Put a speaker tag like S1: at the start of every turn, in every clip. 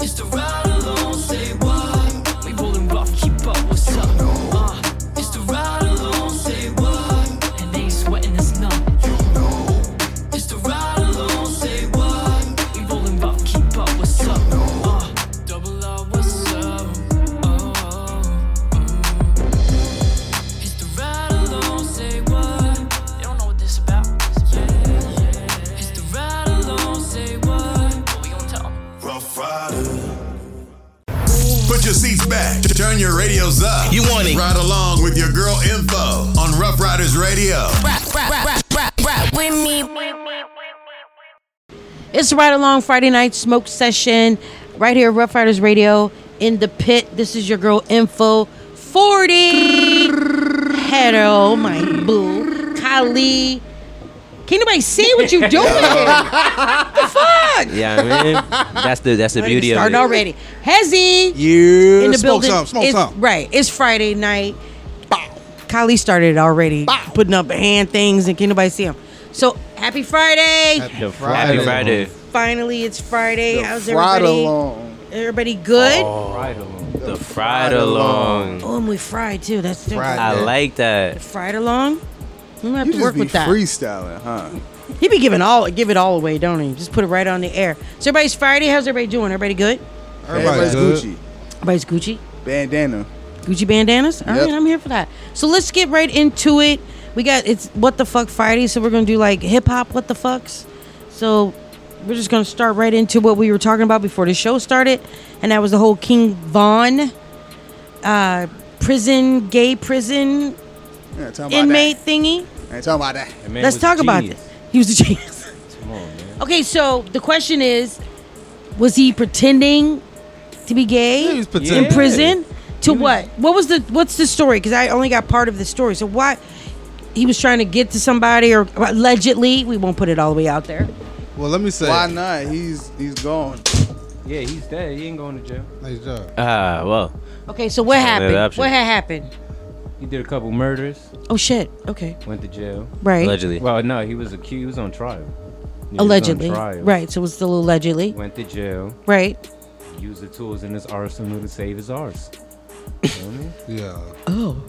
S1: It's the ride along, say what? We rolling rough, keep up, what's up? Uh, it's the ride along, say what? And they ain't sweating us none. You know. It's the ride along, say what? We rolling rough, keep up, what's up? Uh, double R, what's up? Oh, mm. It's the ride along, say what? They don't know what this about. Yeah, yeah. It's the ride along, say what? What we gonna tell 'em?
S2: Rough Rider. Put your seats back. Turn your radios up.
S3: You want it.
S2: Ride along with your girl info on Rough Riders Radio.
S4: Rap, rap, rap, rap, rap with me.
S5: It's right along Friday night smoke session right here at Rough Riders Radio in the pit. This is your girl Info 40. Hello, oh my boo. Kylie. Can anybody see what you doing? what the fuck?
S3: Yeah, I mean, that's the that's the beauty of
S5: Starting
S3: it.
S5: already. Hezzy
S6: Yeah.
S5: in the
S6: smoke
S5: building.
S6: some, smoke
S5: It's-
S6: some.
S5: Right. It's Friday night. Kylie started already putting up hand things and can nobody see him? So happy Friday.
S3: The Friday. Happy Friday.
S5: Finally, it's Friday. How's
S6: Fried
S5: everybody?
S6: along.
S5: Everybody
S7: Oh.
S5: good?
S3: Oh. The Friday along.
S5: Oh, and we fried too. That's
S6: Fried.
S5: fried,
S3: I like that.
S5: fried along. We gonna have
S6: You
S5: to
S6: just
S5: work
S6: be
S5: with that.
S6: freestyling, huh?
S5: He be giving all, give it all away, don't he? Just put it right on the air. So everybody's Friday. How's everybody doing? Everybody good?
S6: Everybody's Gucci.
S5: Everybody's Gucci,
S6: Bandana.
S5: Gucci bandanas. All
S6: Yep.
S5: right, I'm here for that. So let's get right into it. We got it's what the fuck Friday, so we're gonna do like hip hop what the fucks. So we're just gonna start right into what we were talking about before the show started, and that was the whole King Von uh, prison, gay prison
S6: Yeah, talking about
S5: inmate thingy.
S6: That. Ain't talking about that.
S5: Let's talk about this. He was a genius. Okay, so the question is, was he pretending to be gay
S6: He was
S5: in
S6: pretending.
S5: prison? To what? What was the what's the story? Because I only got part of the story. So why he was trying to get to somebody or allegedly? We won't put it all the way out there.
S8: Well, let me say.
S6: Why not? He's he's gone.
S7: Yeah, he's dead. He ain't going to jail.
S8: Nice job.
S3: Ah, well.
S5: Okay, so what happened?
S3: option.
S5: What had happened?
S7: He did a couple murders.
S5: Oh shit. Okay,
S7: Went to jail.
S5: right.
S3: Allegedly.
S7: Well, no, he was accused. He was on trial. He was on
S5: Allegedly,
S7: trial.
S5: right? So it's still allegedly,
S7: Went to jail.
S5: right?
S7: Used the tools in his arsenal to save his arse. You know what I mean?
S8: Yeah.
S5: Oh,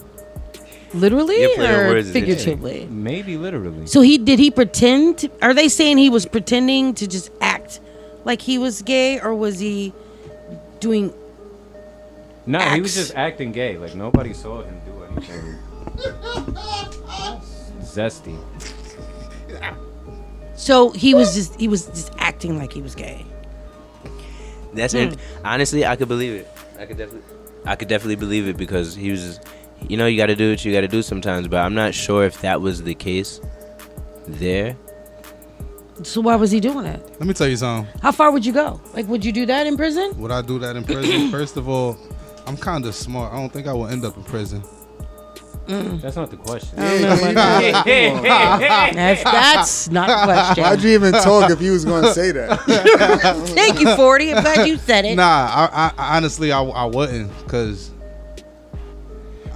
S5: literally
S3: Your play on
S5: or
S3: words is interesting.
S5: figuratively?
S7: Maybe literally.
S5: So he did he pretend? To, are they saying he was pretending to just act like he was gay, or was he doing?
S7: No, he was
S5: Acts.
S7: just acting gay. Like nobody saw him do anything. Zesty.
S5: So he was just he was just acting like he was gay.
S3: That's it.
S5: Hmm.
S3: Honestly, I could believe it. I could definitely, I could definitely believe it because he was, just, you know, you got to do what you got to do sometimes. But I'm not sure if that was the case there.
S5: So why was he doing it?
S8: Let me tell you something.
S5: How far would you go? Like, would you do that in prison?
S8: Would I do that in prison? First of all, I'm kind of smart. I don't think I will end up in prison.
S7: That's not the question.
S5: Mm. I don't know about that. That's, that's not a
S6: Why'd
S5: question.
S6: you even talk if you was gonna say that?
S5: Thank you, Forty. I'm glad you said it.
S8: Nah, I, I honestly I, I wouldn't because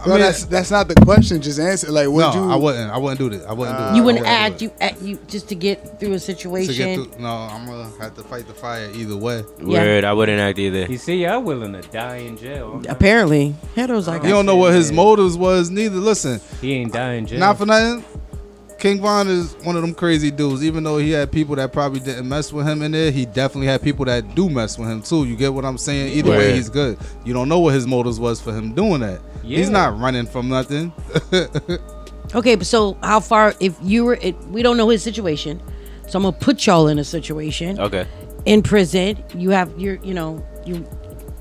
S6: Bro, that's that's not the question. Just answer. Like,
S8: no,
S6: would you? Uh,
S8: I wouldn't. I wouldn't do that. I wouldn't do that.
S5: You wouldn't
S8: I
S5: act.
S8: do
S5: You act. You just to get through a
S8: that.
S5: situation.
S8: to get through. No, I'm gonna have Uh, to fight the fire either way.
S5: Yeah.
S3: Word, I wouldn't act either.
S7: You see, y'all willing to die in jail. I'm not-
S5: Apparently, Hedo's like,
S8: You don't know what his
S7: Yeah.
S8: motives was neither. Listen,
S7: He ain't dying in jail.
S8: Not for nothing. King Von is one of them crazy dudes. Even though he had people that probably didn't mess with him in there, he definitely had people that do mess with him too. You get what I'm saying? Either way,
S3: Right.
S8: he's good. You don't know what his motives was for him doing that. He's
S7: Yeah.
S8: not running from nothing.
S5: Okay, but so how far? If you were, it, we don't know his situation, so I'm gonna put y'all in a situation
S3: Okay.
S5: in prison. You have your, you know, you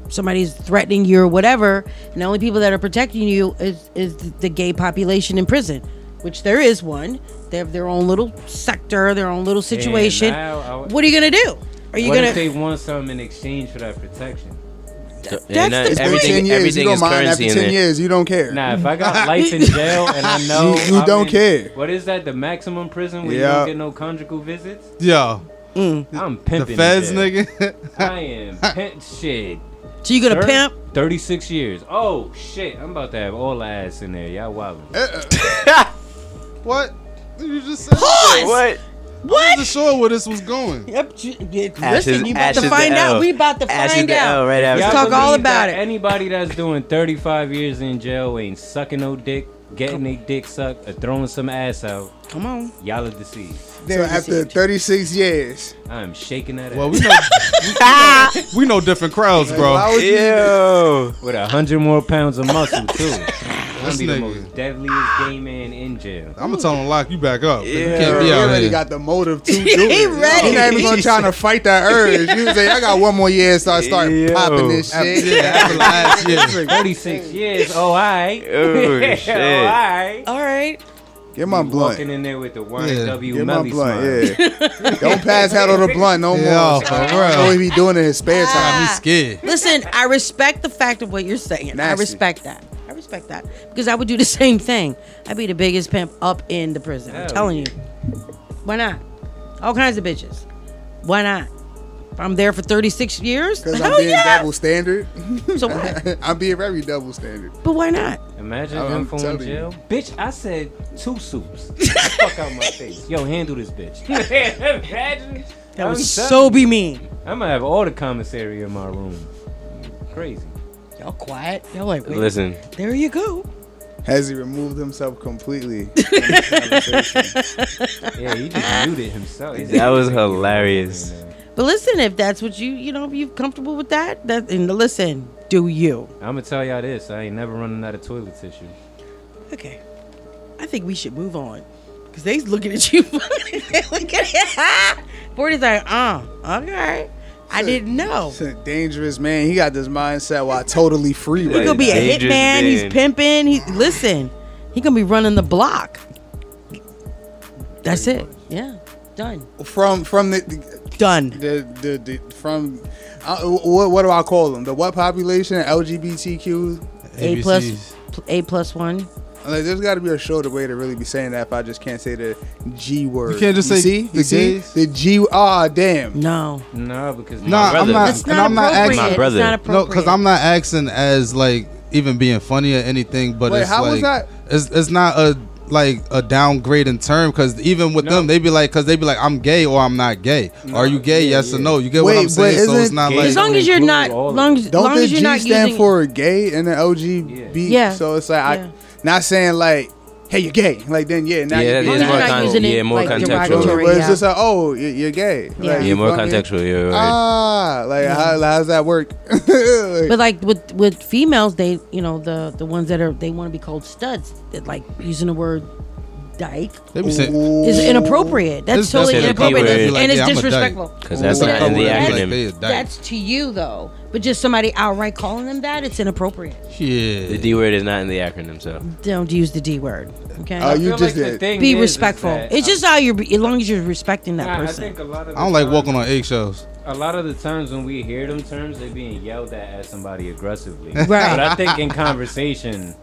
S5: somebody's threatening you or whatever, and the only people that are protecting you is is the gay population in prison, which there is one. They have their own little sector, their own little situation.
S7: now I w-
S5: what are you gonna do? Are you
S7: what
S5: gonna?
S7: if they want something in exchange for that protection?
S3: So- and
S5: that's the
S3: that-
S5: point.
S3: everything,
S6: ten years,
S3: everything
S6: you don't
S3: is
S6: mind.
S3: currency
S6: After
S3: in
S6: ten
S3: there.
S6: years, you don't care.
S7: Nah, if I got life in jail and I know
S6: You- you
S7: I'm
S6: don't
S7: in-
S6: care.
S7: What is that? The maximum prison where
S6: Yeah.
S7: you don't get no conjugal visits?
S8: Yo,
S5: Mm.
S7: I'm
S8: the
S7: pimping. in
S8: feds,
S7: jail.
S8: nigga.
S7: I am pimp shit.
S5: so you gonna
S7: Thir-
S5: pimp?
S7: Thirty-six years. Oh shit! I'm about to have all ass in there. Y'all wildin'.
S8: what? You just said
S3: What?
S8: What? I wasn't sure where this was going.
S5: Yep. you- you-
S3: Ashes-
S5: Listen, you about
S3: ashes
S5: to
S3: to
S5: find out.
S3: L.
S5: We about to
S3: Ashes
S5: find
S3: to
S5: out.
S3: L right after.
S5: Let's
S3: Y'all
S5: talk all
S7: believe
S5: about
S7: that
S5: it.
S7: Anybody that's doing 35 years in jail ain't sucking no dick, getting their dick sucked, or throwing some ass out.
S5: Come on.
S7: Y'all are deceived.
S6: So after 36 years,
S7: I'm shaking that
S8: Well,
S7: ass
S8: we know, we know different crowds,
S6: why
S8: bro.
S6: would you-
S3: Ew.
S7: with a hundred more pounds of muscle too. I'm gonna
S8: This
S7: be the
S8: nigga.
S7: most deadliest gay man in jail.
S8: I'm gonna tell him to lock you back up. 'cause You
S3: Yeah.
S8: can't be
S6: He
S8: out
S6: already
S8: here.
S6: got the motive to do it.
S5: He ready.
S6: He's not even gonna try to fight that urge. You say, I got one more year and start start
S3: Yo.
S6: popping this shit.
S8: yeah, after last year.
S7: Thirty-six years. Oh, I.
S3: Oh, shit.
S7: I.
S5: All right.
S6: Get my blunt.
S7: Walking in there with the
S8: Yeah.
S7: YW
S6: Get my
S7: Melly
S6: blunt.
S7: smile.
S6: Yeah. Don't pass out on the blunt no
S8: Yeah,
S6: more.
S8: for
S6: That's what
S8: real.
S6: he be doing in his spare time.
S8: I'm scared.
S5: Listen, I respect the fact of what you're saying. I
S6: Nasty.
S5: respect that. I respect that because I would do the same thing. I'd be the biggest pimp up in the prison. I'm
S7: Hell
S5: telling you. Why not? All kinds of bitches. Why not? If I'm there for 36 years.
S6: Because
S5: hell
S6: I'm being
S5: yeah.
S6: double standard.
S5: So what?
S6: I'm being very double standard.
S5: But why not?
S7: Imagine
S6: I'm- I'm
S7: them fool in
S6: telling you.
S7: jail. Bitch, I said two soups. Fuck out my face. Yo, handle this bitch. Imagine.
S5: That would
S7: I'm
S5: so
S7: telling
S5: be mean.
S7: you, I'm gonna have all the commissary in my room. Crazy.
S5: Y'all quiet. Y'all like, wait,
S3: Listen,
S5: there you go.
S6: Has he removed himself completely?
S7: Yeah, he just muted himself. He's
S3: that
S7: like,
S3: was hilarious.
S5: But listen, if that's what you, you know, if you're comfortable with that, that and listen, do you.
S7: I'm gonna tell y'all this. I ain't never running out of toilet tissue.
S5: Okay. I think we should move on. Cause they's looking at you. They looking at- Forty's like, uh, okay. I didn't know.
S6: It's a dangerous man. He got this mindset while totally free
S5: He
S6: right
S5: gonna be a
S3: Dangerous
S5: hitman. He's
S3: man.
S5: pimping. He listen. He gonna be running the block. That's it. Yeah. Done.
S6: now. From from the
S5: Done.
S6: the the, the, from uh, what what do I call them? The what population? LGBTQ.
S5: A plus.
S8: ABCs.
S5: A plus one.
S6: Like, there's got to be a shorter way to really be saying that. If I just can't say the G word,
S8: You can't just say
S6: see
S8: the
S6: you see
S8: gays?
S6: the G. Ah, damn.
S5: No.
S7: No, because
S8: Nah,
S3: brother.
S8: I'm not.
S3: That's
S5: It's
S8: and
S5: not
S8: I'm not
S5: appropriate.
S8: asking.
S3: My brother.
S5: It's not
S8: No,
S5: appropriate.
S8: because I'm not asking as like even being funny or anything. But
S6: Wait,
S8: it's
S6: how
S8: like,
S6: was that?
S8: It's it's not a like a downgrading term because even with
S7: No.
S8: them they be like because they be like I'm gay or I'm not gay. Are you gay? yes or no? You get
S6: Wait,
S8: what I'm
S6: but
S8: saying? So it's
S6: isn't
S8: not
S7: gay-
S8: like
S5: As long as you're
S7: Include
S5: not,
S7: all of
S5: long,
S7: it.
S5: as
S6: Don't
S5: long
S6: the
S5: as
S6: G
S5: you're not
S6: stand
S5: using.
S6: for gay and the LGBT?
S5: Yeah.
S6: So it's like
S5: Yeah.
S6: I, not saying like, hey, you're gay. Like then yeah, now
S3: Yeah, that
S6: you're gay.
S3: is
S5: you're
S3: more
S5: not
S3: con-
S5: using it,
S3: yeah, more
S5: like,
S3: contextual.
S5: derogatory.
S6: But
S5: yeah.
S6: it's just like, oh, y- you're gay. Like,
S5: Yeah.
S3: Yeah, more
S6: fucking-
S3: contextual. Yeah, right.
S5: Oh,
S6: Ah, like how, how's that work? Like,
S5: But like with with females, they you know the the ones that are they want to be called studs. That like using the word dyke
S8: they be saying.
S6: ooh.
S5: is inappropriate. That's
S8: This
S5: totally
S8: is
S3: the
S5: inappropriate
S3: D
S5: That's-
S3: word.
S5: and
S8: Like,
S5: it's
S8: yeah, I'm a dyke.
S5: disrespectful.
S3: 'Cause that's
S5: Ooh.
S3: not in the
S5: That's-
S3: acronym.
S5: That's to you though, but just somebody outright calling them that, it's inappropriate.
S8: yeah.
S3: The D word is not in the acronym, so
S5: Don't use the D word. Okay.
S6: Oh,
S7: I
S6: you
S7: feel
S6: just
S7: like the
S6: did.
S7: thing
S5: be
S7: is, is
S5: respectful.
S7: that-
S5: it's just how you're, as long as you're respecting that
S7: I, I
S5: person.
S7: think a lot of. The
S8: I don't like
S7: time-
S8: walking on eggshells.
S7: A lot of the times when we hear them terms, they're being yelled at at somebody aggressively.
S5: Right.
S7: But I think in conversation,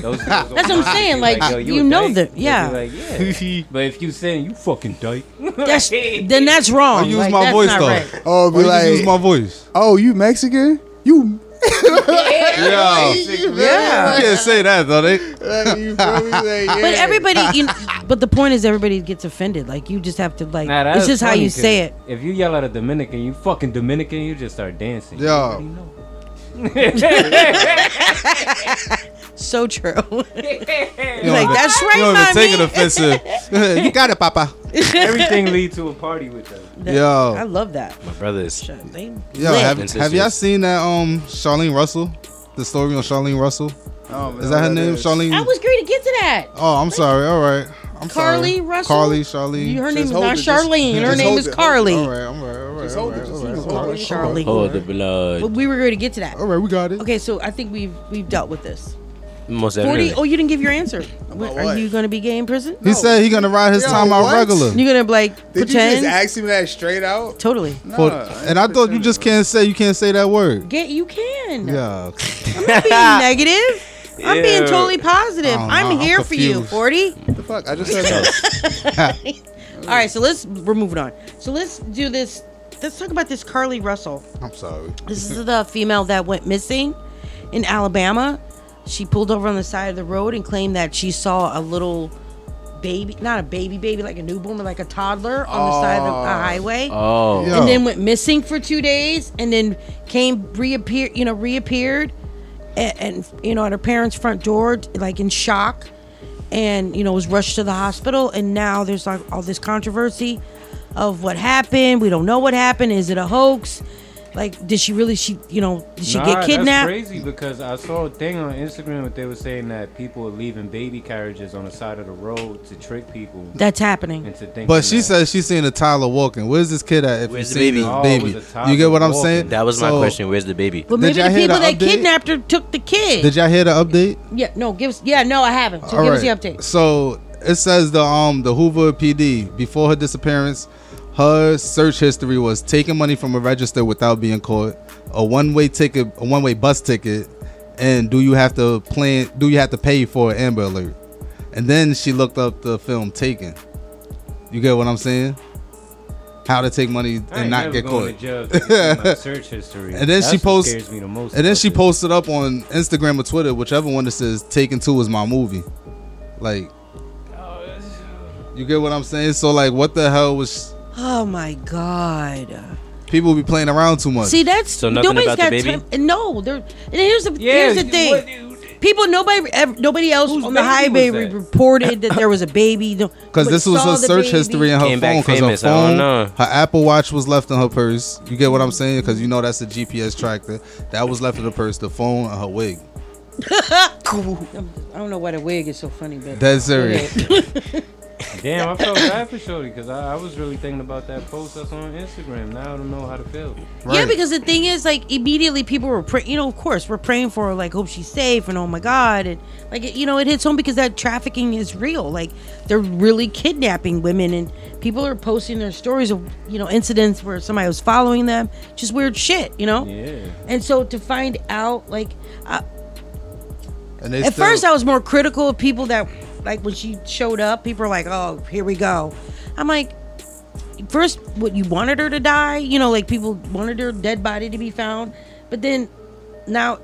S7: those. That's
S5: what I'm saying, like, you know them, yeah.
S7: Like, yeah. but if you saying you fucking dyke,
S5: That's, then that's wrong.
S8: I use
S5: Like,
S8: my
S5: that's
S8: voice
S5: not
S8: though.
S5: right.
S6: oh,
S8: Why
S6: be
S8: you just use
S6: like,
S8: my voice?
S6: oh, you Mexican? You,
S8: Yeah,
S6: yeah.
S8: you can't say that though. They
S6: Like, you feel me? Like, yeah.
S5: But everybody, you know, but the point is, everybody gets offended. Like you just have to like.
S7: Nah, that
S5: it's
S7: is
S5: just how
S7: funny
S5: you
S7: 'cause
S5: say it.
S7: If you yell at a Dominican, you fucking Dominican, you just start dancing.
S8: Yo.
S7: You already know.
S5: So true.
S8: You
S5: like
S8: don't even-
S5: that's
S8: You don't even
S5: right,
S8: take it
S5: mommy.
S8: offensive. you got it, Papa.
S7: Everything lead to a party with them.
S5: That-
S8: Yo.
S5: I love that.
S3: my brothers.
S5: Shut- They
S8: Yo,
S5: lit.
S8: have,
S3: And
S8: have y'all
S3: sisters.
S8: seen that um Charlene Russell? The story on Charlene Russell?
S6: Oh, man,
S8: Is that her
S6: that
S8: name?
S6: is.
S8: Charlene?
S5: I was great to get to that.
S8: oh, I'm sorry. All right. I'm
S5: Carly
S8: sorry.
S5: Russell?
S8: Carly, Charlene.
S5: You- her
S6: just
S5: name is
S6: hold
S5: not
S6: it, just-
S5: Charlene. her
S6: just
S5: name
S6: hold
S5: is
S6: it, hold it.
S5: Carly.
S8: All right, all right, all right.
S6: Just
S8: all
S6: hold
S8: right,
S6: it,
S8: all
S6: just hold
S8: right,
S6: it.
S8: all
S5: Call her
S8: right, all right.
S5: Charlene.
S3: Oh, the blood.
S5: But we were going to get to that.
S8: All right, we got it.
S5: Okay, so I think we've we've dealt with this.
S3: Most
S5: Forty.
S3: definitely.
S5: Oh, you didn't give your answer. What, are
S6: what?
S5: you going to be gay in prison?
S8: He said he gonna ride his
S6: Yo,
S8: time out
S6: what?
S8: regular.
S5: You're going to like
S6: Did
S5: pretend.
S6: you just ask him that straight out?
S5: totally.
S8: For-
S6: Nah,
S8: and I thought you just can't say you can't say that word.
S5: Get you can.
S8: Yeah.
S5: I'm not being negative. I'm being
S3: Ew.
S5: totally positive.
S8: I don't
S5: I'm
S8: know. Oh, I'm
S5: here for you,
S8: confused.
S5: Forty.
S6: What the fuck? I just said that.
S5: All right, so let's we're moving on. So let's do this. Let's talk about this Carly Russell.
S8: I'm sorry.
S5: This is the female that went missing in Alabama. She pulled over on the side of the road and claimed that she saw a little baby, not a baby baby, like a newborn, but like a toddler on the side of a highway.
S3: Oh,
S8: Yo.
S5: and then went missing for two days, and then came reappear, you know, reappeared, and, and you know, at her parents' front door, like in shock, and you know, was rushed to the hospital, and now there's like all this controversy of what happened. We don't know what happened. Is it a hoax? Like, did she really? She, you know, did she
S7: Nah,
S5: get
S7: That's
S5: kidnapped?
S7: crazy because I saw a thing on Instagram that they were saying that people are leaving baby carriages on the side of the road to trick people
S5: That's happening.
S7: into thinking.
S8: But she
S7: that.
S8: says she's seeing a Tyler walking. Where's this kid at? If
S3: Where's
S8: you
S3: the baby?
S8: see this
S7: Oh, it
S8: baby,
S7: was a Tyler
S8: you get what I'm
S7: walking.
S8: saying?
S3: that was my
S8: So,
S3: question. Where's the baby?
S5: But
S8: Did
S5: maybe
S8: y'all
S5: the
S8: hear
S5: people
S8: the
S5: that
S8: update?
S5: kidnapped her took the kid.
S8: Did y'all hear the update?
S5: yeah, no, give us. Yeah, no, I haven't. So
S8: All
S5: give us
S8: right.
S5: the update.
S8: So it says the um the Hoover PD before her disappearance, her search history was taking money from a register without being caught, a one way ticket, a one way bus ticket, and do you have to plan? Do you have to pay for an Amber Alert? And then she looked up the film Taken. You get what I'm saying? How to take
S7: I
S8: money
S7: ain't
S8: and
S7: never
S8: not get
S7: going
S8: caught.
S7: to jail if you see my search history.
S8: And then
S7: That's
S8: she
S7: what
S8: posts-
S7: scares me the most
S8: And then
S7: about
S8: she
S7: this.
S8: posted up on Instagram or Twitter, whichever one that says "Taken Two is my movie." Like, you get what I'm saying? So like, what the hell was
S5: Oh my god.
S8: people be playing around too much?
S5: See, that's
S3: So nothing
S5: nobody's
S3: about the
S5: got
S3: baby?
S5: time. and No, there. And here's the
S7: Yeah,
S5: here's the
S7: you-
S5: thing.
S7: what you-
S5: People, nobody, ev- nobody else
S7: Whose
S5: on the
S7: baby
S5: highway
S7: was that?
S5: reported that there was a baby.
S8: Because this was her search history and her
S3: Came back
S8: phone. Because her
S3: famous, I don't
S8: phone,
S3: know.
S8: her Apple Watch was left in her purse. You get what I'm saying? Because you know that's a GPS tracker that was left in the purse, the phone, and her wig.
S5: I don't know why the wig is so funny, but
S8: That's serious.
S7: Damn, I felt bad for Shorty because I, I was really thinking about that post that's on Instagram. Now I don't know how to feel.
S5: yeah,
S8: Right.
S5: because the thing is, like, immediately people were, pray- you know, of course, we're praying for her, like, hope she's safe, and oh my god, and like, it- you know, it hits home because that trafficking is real. Like, they're really kidnapping women, and people are posting their stories of, you know, incidents where somebody was following them, just weird shit, you know.
S7: Yeah.
S5: And so to find out, like, I,
S8: And they
S5: at
S8: still-
S5: first I was more critical of people that, like, when she showed up, people were like, oh, here we go. I'm like, first, what you wanted her to die, you know, like people wanted her dead body to be found, but then now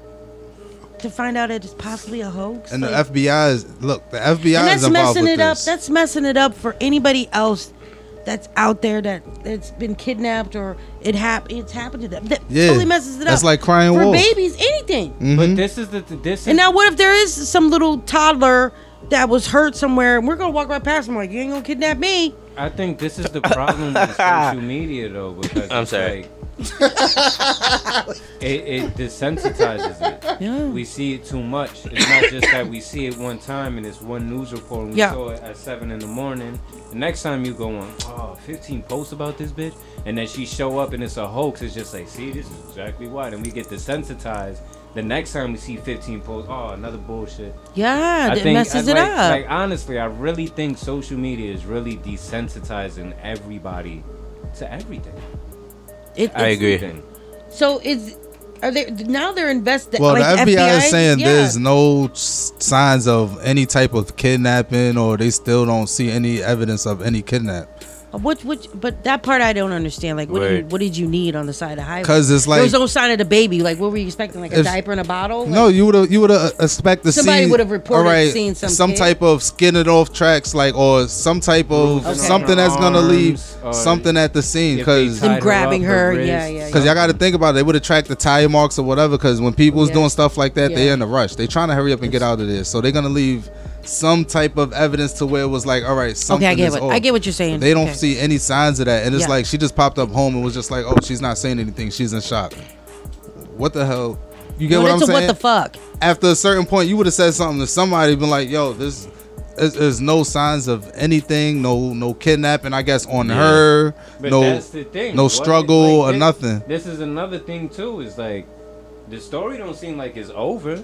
S5: to find out it's possibly a hoax.
S8: and the
S5: like-
S8: FBI is look. The FBI
S5: and
S8: is
S5: that's
S8: involved
S5: messing
S8: with
S5: it up.
S8: this.
S5: That's messing it up for anybody else that's out there that that's been kidnapped or it hap- it's happened to them. That
S8: Yeah.
S5: totally messes it up.
S8: That's like crying
S5: for
S8: wolf.
S5: babies, anything.
S8: Mm-hmm.
S7: But this is the this is
S5: And now, what if there is some little toddler that was hurt somewhere, and we're gonna walk right past him like you ain't gonna kidnap me?
S7: I think this is the problem with social media though because
S3: I'm
S7: it's
S3: sorry.
S7: Like, it, it desensitizes it.
S5: Yeah.
S7: We see it too much. It's not just that we see it one time and it's one news report. And we
S5: Yeah.
S7: saw it at seven in the morning. The next time you go on, oh, 15 posts about this bitch, and then she show up and it's a hoax. It's just like, see, this is exactly why. Then we get desensitized. The next time we see 15 posts, oh, another bullshit.
S5: Yeah,
S7: I
S5: it
S7: think-
S5: messes
S7: I-
S5: it
S7: like-
S5: up.
S7: Like honestly, I really think social media is really desensitizing everybody to everything.
S5: It-
S3: I
S5: it's-
S3: agree.
S7: Everything.
S5: So is are they now they're investing?
S8: Well,
S5: like
S8: the FBI, is saying
S5: yeah.
S8: there's no s- signs of any type of kidnapping, or they still don't see any evidence of any kidnap.
S5: What, what, but that part I don't understand. Like, what, did you,
S3: Word.
S5: what did you need on the side of the highway?
S8: 'Cause it's
S5: there
S8: like-
S5: was no sign of the baby. Like, what were you expecting? Like a
S8: If-
S5: diaper and a bottle?
S8: No,
S5: Like,
S8: you would have you would have expect to
S5: Somebody
S8: see
S5: would've reported
S8: all right,
S5: seeing some kid.
S8: type of skinned off tracks, like or some type of
S7: Bruising
S8: something
S7: on
S8: that's gonna
S7: arms,
S8: leave
S7: or
S8: something at the scene
S7: If they
S8: because.
S7: tied
S5: Them grabbing
S7: up,
S5: her,
S7: wrist,
S5: yeah, yeah, yeah.
S8: Cause y'all got to think about it. They would have tracked the tire marks or whatever. Cause when people's
S5: Yeah.
S8: doing stuff like that,
S5: Yeah.
S8: they're in a rush. They trying to hurry up and get out of this. So they're gonna leave some type of evidence to where it was like, all right, something
S5: okay, I get
S8: is
S5: what
S8: off.
S5: I get what you're saying.
S8: They don't
S5: Okay.
S8: see any signs of that, and it's
S5: Yeah.
S8: like she just popped up home and was just like, "Oh, she's not saying anything. She's in shock." What the hell? You get
S5: No,
S8: what I'm
S5: that's a
S8: saying?
S5: what the fuck?
S8: After a certain point, you would have said something to somebody, been like, "Yo, this." There's, there's no signs of anything, no no kidnapping. I guess on her,
S7: But
S8: no
S7: that's the thing.
S8: no
S7: What-
S8: struggle
S7: like,
S8: or
S7: thi-
S8: nothing.
S7: This is another thing too. Is like the story don't seem like it's over.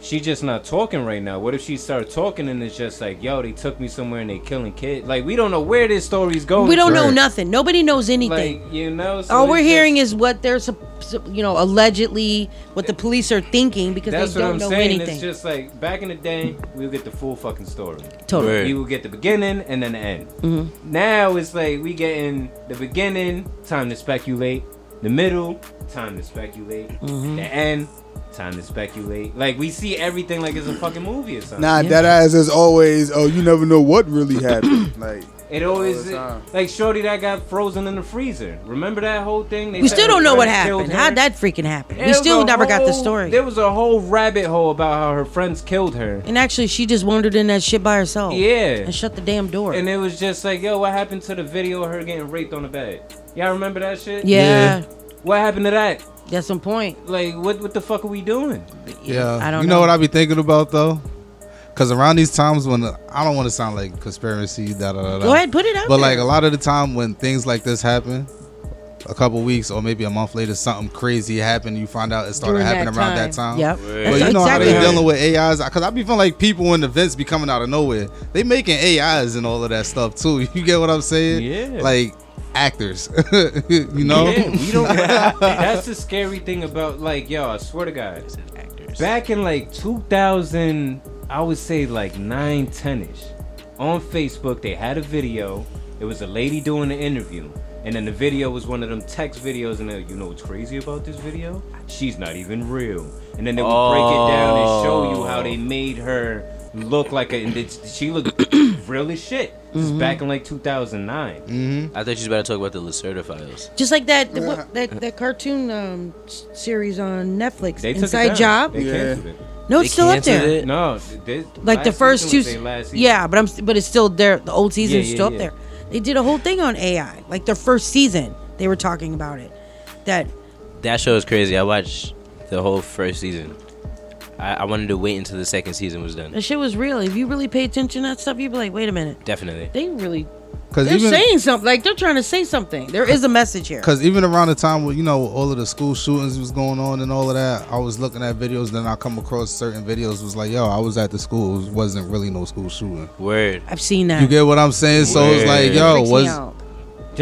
S7: She just not talking right now. What if she start talking and it's just like, yo, they took me somewhere and they killing kids. Like we don't know where this story's going.
S5: We don't know
S8: Right.
S5: nothing. Nobody knows anything.
S7: Like you know. So
S5: All we're
S7: it's just-
S5: hearing is what they're, sup- sup- you know, allegedly what the police are thinking because
S7: That's
S5: they
S7: what
S5: don't
S7: I'm
S5: know
S7: saying.
S5: anything.
S7: It's just like back in the day, we'll get the full fucking story.
S5: totally. Mm-hmm.
S3: Word.
S7: You will get the beginning and then the end. Now it's like we getting the
S5: Mm-hmm.
S7: beginning, time to speculate. The middle, time to speculate. The end, Time to speculate. Like we see everything like it's a fucking movie or something.
S6: Nah, that ass is always. Oh, you never know what really happened. like
S7: It always
S6: the time.
S7: like shorty that got frozen in the freezer. Remember that whole thing? They
S5: We
S7: said
S5: still
S7: her
S5: don't know what
S7: friend killed
S5: happened.
S7: her.
S5: How'd that freaking happen?
S7: There
S5: We
S7: was
S5: still
S7: a
S5: never got the
S7: whole-
S5: story.
S7: There was a whole rabbit hole about how her friends killed her.
S5: And actually, she just wandered in that shit by herself.
S7: Yeah.
S5: Oh, And shut the damn door.
S7: And it was just like, yo, what happened to the video of her getting raped on the bed? Y'all remember that shit?
S5: yeah,
S7: What happened to that?
S5: That's some point.
S7: Like, what what the fuck are we doing?
S8: Yeah,
S5: I don't
S8: you know,
S5: know.
S8: what I be thinking about though, because around these times when I don't want to sound like conspiracy, da da da. da.
S5: Go ahead, put it out
S8: But
S5: there.
S8: like a lot of the time when things like this happen, a couple weeks or maybe a month later, something crazy happened. You find out it started
S5: During
S8: happening around that time.
S5: Yep.
S8: But
S5: That's
S8: you know
S5: exactly
S8: how
S5: right.
S8: they dealing with AIs? Because I be feeling like people in events be coming out of nowhere. They making AIs and all of that stuff too. You get what I'm saying?
S7: Yeah.
S8: Like actors, you know?
S7: Yeah, we don't. that's the scary thing about like, yo, I swear to God, back in like 2000 i would say like 9 10 ish on facebook they had a video it was a lady doing an interview and then the video was one of them text videos and they're like, you know what's crazy about this video she's not even real and then they would break it down and show you how they made her look like a and it's- she looked real as shit this is
S5: Mm-hmm.
S7: back in like 2009
S8: Mm-hmm.
S3: I thought you was about to talk about the Lacerda files.
S5: Just like that what, that that cartoon um, s- series on Netflix,
S7: they took it
S5: Inside
S7: down.
S5: Job.
S7: they
S6: Yeah.
S7: canceled it
S5: No,
S3: They
S5: it's still up
S3: canceled
S5: there.
S3: it?
S7: no th- this-
S5: Like the
S7: last
S5: first
S7: season
S5: two,
S7: was their last season.
S5: yeah, but I'm s- but it's still there. The old season's
S7: yeah,
S5: still up
S7: yeah.
S5: there. They did a whole thing on AI, like their first season. They were talking about it. That
S3: That show is crazy. I watched the whole first season. I, I wanted to wait until the second season was done.
S5: that shit was real. If you really pay attention to that stuff, you'd be like, wait a minute,
S3: Definitely.
S5: they really
S8: Because
S5: they're saying something. Like they're trying to say something. There is a message here.
S8: Because even around the time where you know all of the school shootings was going on and all of that, I was looking at videos. Then I come across certain videos. Was like, yo, I was at the school. It wasn't really no school shooting.
S3: Word.
S5: I've seen that.
S8: You get what I'm saying? So it's like,
S5: It
S8: yo,
S5: freaks me
S8: was Uh-huh.
S5: out.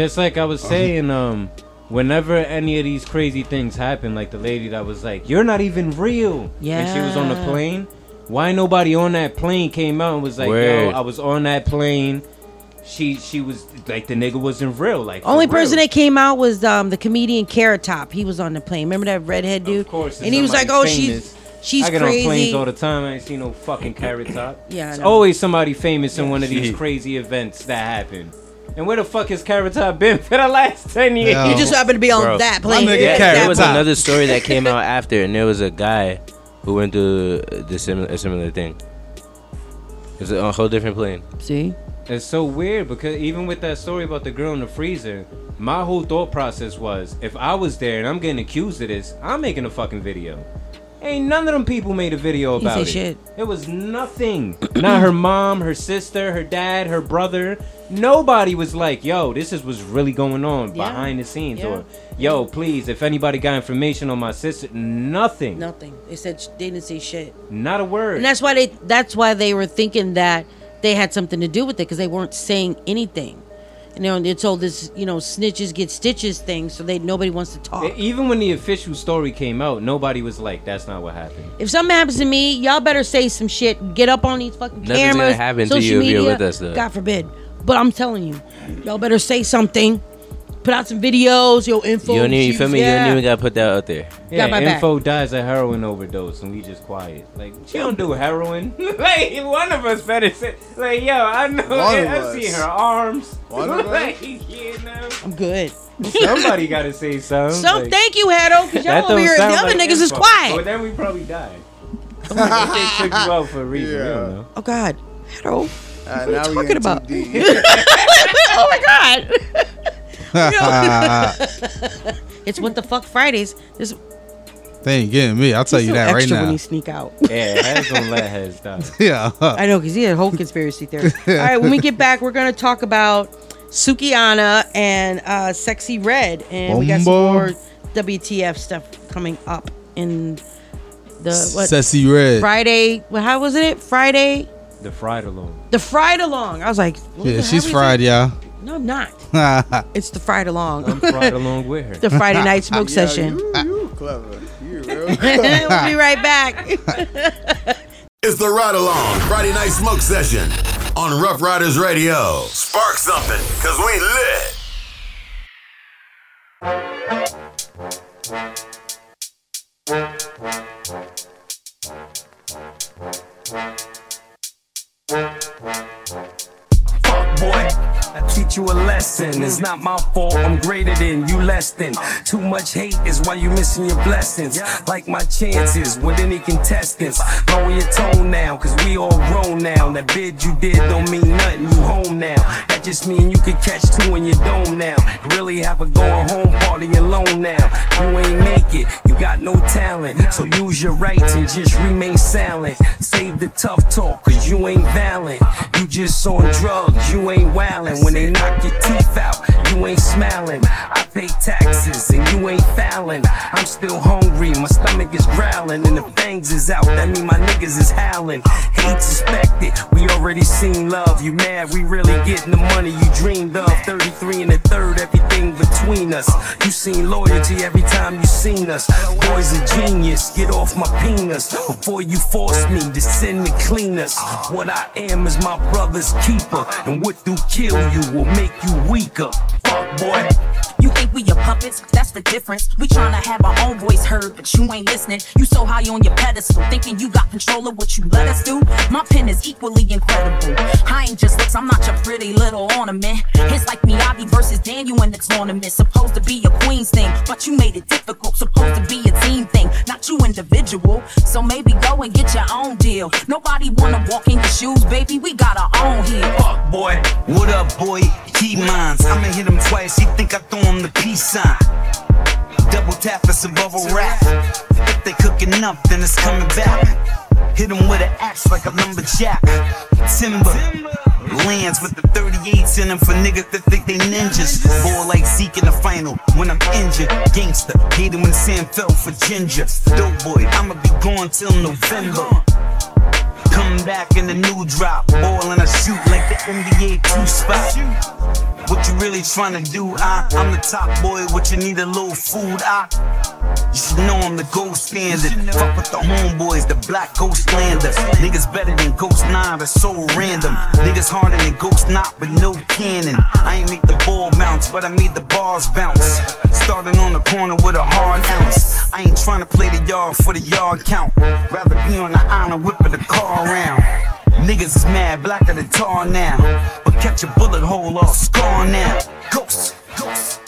S7: Just like I was saying, um, whenever any of these crazy things happen, like the lady that was like, "You're not even real," and she was on the
S5: Yeah.
S7: plane. Why nobody on that plane came out and was like, "Yo,
S3: Word.
S7: I was on that plane." She she was like the nigga wasn't real. Like for
S5: Only
S7: real.
S5: person that came out was um, the comedian Carrot Top. He was on the plane. Remember that redhead dude?
S7: of course,
S5: and he was like, "Oh, she's she's
S7: I get
S5: crazy."
S7: on planes all the time. I ain't seen no fucking carrot top.
S5: Yeah, I
S7: it's
S5: know.
S7: always somebody famous in one of these crazy events that happen. And where the fuck has carrot top been for the last ten years?
S8: Yeah.
S5: you just happened to be on
S3: Bro.
S5: that plane.
S8: nigga
S5: Yeah,
S8: Carrot
S5: that
S3: There was
S5: plane.
S8: Top.
S3: another story that came out after, and there was a guy who went through the similar, a similar thing. It's a whole different plane.
S5: See,
S7: It's so weird because even with that story about the girl in the freezer, my whole thought process was if I was there and I'm getting accused of this, I'm making a fucking video. Ain't none of them people made a video
S5: He say
S7: about it.
S5: shit.
S7: It was nothing. Not her mom, her sister, her dad, her brother. Nobody was like, yo, this is what's really going on
S5: Yeah.
S7: behind the scenes.
S5: Yeah.
S7: Or, yo, please, if anybody got information on my sister, nothing.
S5: nothing. They said sh- they didn't say shit,
S7: Not a word.
S5: and that's why they that's why they were thinking that they had something to do with it because they weren't saying anything. You know, and they told this you know snitches get stitches thing, so they nobody wants to talk.
S7: E- Even when the official story came out, nobody was like, that's not what happened.
S5: If something happens to me, y'all better say some shit. Get up on these fucking
S3: Nothing's
S5: cameras.
S3: gonna happen to
S5: social
S3: you if
S5: media.
S3: you're with us, though.
S5: God forbid. But I'm telling you, y'all better say something. Put out some videos, your info.
S3: You don't even you feel me. You
S5: Yeah.
S3: don't even gotta put that out there.
S7: Yeah,
S5: Got my back.
S7: info dies a heroin overdose, and we just quiet. Like she don't do heroin. like one of us better say, like yo, I know,
S6: One of
S7: I
S6: us.
S7: see her arms.
S6: One of us.
S7: like, you know,
S5: I'm good.
S7: somebody gotta say something.
S5: So
S7: like,
S5: thank you, Hedo, because y'all
S7: that
S5: over
S7: don't
S5: here, the
S7: sound
S5: other
S7: like
S5: niggas is
S7: info. But
S5: quiet.
S7: then we probably die. they took you out for a reason. We don't
S6: Oh, Yeah.
S7: know.
S5: Oh God, Hedo.
S6: uh,
S5: you
S6: now
S5: talking
S6: we getting
S5: about?
S6: too deep.
S5: oh my God. it's what the fuck Fridays. This
S8: they ain't getting me. I'll tell
S5: he's
S8: you
S5: so
S8: that right
S5: extra when
S8: now.
S5: he sneak out.
S7: Yeah, heads don't let heads die.
S8: Yeah,
S5: I know, because he had a whole conspiracy theory. All right, when we get back, we're going to talk about Sukiana and uh, Sexy Red. And we got some more
S8: Bomba.
S5: WTF stuff coming up in the what,
S8: Sassy Red.
S5: Friday. Well, how was it? Friday?
S7: The fried alone.
S5: The fried along. I was like, what
S8: Yeah,
S5: the
S8: she's
S5: hell is
S8: fried,
S5: it?
S8: y'all. Ah.
S5: No, I'm not.
S8: yeah,
S5: It's the fried
S7: I'm
S5: along.
S7: fried along with her.
S5: the Friday night smoke
S6: Yo,
S5: session.
S6: You, you clever. You real.
S5: we'll be right back.
S2: It's the Ride Along Friday Night Smoke Session on Rough Riders Radio. Spark something, because we lit.
S9: taught you a lesson. It's not my fault, I'm greater than you less than. Too much hate is why you missing your blessings. Like my chances with any contestants. Lower your tone now, cause we all grown now. That bid you did don't mean nothing, you home now. That just mean you could catch two in your dome now. Really have a going home party alone now. You ain't make it, you got no talent. So use your rights and just remain silent. Save the tough talk, cause you ain't valid. You just on drugs, you ain't wildin'. When they knock your teeth out, you ain't smiling. I pay taxes and you ain't fouling. I'm still hungry, my stomach is growling. And the fangs is out, that mean my niggas is howling. Hate suspected, we already seen love. You mad, we really getting the money you dreamed of. 33 and a third, everything between us. You seen loyalty every time you seen us. Boys a genius, get off my penis before you force me to send the cleaners. What I am is my brother's keeper, and what do kill you will make you weaker. Fuck boy.
S10: You think we your puppets? That's the difference. We tryna have our own voice heard, but you ain't listening. You so high on your pedestal, thinking you got control of what you let us do. My pen is equally incredible. I ain't just looks, I'm not your pretty little ornament. It's like Miyabi versus Daniel in the tournament. Supposed to be a queen's thing, but you made it difficult. Supposed to be a team thing, not you individual. So maybe go and get your own deal. Nobody wanna walk in your shoes, baby. We got our own here.
S9: Fuck
S10: boy.
S11: What up, boy? He mines. I'ma hit him twice. He think I throw him the peace sign. Double tap, it's above a rap. If they cooking up, then it's coming back. Hit him with an axe like a lumberjack. Timber. Lands with the 38s in them for niggas that think they ninjas. Ball like Zeke in the final when I'm injured. Gangster. Hate him when Sam fell for ginger. Dope boy, I'ma be gone till November. Come back in the new drop, ball and I shoot like the NBA two spot. What you really tryna do? I, I'm the top boy. What you need a little food? I. You should know I'm the gold standard. Fuck with the homeboys, the black ghost landers. Niggas better than Ghost Nine, that's so random. Niggas harder than Ghost Knot with no cannon. I ain't make the ball bounce, but I made the bars bounce. Starting on the corner with a hard ounce. I ain't tryna play the yard for the yard count. Rather be on the island whipping the car around. Niggas is mad, blacker than tar now. But catch a bullet hole or scar now. Ghost, ghost.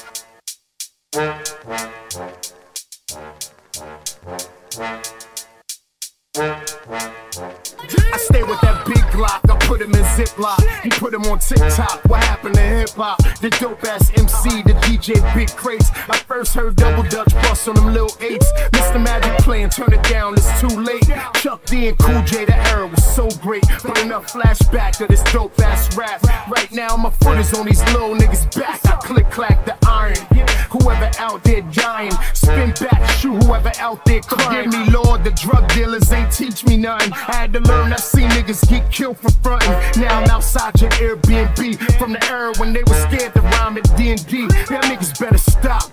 S12: I stay with that big Glock, I put him in Ziploc. He put him on TikTok, what happened to hip hop? The dope ass MC, the DJ Big Crates. I first heard Double Dutch bust on them little eights. Mr. Magic playing, turn it down, it's too late. Chuck D and Cool J, the era was so great. But enough flashback of this dope ass rap. Right now, my foot is on these little niggas' back. I click clack the iron. Whoever out there dying, spin back, shoot whoever out there crying. Forgive me, Lord, the drug dealers ain't teach me nothing. I had to learn, I seen niggas get killed for frontin'. Now I'm outside your Airbnb from the era when they was scared to rhyme at D&D. Y'all niggas better stop.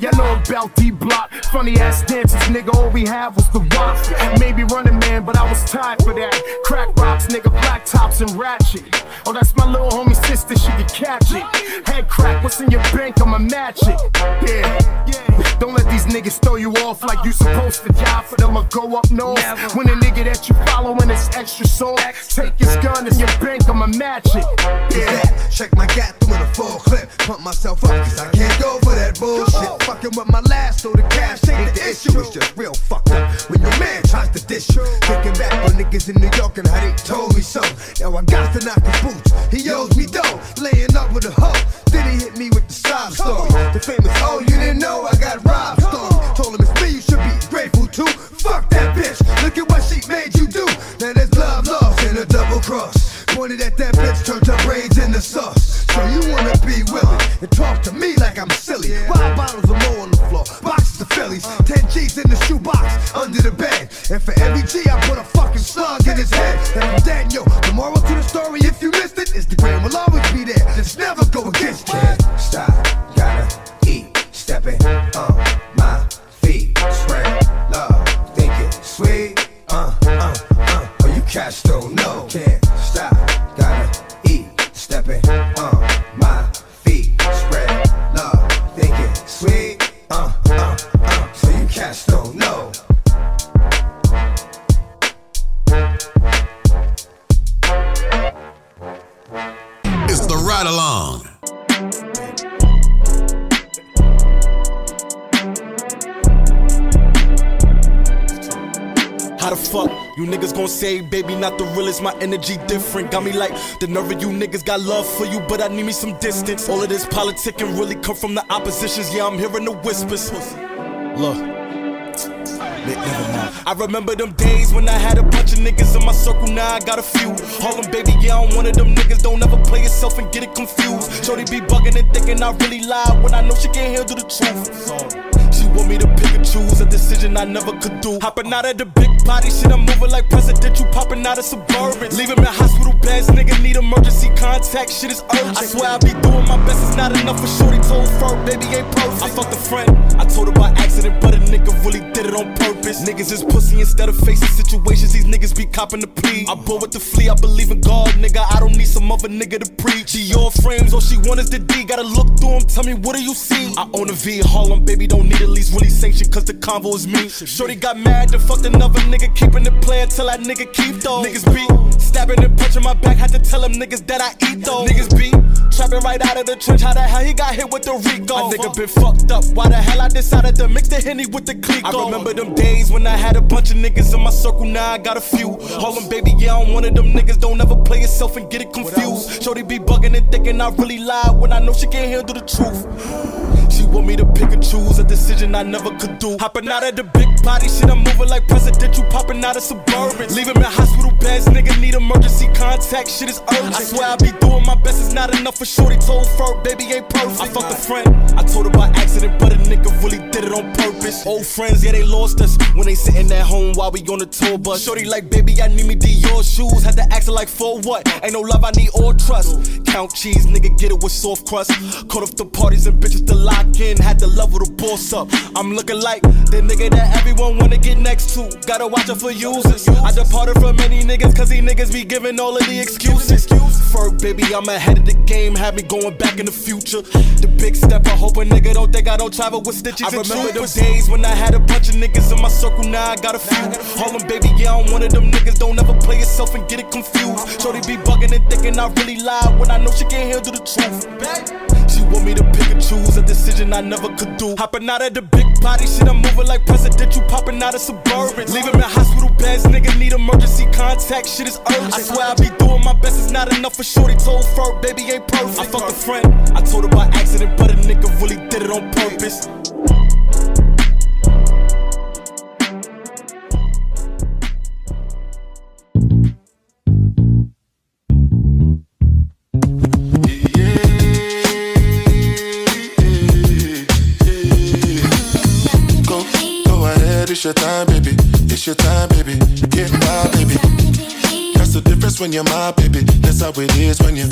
S12: Y'all know about D block. Funny ass dances, nigga, all we have was the rock. Maybe running man, but I was tired for that. Crack rocks, nigga, black tops and ratchet. Oh, that's my little homie sister, she can catch it. Head crack, what's in your bank? I'ma match it. Yeah. Don't let these niggas throw you off like you supposed to die for them or go up north. When a nigga that you following is extra sore, take his gun and your bank, I'ma match it. Yeah.
S13: Check my gap through with a full clip. Pump myself up, cause I can't go for that bullshit. Fucking with my last, so the cash ain't the issue. It's just real fucked up when your man tries to dish you. Thinking back on niggas in New York and how they told me so. Now I got to knock his boots. He owes me dough, laying up with a hoe. Then he hit me with the sob story. The famous, oh, you didn't know I got robbed story. Told him it's me, you should be grateful too. Fuck that bitch, look at what she made you do. Now there's love lost and a double cross. Pointed at that bitch, turned her brains into sauce. So you wanna be willing and talk to me like I'm silly. Five bottles or more on the floor, boxes of Phillies, 10 G's in the shoebox, under the bed. And for every G, I put a fucking slug in his head. And I'm dead, yo. The moral to the story, if you missed it, is the grain will always be there. Just never go against it. Can't Stop, gotta eat, stepping on my feet. Spread love, think it sweet. Uh, uh, uh. Oh, you cats don't know. Can't stop, gotta eat, stepping on my feet. Spread love, think it sweet. Uh, uh, uh. So you cats don't know.
S2: It's the ride along.
S14: How the fuck you niggas gon' say, baby, not the realest? My energy different. Got me like the nerve of you niggas got love for you, but I need me some distance. All of this politicking really come from the oppositions. Yeah, I'm hearing the whispers. Look. I remember them days when I had a bunch of niggas in my circle, now I got a few. Harlem, baby, yeah, I'm one of them niggas. Don't ever play yourself and get it confused. Shorty be bugging and thinking I really lie when I know she can't handle the truth. She want me to pick and choose a decision I never could do. Hopping out of the big body shit, I'm moving like presidential, popping out of suburban. Leave him in hospital beds, nigga need emergency contact, shit is urgent. I swear I be doing my best, it's not enough for shorty told fur, baby ain't perfect. I fucked a friend, I told her by accident, but a nigga really did it on purpose. Niggas is pussy instead of facing situations, these niggas be copping the plea. I bore with the flea, I believe in God, nigga, I don't need some other nigga to preach. She your frames, all she want is the D, gotta look through 'em, tell me what do you see? I own a V Harlem, baby, don't need at least really sanction, cause the convo is me. Shorty got mad, then fucked another nigga, keeping the player till that nigga keep though. Niggas be stabbing and punching my back, had to tell them niggas that I eat though. Niggas be trapping right out of the trench, how the hell he got hit with the Rico? A nigga been fucked up, why the hell I decided to mix the Henny with the Clico? I remember them days when I had a bunch of niggas in my circle, now I got a few. Harlem, baby, yeah, I'm one of them niggas, don't ever play yourself and get it confused. Shorty be bugging and thinking I really lied when I know she can't handle the truth. She want me to pick and choose a decision I never could do. Hopping out of the big body shit, I'm moving like presidential, popping out of suburban. Leave him in hospital beds, nigga need emergency contact, shit is urgent. I swear I be doing my best, it's not enough for shorty told fur, baby ain't perfect. I fucked a friend, I told her by accident, but a nigga really did it on purpose. Old friends, yeah, they lost us when they sitting at home while we on the tour bus. Shorty like, baby, I need me Dior shoes, had to ask her like, for what? Ain't no love, I need all trust. Count cheese, nigga, get it with soft crust. Caught up the parties and bitches to lock in, had to level the boss up. I'm looking like the nigga that everyone wanna get next to. Gotta watch out for users. I departed from many niggas, cause these niggas be giving all of the excuses. Ferg, baby, I'm ahead of the game, have me going back in the future. The big step, I hope a nigga don't think I don't travel with stitches. I
S15: and
S14: remember those
S15: troopers.
S14: days when I had a bunch of niggas in my circle, now I got a few. Harlem, baby, yeah, I'm one of them niggas, don't ever play yourself and get it confused. Shorty be bugging and thinking I really lied when I know she can't handle the truth. She want me to pick and choose a decision I never could do. Hopping out of the big body shit, I'm moving like presidential, popping out of suburban. Leave him in hospital beds, nigga need emergency contact, shit is urgent. I swear I be doing my best, it's not enough for shorty told fur, baby ain't perfect. I fucked a friend, I told her by accident, but a nigga really did it on purpose.
S16: Go, go ahead, it's your time, baby. It's your time, baby. Get my baby. That's the difference when you're my baby. That's how it is when you.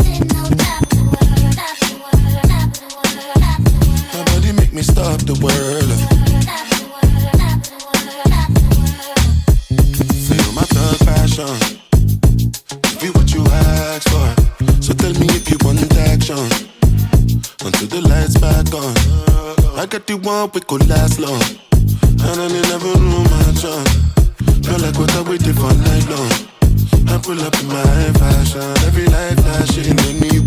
S16: Nobody make me stop the world. Feel my thug passion. Give you what you ask for. So tell me if you want action. Until the lights back on. I got the one we could last long. And I may never know my chance. Feel like what I waited for night long. I pull up in my fashion. Every light flashing anyway.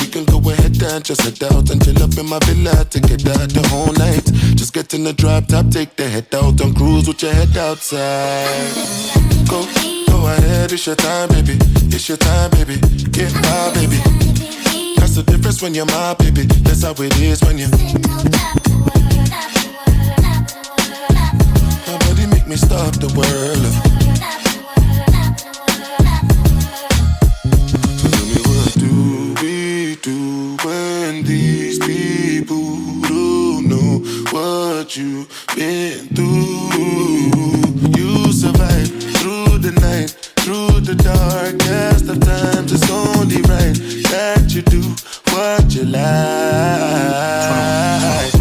S16: We can go ahead and just head out and chill up in my villa to get out the whole night. Just get in the drop top, take the head out and cruise with your head outside. Go, go ahead, it's your time, baby. It's your time, baby. Get my baby. That's the difference when you're my baby. That's how it is when you. Nobody make me stop the world. So tell me what do we do when these people don't know what you've been through? You survive through the night, through the darkest of times. It's only right that you do what you like.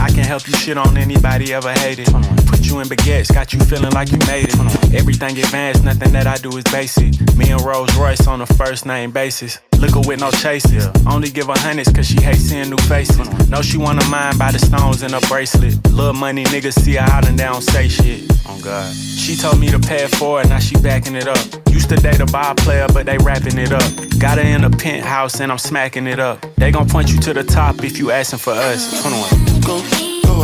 S17: I can help you shit on anybody ever hated. Put you in baguettes, got you feeling like you made it. Everything advanced, nothing that I do is basic. Me and Rolls Royce on a first name basis. Liquor with no chases. Only give her hundreds cause she hates seeing new faces. Know she wanna mind by the stones in her bracelet. Little money niggas see her out and they don't say shit. Oh God. She told me to pay it forward, now she backing it up. Used to date a ball player, but they wrapping it up. Got her in a penthouse and I'm smacking it up. They gon' point you to the top if you asking for us. Hold on.
S16: Go, go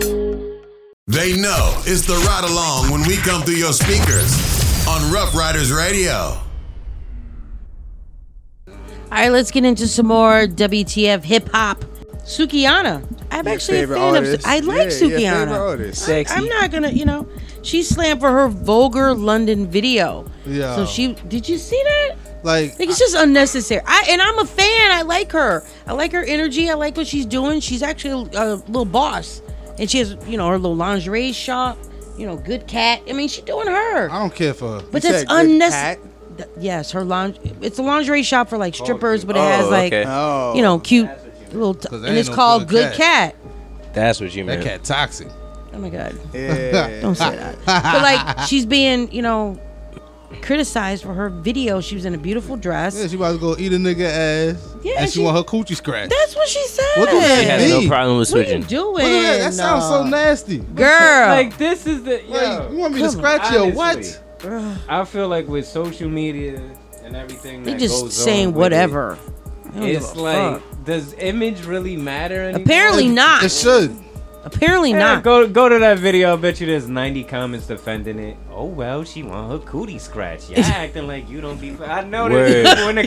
S2: They know it's the ride along when we come through your speakers on Rough Riders Radio.
S5: All right, let's get into some more WTF hip hop. Sukiana. I'm actually a
S6: favorite
S5: fan
S6: artist.
S5: of. I like
S6: Yeah, your
S5: Sukiana.
S6: favorite artist.
S5: I-
S6: Sexy.
S5: I'm not gonna, you know. She slammed for her vulgar London video.
S8: Yeah.
S5: So she did you see that?
S8: Like,
S5: Like it's just unnecessary. I and I'm a fan. I like her. I like her energy. I like what she's doing. She's actually a, a little boss, and she has you know her little lingerie shop. You know, good cat. I mean, she's doing her.
S8: I don't care for her.
S5: But that's unnecessary. Yes, her lounge. It's a lingerie shop for like strippers, but it
S3: Oh,
S5: has like
S3: okay.
S8: Oh.
S5: you know cute little. T-
S3: 'Cause
S5: and
S3: that
S5: it's
S3: ain't no
S5: called
S3: good
S5: Good Cat.
S3: That's what you
S8: That
S3: meant.
S8: cat toxic.
S5: Oh my god.
S8: Yeah.
S5: Don't say that. but like she's being you know criticized for her video. She was in a beautiful dress.
S8: Yeah, she about to go eat a nigga ass.
S5: Yeah,
S8: and she,
S5: she-
S8: want her coochie scratched.
S5: That's what she said.
S8: What does that She has no mean?
S3: problem with
S5: What are
S3: switching.
S5: you
S8: Look
S5: doing?
S8: at that. That sounds so
S5: Uh,
S8: nasty.
S5: Girl.
S7: Like this is the yo,
S8: you want me to scratch your what?
S5: Ugh.
S7: I feel like with social media and everything,
S5: They
S7: that
S5: just
S7: goes
S5: saying
S7: on with
S5: whatever. I
S7: It,
S5: don't give
S7: it's
S5: a
S7: like, does image really matter? Anymore?
S5: Apparently not. It
S8: should.
S5: Apparently not.
S7: Go go to that video. I bet you there's 90 comments defending it. Oh well, she want her cootie scratch. Yeah, acting like you don't be. I know
S3: Word.
S7: that people in the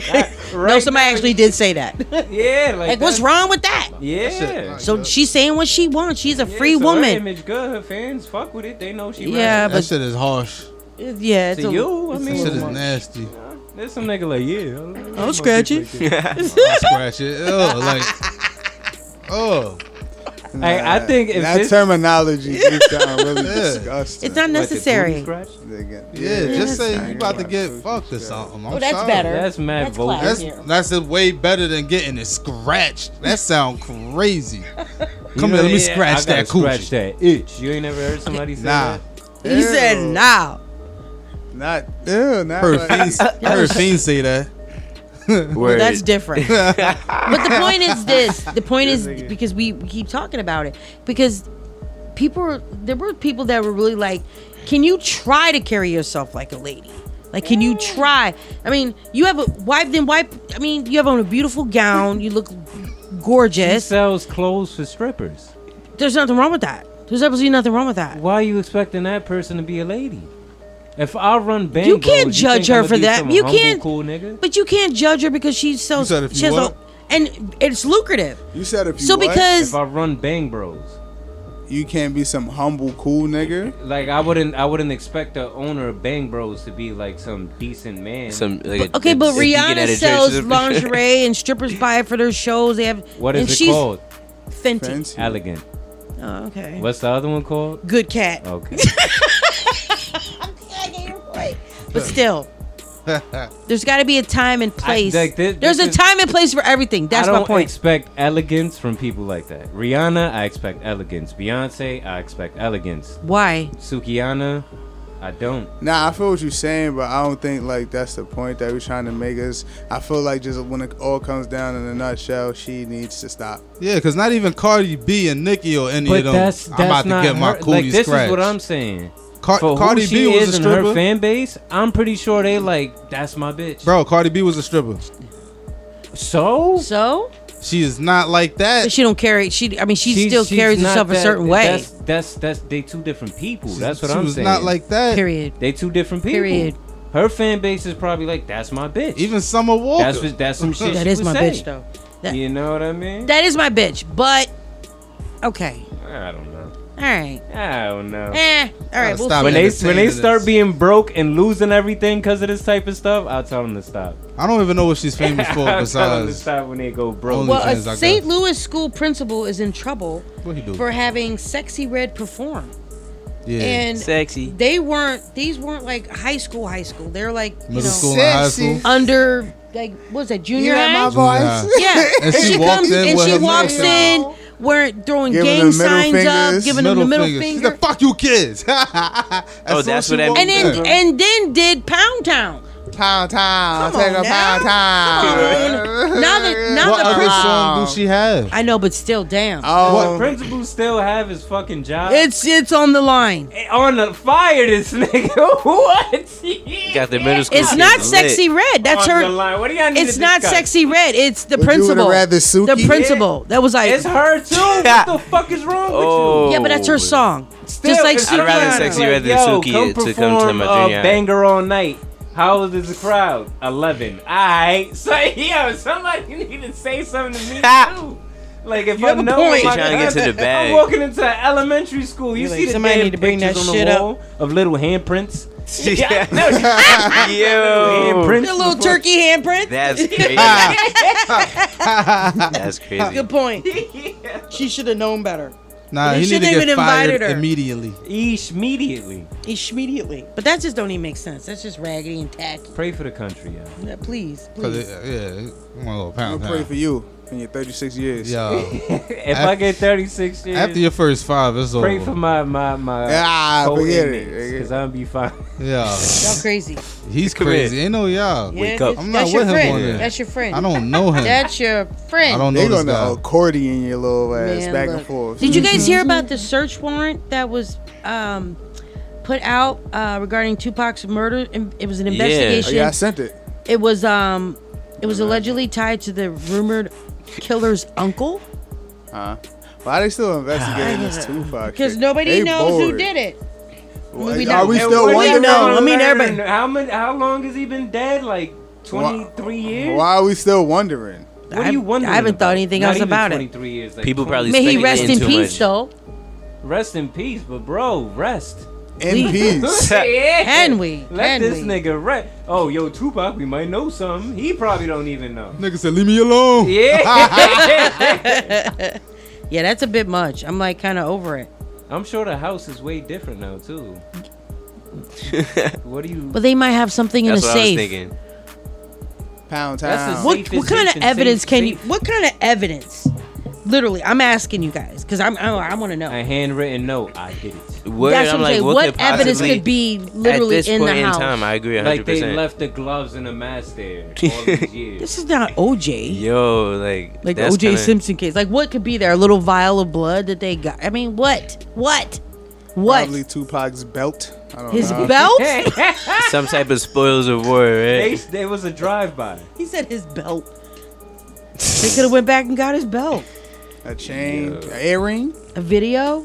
S7: co-
S5: no,
S7: right
S5: somebody actually did say that.
S7: Yeah, like,
S5: Like, what's
S7: that-
S5: wrong with that?
S7: Yeah. That shit not
S5: So
S7: good.
S5: she's saying what she wants. She's a
S7: Yeah,
S5: free
S7: so her
S5: woman.
S7: image good. Her fans fuck with it. They know she.
S5: Yeah,
S7: right.
S5: but- That
S8: shit is harsh.
S5: Yeah, it's
S7: to
S5: a-
S7: you. I
S5: it's a
S7: mean,
S8: Shit is nascasty.
S7: There's some nigga like yeah.
S5: I'll scratch it.
S8: I'll scratch it. Oh, like, oh.
S7: Hey, I think if
S6: that
S7: this-
S6: terminology is really
S8: Yeah.
S6: disgusting.
S5: It's unnecessary.
S8: Yeah, just
S5: Yeah,
S8: say you about to get fucked or something. I'm
S5: Oh, that's
S8: sorry.
S5: better. That's mad That's vulgar.
S8: That's,
S5: classier.
S8: that's a way better than getting it scratched. That sound crazy. Come
S7: You
S8: here,
S7: know,
S8: let me
S7: yeah, I
S8: scratch that
S7: gotta
S8: coochie.
S7: Scratch that itch. You ain't never heard somebody say
S8: Nah.
S7: that.
S5: He said now.
S6: Not ew, not
S8: Her
S6: like-
S8: fiends, her fiends say that.
S5: Well, that's different. but the point is this. The point is because we we keep talking about it because people are- there were people that were really like, can you try to carry yourself like a lady? Like, can you try? I mean, you have a wipe then wipe. I mean, you have on a beautiful gown. You look
S7: She
S5: gorgeous.
S7: sells clothes for strippers.
S5: There's nothing wrong with that. There's absolutely nothing wrong with that.
S7: Why are you expecting that person to be a lady? If I run bang,
S5: You can't judge her for that. You can't-
S7: Cool nigga.
S5: But you can't judge her because she sells.
S7: said if you
S5: she has
S7: what?
S5: a- and it's lucrative.
S6: You said if you
S5: So
S6: what?
S5: because- If
S7: I run Bang Bros,
S6: you can't be some humble cool nigga.
S7: Like I wouldn't, I wouldn't expect the owner of Bang Bros to be like some decent man.
S3: Some like
S5: Okay, but Rihanna sells lingerie and strippers buy it for their shows. They have
S7: What
S5: and
S7: is it
S5: she's
S7: called?
S5: Fenty.
S7: Elegant.
S5: Oh, okay.
S7: What's the other one called?
S5: Good cat.
S7: Okay.
S5: But still, there's got to be a time and place.
S7: like, thi-
S5: there's a
S7: this is-
S5: time and place for everything. That's
S7: I
S5: my
S7: don't
S5: point.
S7: expect elegance from people like that. Rihanna, I expect elegance. Beyonce, I expect elegance.
S5: Why?
S7: Sukiana, I don't.
S6: Nah, I feel what you're saying, but I don't think like that's the point that we're trying to make. Is I feel like just when it all comes down in a nutshell, she needs to stop.
S8: Yeah, because not even Cardi B and Nicki or any
S6: But
S8: of them.
S6: that's-
S8: I'm about
S6: that's
S8: to
S6: not
S8: get my
S6: her-
S8: coochie
S7: like this
S8: scratched.
S7: is what I'm saying.
S8: Car-
S7: For
S8: Cardi
S7: who
S8: B
S7: she
S8: was
S7: is
S8: a
S7: in her
S8: stripper.
S7: fan base, I'm pretty sure they like that's my bitch.
S8: Bro, Cardi B was a stripper.
S7: So?
S5: So?
S8: She is not like that.
S5: But she don't carry. She. I mean, she
S7: She's-
S5: still
S7: she's
S5: carries
S7: not
S5: herself a
S7: that-
S5: certain way.
S7: That's that's that's they two different people. that's what
S8: she
S7: I'm
S8: was
S7: saying.
S8: not like that.
S5: Period.
S7: They two different people.
S5: Period.
S7: Her fan base is probably like that's my bitch.
S8: Even Summer Walker.
S7: That's what, that's some shit.
S5: That
S7: she
S5: is
S7: would
S5: my
S7: say.
S5: bitch, though. That-
S7: you know what I mean?
S5: That is my bitch. But okay,
S7: I don't know.
S5: All right.
S7: I don't know.
S5: Eh, all right, we'll see.
S7: when they when they start being broke and losing everything because of this type of stuff, I'll tell them to stop.
S8: I don't even know what she's famous for
S7: I'll tell them to
S8: besides.
S7: stop when they go broke.
S5: Well, a St. Louis school principal is in trouble
S8: What he do?
S5: for having Sexy Red perform.
S8: Yeah.
S5: And
S3: Sexy.
S5: They weren't. These weren't like high school. High school. They're like you know,
S8: Middle school and high Sexy. school?
S5: Under like what was that junior
S18: You heard
S5: high?
S18: my voice. Junior
S5: Yeah.
S18: high.
S5: and, she comes in and
S8: with
S5: she
S8: her
S5: walks
S8: middle
S5: in. We're throwing
S8: Giving
S5: gang
S8: them middle
S5: signs up,
S8: fingers.
S5: giving them the
S8: Middle
S5: middle
S8: fingers. She's
S5: finger.
S8: like, "Fuck you, kids!"
S3: oh, that's what that
S5: and
S3: means.
S5: then and then did Pound Town.
S18: Pound Town,
S5: Come
S18: take
S5: on
S18: a
S5: now.
S18: pound town.
S5: Come on. now that now
S8: What
S5: the
S8: other
S5: principal-
S8: song do she have?
S5: I know, but still, damn.
S18: Oh.
S7: what principal still have his fucking job?
S5: Oh. It's it's on the line.
S7: on the fire, this nigga. what?
S3: Got the middle school.
S5: It's
S3: kids
S5: not
S3: lit.
S5: sexy red. That's
S7: On
S5: her.
S7: the line. What do y'all need
S5: it's
S7: to
S5: not
S7: discuss?
S5: sexy red. It's the
S7: Would you would've
S5: principal.
S7: rather
S5: the
S7: Suki?
S5: principal. That was like
S7: It's her too. what the fuck is wrong with you? Oh.
S5: Yeah, but that's her song.
S7: Still,
S5: Just like
S7: it's
S5: Suki.
S3: I'd rather
S7: Rihanna.
S3: sexy
S7: Like,
S3: red than
S7: yo,
S3: Suki
S7: come
S3: to come to
S7: perform,
S3: my
S7: uh,
S3: junior high.
S7: banger all night. How old is the crowd? Eleven. Alright. So yo, somebody need to say something to me too. Like if
S5: You
S7: I
S5: have a
S7: know
S5: point.
S7: my
S5: She trying to get to the
S7: content-
S3: bag.
S7: I'm walking into an elementary school. You
S5: You're
S7: see
S5: like,
S7: the
S5: somebody
S7: damn
S5: need to bring that
S7: pictures
S5: shit
S7: on the
S5: up.
S7: wall of little handprints.
S3: Yeah.
S7: no, little handprints.
S5: The little
S7: before-
S5: turkey handprint.
S3: That's crazy.
S5: That's
S3: That's crazy.
S5: Good point. She should have known better.
S8: Nah,
S5: They
S8: he need to
S5: shouldn't
S8: get
S5: even
S8: fired
S5: invited her.
S8: immediately.
S7: Eesh, immediately.
S5: Each immediately. But that just don't even make sense. That's just raggedy and tacky.
S7: Pray for the country, yo.
S5: Yeah, please,
S8: 'Cause
S5: please.
S8: it- yeah, I'm a little
S6: I'm
S8: pound
S6: gonna pray
S8: town.
S6: for you in your 36 years.
S8: Yo.
S7: If I get 36 years,
S8: After your first five, it's
S7: pray
S8: over.
S7: for my my my
S6: Ah, forget it.
S7: because I'll be fine.
S8: Yeah.
S5: Y'all crazy.
S8: He's
S3: Come here.
S8: crazy. Ain't no y'all.
S5: Yeah, that's-
S8: I'm
S5: that's
S8: not
S5: your
S8: with him
S5: friend.
S8: on there.
S5: That's your friend.
S8: I don't know him.
S5: That's your friend.
S8: I don't
S6: They
S8: know this
S6: gonna
S8: guy.
S6: accordion your little ass
S5: Man,
S6: back
S5: look.
S6: and forth. Mm-hmm.
S5: Did you guys hear about the search warrant that was um, put out uh, regarding Tupac's murder? And It was an investigation.
S6: Oh, Yeah, I sent it.
S5: It was um, it was allegedly tied to the rumored killer's uncle
S6: Huh? Why they still investigating this Tupac?
S5: because
S6: shit?
S5: nobody
S6: They
S5: knows who
S6: bored.
S5: did it.
S6: Well,
S5: We
S6: are
S5: don't.
S6: we
S5: And
S6: still
S5: what do we
S6: wondering?
S5: know? I mean, everybody-
S7: How many? How long has he been dead? Like
S6: Why-
S7: 23 years.
S6: Why are we still wondering?
S7: What are you wondering?
S5: I haven't thought
S7: about?
S5: anything
S7: Not
S5: else
S7: even
S5: about it.
S7: 23 years. Like
S3: People
S7: 20
S3: probably
S5: May he rest in
S3: too
S5: peace,
S3: much.
S5: though.
S7: Rest in peace, but bro, rest.
S6: In peace.
S7: Yeah.
S5: Can we?
S7: Let
S5: Can
S7: this
S5: we?
S7: nigga rest. Oh, yo, Tupac, we might know something. He probably don't even know.
S8: Nigga said, leave me alone.
S7: Yeah.
S5: yeah, that's a bit much. I'm like kind of over it.
S7: I'm sure the house is way different now too. what do you?
S5: But they might have something in
S3: That's
S5: a
S3: what I was
S5: safe.
S3: thinking.
S6: Pound
S7: That's
S6: town.
S7: a
S5: What,
S7: Safe
S5: what
S7: is
S5: kind
S7: safe
S5: of
S7: and
S5: evidence
S7: safe-
S5: can you?
S7: safe.
S5: What kind of evidence? Literally, I'm asking you guys because I'm I, I want to know.
S7: A handwritten note. I did it.
S3: Word,
S5: That's what
S3: I'm
S5: I'm
S3: like,
S5: saying.
S3: what,
S5: What
S3: could
S5: evidence
S3: possibly-
S5: could be literally
S3: at this
S5: in the
S3: point in
S5: house?
S3: time? I agree 100.
S7: Like they
S3: percent
S7: left the gloves and the mask there all these years.
S5: This is not OJ.
S3: Yo, like
S5: Like
S3: that's
S5: OJ
S3: kinda-
S5: Simpson case. Like what could be there? A little vial of blood that they got. I mean, what? What? What?
S6: Probably Tupac's belt. I don't
S5: His
S6: know.
S5: belt?
S3: Some type of spoils of war,
S7: They,
S3: right?
S7: there was a drive-by.
S5: he said his belt. they could have went back and got his belt.
S6: A chain, an earring.
S5: A video?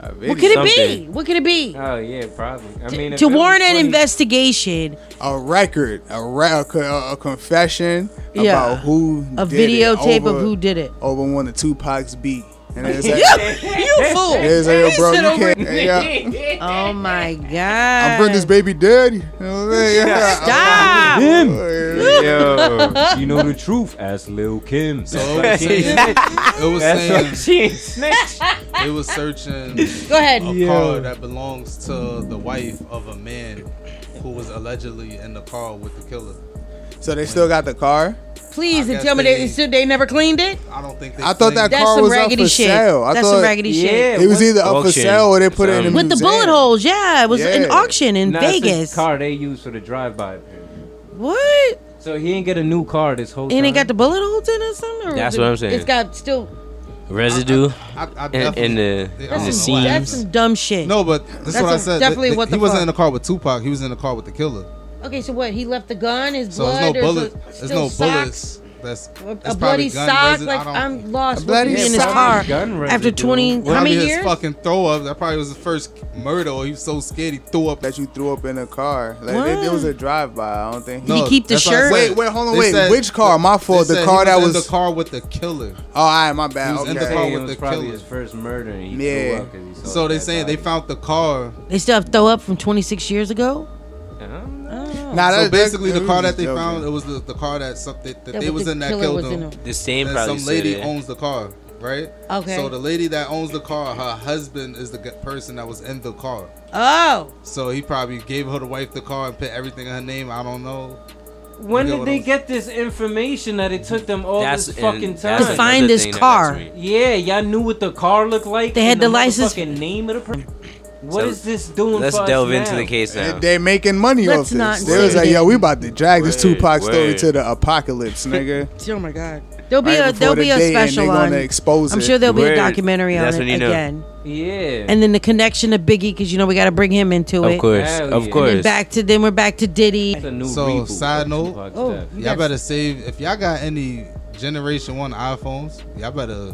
S6: A
S5: What could it be?
S7: Something.
S5: What could it be?
S7: Oh yeah, probably. I mean, if
S5: to
S7: it was
S5: warrant an
S7: 20
S5: investigation,
S6: A record, a, ra- a, co- a confession
S5: Yeah.
S6: about who
S5: a
S6: did it
S5: videotape
S6: over-
S5: of who did it.
S6: over one of Tupac's beat. And it's like,
S5: you fool!
S6: it's like, yo,
S5: He
S6: bro,
S5: said
S6: you
S5: over-
S6: can't. Yeah.
S5: Oh my god!
S6: I bring this baby daddy. You know what I'm saying? Yeah.
S5: Stop!
S7: Him.
S6: Yeah.
S7: Yo, you know the truth. Ask Lil Kim. So
S8: it was saying- it was
S7: That's
S8: saying-
S7: why she ain't snitch.
S8: They was searching
S5: Go ahead.
S8: a
S5: Yeah.
S8: car that belongs to the wife of a man who was allegedly in the car with the killer.
S6: So they still got the car?
S5: Please
S8: I
S5: and
S8: guess
S5: tell me
S8: they-
S5: they, so they never cleaned it.
S8: I don't think they
S6: I thought that
S5: That's
S6: car
S5: some
S6: was up
S5: raggedy
S6: for
S5: shit.
S6: sale. I
S5: That's
S6: thought
S5: some raggedy shit.
S6: It was either up for
S3: Auction.
S6: sale or they put it in a
S5: With the
S6: museum.
S5: bullet holes, yeah, it was an
S6: Yeah.
S5: auction in
S7: Nah, it's the
S5: Vegas.
S7: car they used for the drive-by.
S5: What?
S7: So he ain't get a new car this whole time.
S5: And it got the bullet holes in it or something? Or was
S3: That's
S5: it-
S3: what I'm saying.
S5: It's got still.
S3: Residue in,
S8: I
S3: in the
S8: definitely-
S3: in the
S5: That's some, that's
S3: seams.
S5: some dumb shit.
S8: No, but this is
S5: That's
S8: what I
S5: a-
S8: said.
S5: definitely
S8: They- they-
S5: what
S8: he
S5: the
S8: wasn't
S5: fuck.
S8: in the car with Tupac. He was in the car with the killer.
S5: Okay, so what? He left the gun, his
S8: So
S5: blood.
S8: there's no
S5: there's a-
S8: bullet. There's
S5: still
S8: no
S5: socks.
S8: bullets. That's,
S5: A-
S8: that's
S5: a bloody
S8: probably gun
S5: sock.
S8: resi-
S5: like
S8: I don't-
S5: I'm lost.
S8: A
S5: What
S8: bloody
S5: is in his
S8: sock.
S5: car after 20? How
S8: Probably
S5: many
S8: his
S5: years?
S8: fucking throw up. That probably was the first murder. Or he was so scared he threw up.
S6: That you threw up in a car. Like it, it was a drive by. I don't think.
S8: Did he No, keep the that's what I shirt? said.
S6: Wait, wait, hold on.
S8: They
S6: wait,
S8: said-
S6: which car? My fault.
S8: they
S6: The
S8: said
S6: car
S8: he
S6: that
S8: in
S6: was.
S8: the car with the killer.
S6: Oh, all right, my bad.
S8: He was in the
S6: Okay.
S8: car
S7: It
S8: with
S7: was
S8: the
S7: probably
S8: killer.
S7: his first murder, and he
S6: Yeah.
S7: threw up 'cause he saw
S8: So they
S7: that
S8: saying they
S7: body.
S8: found the car.
S5: They still have throw up from 26 years ago.
S6: Nah,
S8: so
S6: that-
S8: basically
S6: that-
S8: the car
S6: that
S8: that they
S6: was
S8: found it was the, the car that something that,
S5: That
S8: they
S5: what
S8: was
S5: the
S8: in that
S5: killer
S8: killed
S5: was in
S8: them.
S5: them.
S3: The same
S8: That
S3: probably
S8: some
S3: said
S8: lady
S3: it.
S8: owns the car, right?
S5: Okay.
S8: So the lady that owns the car, her husband is the g- person that was in the car.
S5: Oh.
S8: So he probably gave her the wife the car and put everything in her name. I don't know.
S7: When
S8: You get
S7: did
S8: what
S7: they
S8: I'm-
S7: get this information that it took them all
S8: That's-
S7: this
S8: and
S7: fucking time
S8: that's To find another this thing that car. gets
S7: Yeah, y'all knew what the car looked like.
S5: They had
S7: and
S5: the license-
S7: motherfucking name of the. Per- What
S6: So,
S7: is this doing?
S3: let's
S7: for us
S3: delve into
S7: now?
S3: the case now.
S6: They, are making money
S5: Let's
S6: off
S5: not
S6: this. They was
S5: say
S6: like,
S5: that.
S6: yo, we about to drag this
S5: Word,
S6: Tupac story
S5: word.
S6: to the apocalypse, nigga.
S5: Oh my God. There'll be
S6: Right
S5: a
S6: before
S5: there'll
S6: the
S5: be a
S6: day and they
S5: special
S6: gonna
S5: on.
S6: expose
S5: I'm
S6: it.
S5: sure there'll be a
S6: Word.
S5: documentary on
S6: That's
S5: it
S6: when you know.
S5: again.
S7: Yeah.
S5: And then the connection to Biggie because you know we got to bring him into
S8: Of
S5: it.
S8: course, Hell of yeah.
S5: And
S8: course.
S5: then back to then we're back to Diddy.
S8: so side note,
S5: Oh, death. you
S8: y'all
S5: got-
S8: better save if y'all got any Generation One iPhones, y'all better.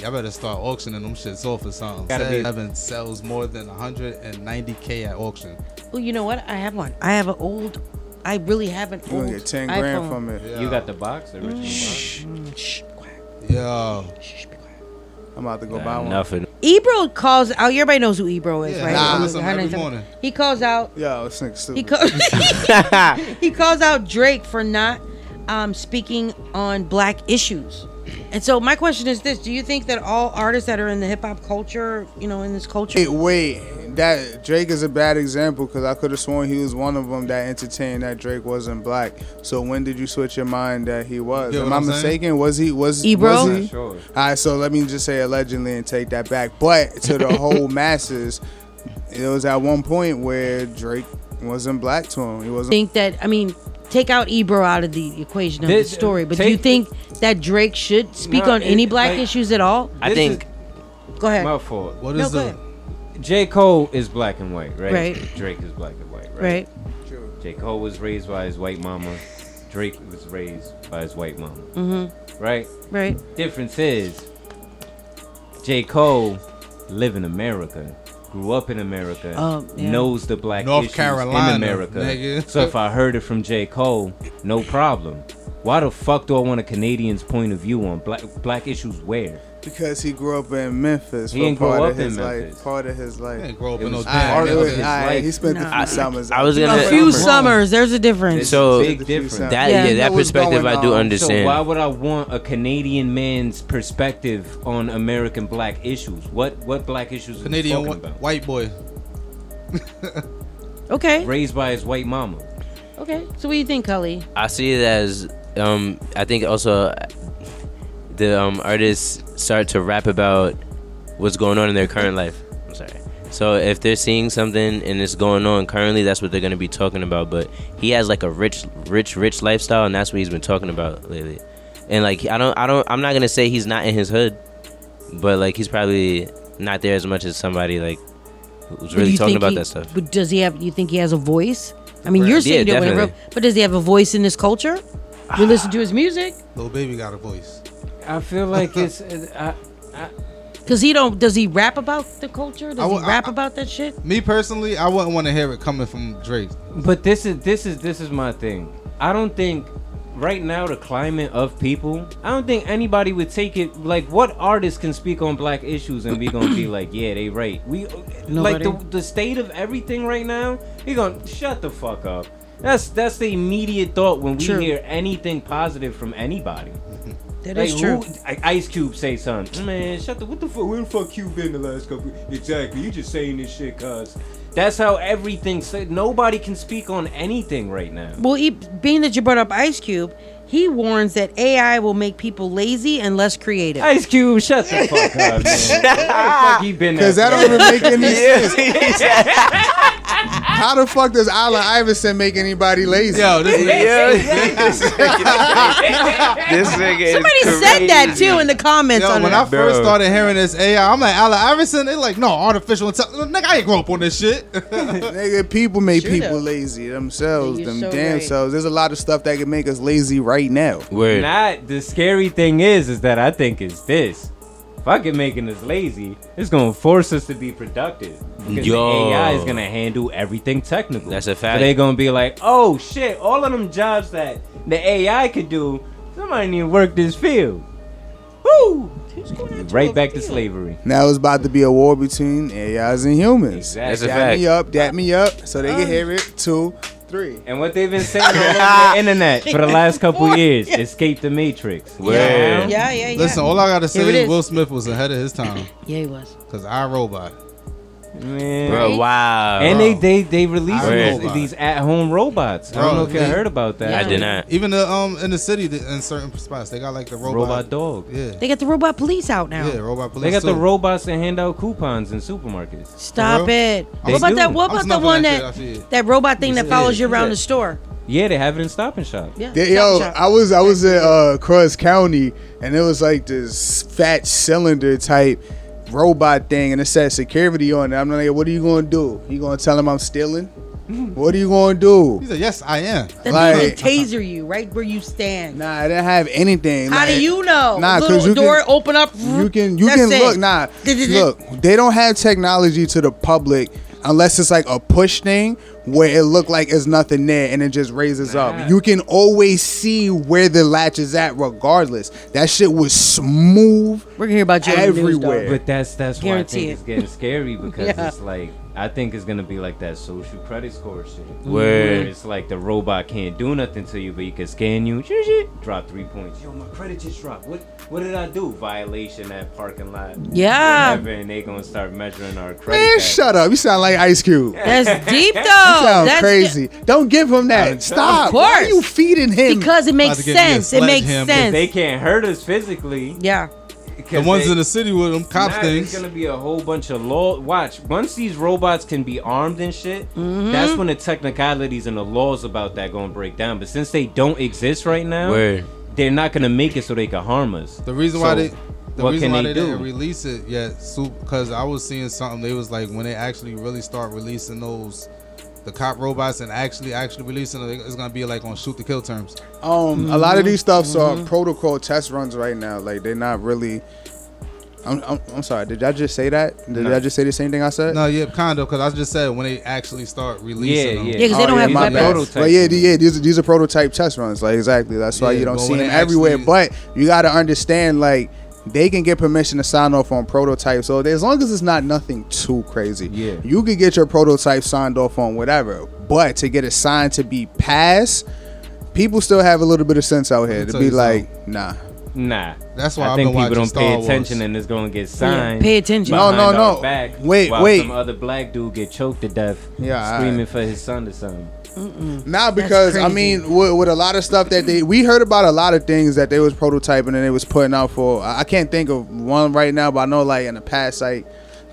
S8: Y'all better start auctioning them shits off or something.
S5: Gotta
S8: Gotta
S5: be-
S8: sells more than 190k at auction.
S5: Well, you know what? I have one. I have an old. I really have an
S8: gonna
S5: old.
S8: get 10 grand
S5: iPhone.
S8: from it.
S7: You got the box, the original box.
S8: Yo.
S6: I'm about to go buy one.
S3: Nothing.
S5: Ebro calls out. Everybody knows who Ebro is,
S6: Yeah,
S5: right?
S6: nah, I
S5: Who-
S6: listen
S5: how
S6: every
S5: does-
S6: morning.
S5: He calls out.
S6: Yo, this nigga stupid.
S5: He calls. he calls out Drake for not um, speaking on black issues. And so my question is this: Do you think that all artists that are in the hip hop culture, you know, in this culture,
S6: Wait, wait, that Drake is a bad example because I could have sworn he was one of them that entertained that Drake wasn't black. So when did you switch your mind that he was?
S8: You get
S6: Am
S8: what
S6: I
S8: I'm saying?
S6: mistaken? Was he was
S5: E,
S8: Ebro?
S6: was
S8: Not
S6: he?
S8: sure.
S6: All right, so let me just say allegedly and take that back. But to the whole masses, it was at one point where Drake wasn't black to him. He wasn't.
S5: think that I mean, take out Ebro out of the equation of
S6: This-
S5: the story, but do you think that Drake should speak
S7: Nah,
S5: on any
S7: it-
S5: black
S7: like,
S5: issues at all?
S7: I this think-
S5: Go ahead.
S7: My fault.
S5: What No, is go the- ahead.
S7: J. Cole is black and white, right?
S5: Right.
S7: Drake is black and white, right?
S5: Right.
S7: True. J. Cole was raised by his white mama. Drake was raised by his white mama.
S5: Mhm.
S7: Right?
S5: Right.
S7: Difference is J. Cole live in America, grew up in America,
S5: Oh,
S8: Um, yeah.
S7: knows the black
S8: North
S7: issues
S8: Carolina,
S7: in America.
S8: nigga.
S7: So if I heard it from J. Cole, no problem. Why the fuck do I want a Canadian's point of view on black black issues where?
S6: Because he grew up in Memphis.
S7: He
S6: for
S7: didn't grow
S6: part of
S7: up in
S6: his
S7: Memphis.
S6: Life, part of his life. He
S8: didn't grow
S7: up in no damn
S6: All
S7: Memphis.
S6: right, all right, he spent
S5: Nah.
S6: the few summers.
S3: I was
S6: out.
S3: gonna-
S5: a few summers. There's a difference.
S3: So
S7: Big difference.
S3: that yeah, that perspective I do
S7: So
S3: understand.
S7: why would I want a Canadian man's perspective on American black issues? What what black issues are
S8: Canadian
S7: we
S8: whi-
S7: talking about?
S8: white boy.
S5: Okay.
S7: Raised by his white mama.
S5: Okay. So what do you think, Cully?
S3: I see it as um I think also the um artists start to rap about what's going on in their current life. I'm sorry. So if they're seeing something and it's going on currently, that's what they're gonna be talking about. But he has like a rich, rich, rich lifestyle, and that's what he's been talking about lately. And like I don't, I don't, I'm not gonna say he's not in his hood, but like he's probably not there as much as somebody like who's
S5: Do
S3: really
S5: you
S3: talking
S5: think
S3: about
S5: he-
S3: that stuff.
S5: But does he have? You think he has a voice? I mean, you're saying
S3: Yeah,
S5: you don't want to,
S3: definitely.
S5: but does he have a voice in this culture? You listen to his music
S8: Little baby got a voice.
S7: I feel like it's. I, I,
S5: because he don't. Does he rap about the culture? Does
S8: I wa-
S5: he rap about that shit?
S8: Me personally, I wouldn't want to hear it coming from Drake.
S7: But this is this is this is my thing. I don't think right now the climate of people. I don't think anybody would take it like what artist can speak on black issues and we gonna be like, yeah, they right. We like
S5: Nobody.
S7: the the state of everything right now. You gonna shut the fuck up. That's that's the immediate thought when we
S5: True.
S7: hear anything positive from anybody.
S5: That
S7: That
S5: is
S7: is
S5: true.
S7: Ice Cube say something. Man, shut the what the fuck? Where the fuck you been the last couple? Exactly. You just saying this shit, cause that's how everything. Say, nobody can speak on anything right now.
S5: Well, he, being that you brought up Ice Cube, he warns that AI will make people lazy and less creative.
S7: Ice Cube, shut the fuck up, man. Where the fuck you been?
S6: Because that
S7: at,
S6: don't even
S7: bro?
S6: make any sense. How the fuck does Allen Iverson make anybody lazy?
S8: Yo, this
S6: is
S3: This nigga is
S5: Somebody said that too in the comments.
S8: Yo,
S5: on
S8: when
S5: there.
S8: I first started hearing this AI, I'm like, Allen Iverson. They like, no, artificial intelligence. Nigga, I ain't grow up on this shit.
S6: Nigga, people make
S8: Sure
S6: people
S8: though.
S6: lazy themselves,
S8: You're
S6: them
S8: so
S6: damn
S8: right.
S6: selves. There's a lot of stuff that can make us lazy right now.
S3: Word.
S7: Not the scary thing is, is that I think is this. Fucking making us lazy. It's gonna force us to be productive because
S3: Yo.
S7: the AI is gonna handle everything technical.
S3: That's a
S7: So
S3: fact.
S7: they gonna be like, oh shit, all of them jobs that the AI could do, somebody need to work this field. Woo! Right back to slavery.
S6: Now it's about to be a war between AIs and humans. Exactly.
S7: That's a
S6: dat
S7: fact.
S6: me up, dat me up, so they
S8: Um,
S6: can hear it. Two, three.
S7: And what they've been saying all over the internet for the last couple years, escape the matrix.
S8: Word.
S5: Yeah, yeah, yeah.
S8: Listen, all I gotta say
S5: Here it
S8: is,
S5: is.
S8: Will Smith was ahead of his time.
S5: yeah, he was.
S8: Cause I robot.
S7: Man.
S3: Bro, wow.
S7: And they they they released
S8: Word.
S7: these, these at home robots. I don't know if you
S8: they-
S7: heard about that.
S8: Even the um in the city, the, in certain spots, they got like the robot,
S7: Robot dog.
S8: Yeah,
S5: They got the robot police out now.
S8: yeah, robot police.
S7: They got the
S8: too.
S7: robots that hand out coupons in supermarkets.
S5: Stop it.
S7: They
S5: what about
S7: do.
S5: that? What about the one that that, robot thing that
S7: Yeah,
S5: follows you around
S7: yeah.
S5: the store?
S7: Yeah, they have it in Stop and Shop.
S5: Yeah.
S6: They- yo, I was I was at uh, Cross County, and it was like this fat cylinder type robot thing, and it said security on it. I'm like, what are you gonna do? You gonna tell him I'm stealing? What are you gonna do?
S8: He said, "Yes, I am."
S5: That
S6: Like,
S5: thing will taser you right where you stand.
S6: Nah, I didn't have anything.
S5: How do
S6: like-
S5: you know?
S6: Nah,
S5: Oh, Little
S6: 'cause you
S5: door
S6: can-
S5: open up.
S6: You can you
S5: that's
S6: can
S5: it.
S6: look nah look they don't have technology to the public unless it's like a push thing where it look like it's nothing there and it just raises up. You can always see where the latch is at regardless. That shit was smooth.
S5: We're gonna hear about
S6: everywhere.
S7: But that's that's why I
S5: Guarantee
S7: think
S5: it.
S7: it's getting scary because
S5: Yeah.
S7: it's like I think it's gonna be like that social credit score shit.
S3: Word.
S7: Where it's like the robot can't do nothing to you, but he can scan you, shoo, shoo, drop three points. Yo, my credit just dropped. What what did I do? Violation at parking lot.
S5: Yeah.
S7: Whatever, and they gonna start measuring our credit.
S6: Man,
S7: back.
S6: shut up. You sound like Ice Cube.
S5: That's deep though.
S6: You sound
S5: That's
S6: crazy. Don't give him that. Stop.
S5: Of
S6: Why are
S5: course.
S6: you feeding him?
S5: Because it makes
S6: About to give you a
S5: sense. It makes
S6: sledgehammer.
S5: sense.
S7: They can't hurt us physically.
S5: yeah.
S8: The ones in the city with them cops
S7: Nah,
S8: things.
S7: There's gonna be a whole bunch of law. Watch once these robots can be armed and shit.
S8: Mm-hmm.
S5: Mhm.
S7: That's when the technicalities and the laws about that gonna break down. But since they don't exist right now,
S8: Word.
S7: they're not gonna make it so they can harm us.
S8: The reason why
S7: So,
S8: they, the
S7: what
S8: reason
S7: can
S8: why
S7: they,
S8: they,
S7: do?
S8: didn't release it yet, because I was seeing something. They was like, when they actually really start releasing those, the cop robots and actually actually releasing it, it's gonna be like on shoot the kill terms.
S6: Um, a lot of these stuffs are
S8: Mhm.
S6: protocol test runs right now. Like they're not really. I'm, I'm, I'm sorry. Did I just say that? Did
S8: No.
S6: I just say the same thing I said?
S8: No, yeah, kind of, because I just said when they actually start releasing
S7: Yeah,
S8: them.
S7: yeah. Yeah, 'cause they
S6: Oh,
S7: don't have
S6: my
S7: weapons.
S6: bad.
S7: Prototype
S6: But yeah, the- yeah, these are, these are prototype test runs. Like exactly, that's why
S8: Yeah,
S6: you don't
S8: but
S6: see
S8: when
S6: them
S8: they
S6: everywhere.
S8: actually-
S6: But you got to understand, like they can get permission to sign off on prototypes. So as long as it's not nothing too crazy, yeah, you could get your prototype signed off on whatever. But to get it signed to be passed, people still have a little bit of sense out here to
S7: tell
S6: be
S7: you
S6: like, nah.
S7: Nah,
S8: That's
S7: I
S8: why I've
S7: think people
S8: been watching
S7: don't
S8: Star
S7: pay
S8: Wars.
S7: attention, and it's gonna get signed.
S6: pay attention. No,
S7: behind
S6: no,
S7: our
S6: no.
S7: Back
S6: Wait,
S7: while
S6: wait.
S7: Some other black dude get choked to death.
S6: Yeah,
S7: screaming for his son or something.
S6: Nah,
S7: That's
S6: because I
S7: crazy.
S6: mean, with, with a lot of stuff that they we heard about a lot of things that they was prototyping and they was putting out for. I I can't think of one right now, but I know like in the past like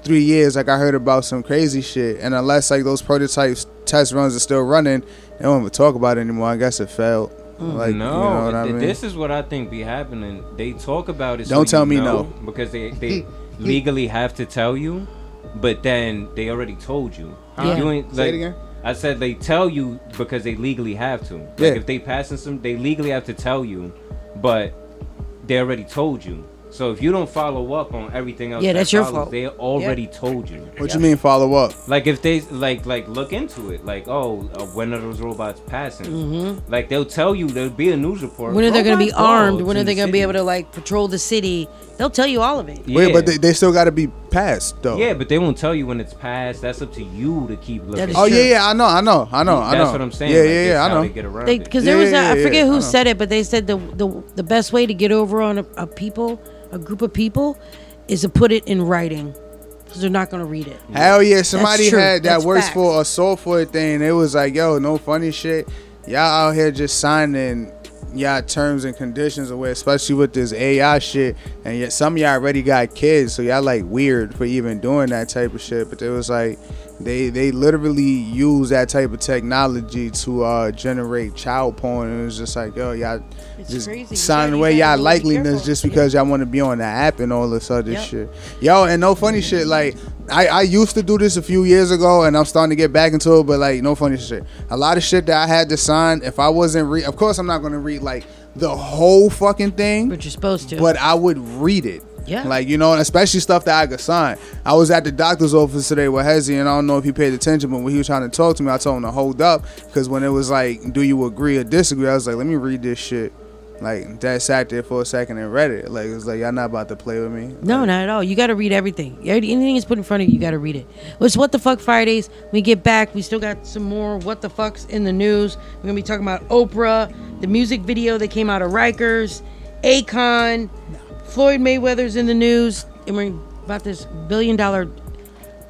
S6: three years, like I heard about some crazy shit. And unless like those prototypes test runs are still running, they won't even talk about it anymore. I guess it failed.
S7: no,
S6: Like you know what I
S7: th-
S6: mean?
S7: this is what I think be happening. They talk about it. so
S6: Don't tell
S7: you
S6: me
S7: know,
S6: no.
S7: because they they legally have to tell you, but then they already told you.
S6: Yeah.
S7: You ain't
S6: Say it
S7: like.
S6: again.
S7: I said they tell you because they legally have to. Like
S6: Yeah.
S7: if they passing some, they legally have to tell you, but they already told you. So if you don't follow up on everything else,
S6: Yeah,
S7: that
S6: that's your
S7: follows,
S6: fault.
S7: They
S6: Yeah.
S7: already told you.
S6: what you mean follow up?
S7: Like if they like like look into it, like oh, uh, when are those robots passing?
S5: Mhm.
S7: Like they'll tell you there'll be a news report.
S5: When are
S6: Oh
S5: they going to be
S7: Robot
S5: armed?
S7: dogs
S5: When are
S7: in
S5: they
S7: the
S5: going to be
S7: city.
S5: able to like patrol the city? They'll tell you all of it.
S7: Yeah.
S6: Wait, but they, they still got to be passed though.
S7: Yeah, but they won't tell you when it's passed. That's up to you to keep looking.
S6: Oh yeah, yeah, I know, I know, I know, I know.
S7: That's what I'm saying.
S6: Yeah,
S7: Like,
S6: yeah,
S7: that's
S6: yeah, I
S7: how
S6: know.
S7: They get around it.
S5: because there
S6: Yeah,
S5: was a,
S6: yeah,
S5: I
S6: yeah, Uh-huh.
S5: forget
S6: I
S5: who
S6: know.
S5: said it, but they said the, the the best way to get over on a, a people, a group of people, is to put it in writing, because they're not going to read it.
S6: Hell yeah,
S5: That's
S6: somebody
S5: true.
S6: had that
S5: That's
S6: works
S5: fact.
S6: for a software thing. It was like, yo, no funny shit. Y'all out here just signing y'all terms and conditions away, especially with this AI shit. And yet some of y'all already got kids, so y'all like weird for even doing that type of shit. But it was like, They they literally use that type of technology to uh, generate child porn, and it's just like, yo, y'all just signing away y'all likeliness just because y'all want to be on the app and all this other
S12: Yep.
S6: shit. Yo, and no funny shit. Like I I used to do this a few years ago, and I'm starting to get back into it. But like, no funny shit. A lot of shit that I had to sign. If I wasn't read, of course I'm not gonna read like the whole fucking thing. But
S5: you're supposed to.
S6: But I would read it.
S5: Yeah.
S6: Like, you know, and especially stuff that I could sign. I was at the doctor's office today with Hezzy, and I don't know if he paid attention, but when he was trying to talk to me, I told him to hold up because when it was like, do you agree or disagree? I was like, let me read this shit. Like, that sat there for a second and read it. Like, it was like, y'all not about to play with me.
S5: No, not at all. You got to read everything. Yeah, Anything that's put in front of you, you got to read it. Well, It's what the fuck Fridays. We get back. We still got some more what the fucks in the news. We're gonna be talking about Oprah, the music video that came out of Rikers, Akon, Floyd Mayweather's in the news, and we're about this billion dollar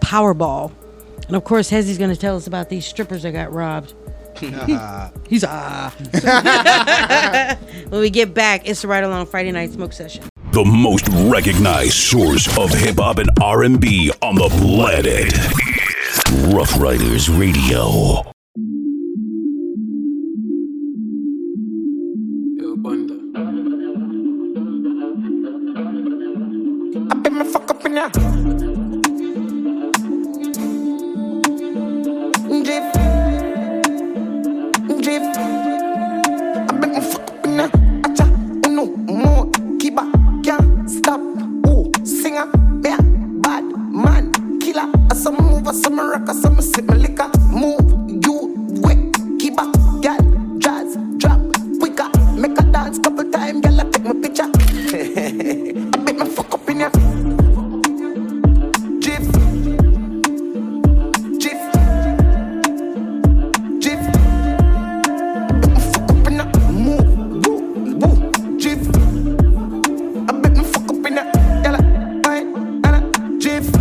S5: Powerball. And of course, Hezzy's gonna tell us about these strippers that got robbed. He's ah. when we get back, it's the Ride Along Friday Night Smoke Session.
S19: The most recognized source of hip hop and R&B on the planet. Rough Riders Radio.
S20: I been my fuck up in that. Drip. Drip. I been my fuck up in that. Acha, uno, more. Kiba, can't stop. Ooh, singer, yeah, bad man, killer. I some move, I some rock, I some sip my liquor. Move, you wet. Kiba, girl, jazz, drop, quicker. Make a dance couple time, girl, I take my picture. I bit my fuck up in ya. Jiff. Jiff. Jiff. Bit my fuck up in ya. Move. Woo. Woo. Jiff. I bit my fuck up in ya. Girl, I ain't gonna jiff. I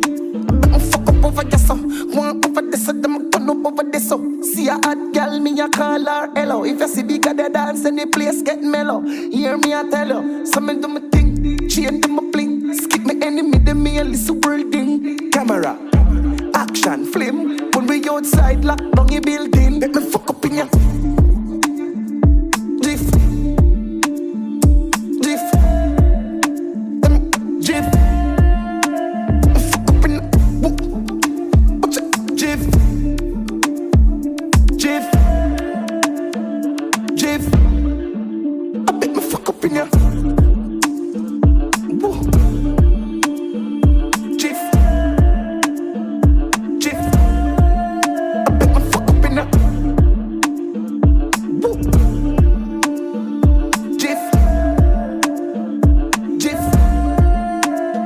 S20: bit my fuck up over ya, so. One over this, so them turn up over this, so. See a hot girl, me a call her hello. If you see bigger, they dance and the place get mellow. Hear me, I tell you. Some of them think, chain them a bling. Skip me enemy, them me a little building. Camera, action, flame. When we outside, lock down your building. Let me fuck up in ya. Jiff. Jiff. Them jiff. Fuck up in ya. Woo. Watch it. Jiff. Jiff. Jiff. I bet me fuck up in ya. Woo. Jiff. Jiff. I bet me fuck up in ya. Woo. Jiff. Jiff.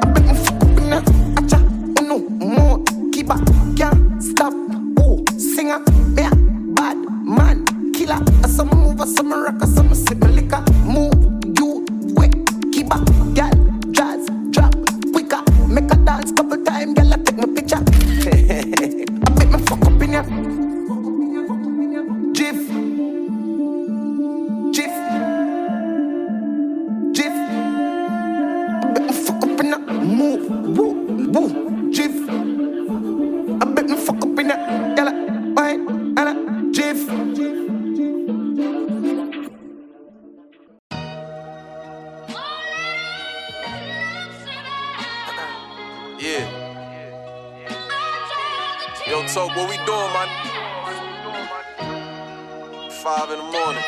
S20: I bet me fuck up in ya. Acha, uno, more. Kiba, can't stop. Ooh, singer, yeah, bad man, killer. I some move, I some rock, I some sip my liquor. Move, you wet, keep up, girl, jazz, drop, quicker. Make a dance couple time, girl, I take my picture. I pick my fuck up in ya. Jiff, jiff, jiff. I bet my fuck up in ya. Move, woo, woo, jiff. I bet my fuck up in ya, girl, I ain't gonna jiff.
S21: Yeah. Yo, Toke, what we doing, man? Five in the morning.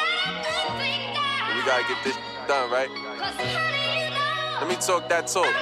S21: We gotta get this done, right? Let me talk that talk.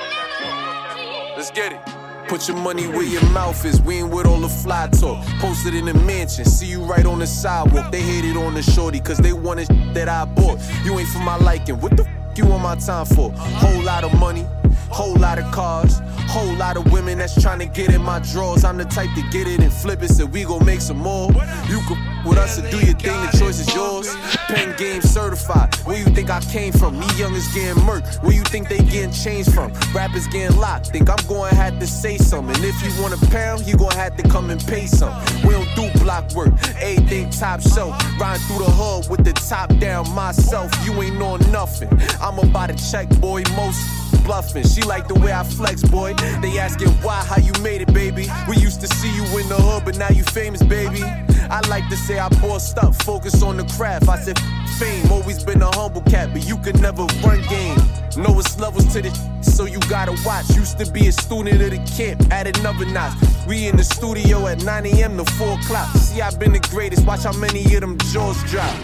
S21: Let's get it.
S22: Put your money where your mouth is. We ain't with all the fly talk. Posted in the mansion. See you right on the sidewalk. They hate it on the shorty because they wanted that I bought. You ain't for my liking. What the f you on my time for? Whole lot of money, whole lot of cars, whole lot of women that's trying to get in my drawers. I'm the type to get it and flip it. So we gon' make some more. You could f with us or do your thing, the choice is yours. Pen game certified. Where you think I came from? Me young is getting murked. Where you think they getting changed from? Rappers getting locked. Think I'm going to have to say something. And if you want a pound, you going to have to come and pay some. We don't do block work. Everything top shelf. Riding through the hood with the top down myself. You ain't on nothing. I'm about to check, boy. Most bluffing. She like the way I flex, boy. They asking why, how you made it, baby. We used to see you in the hood, but now you famous, baby. I like to say I bossed up, focus on the craft. I said "F- fame, always been a humble cat, but you could never run game. No, it's levels to the sh- so you gotta watch. Used to be a student of the camp, at another notch. We in the studio at 9 a.m. to 4 o'clock. See, I've been the greatest. Watch how many of them jaws drop.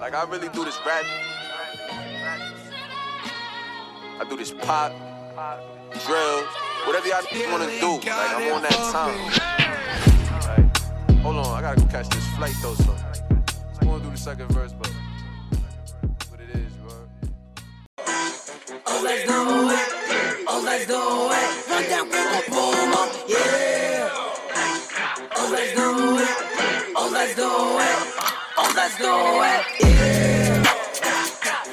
S23: Like I really do this rap.
S22: I do this pop, drill, whatever y'all wanna do. Like I'm on that time. Like, hold on, I gotta go catch this flight though. So I'm gonna do the second verse, but what it is, bro.
S24: Oh, let's do it. Oh, let's do it. Run that boom, boom, boom, yeah. Oh, let's do it. Oh, let's do it. Oh, let's do it, yeah.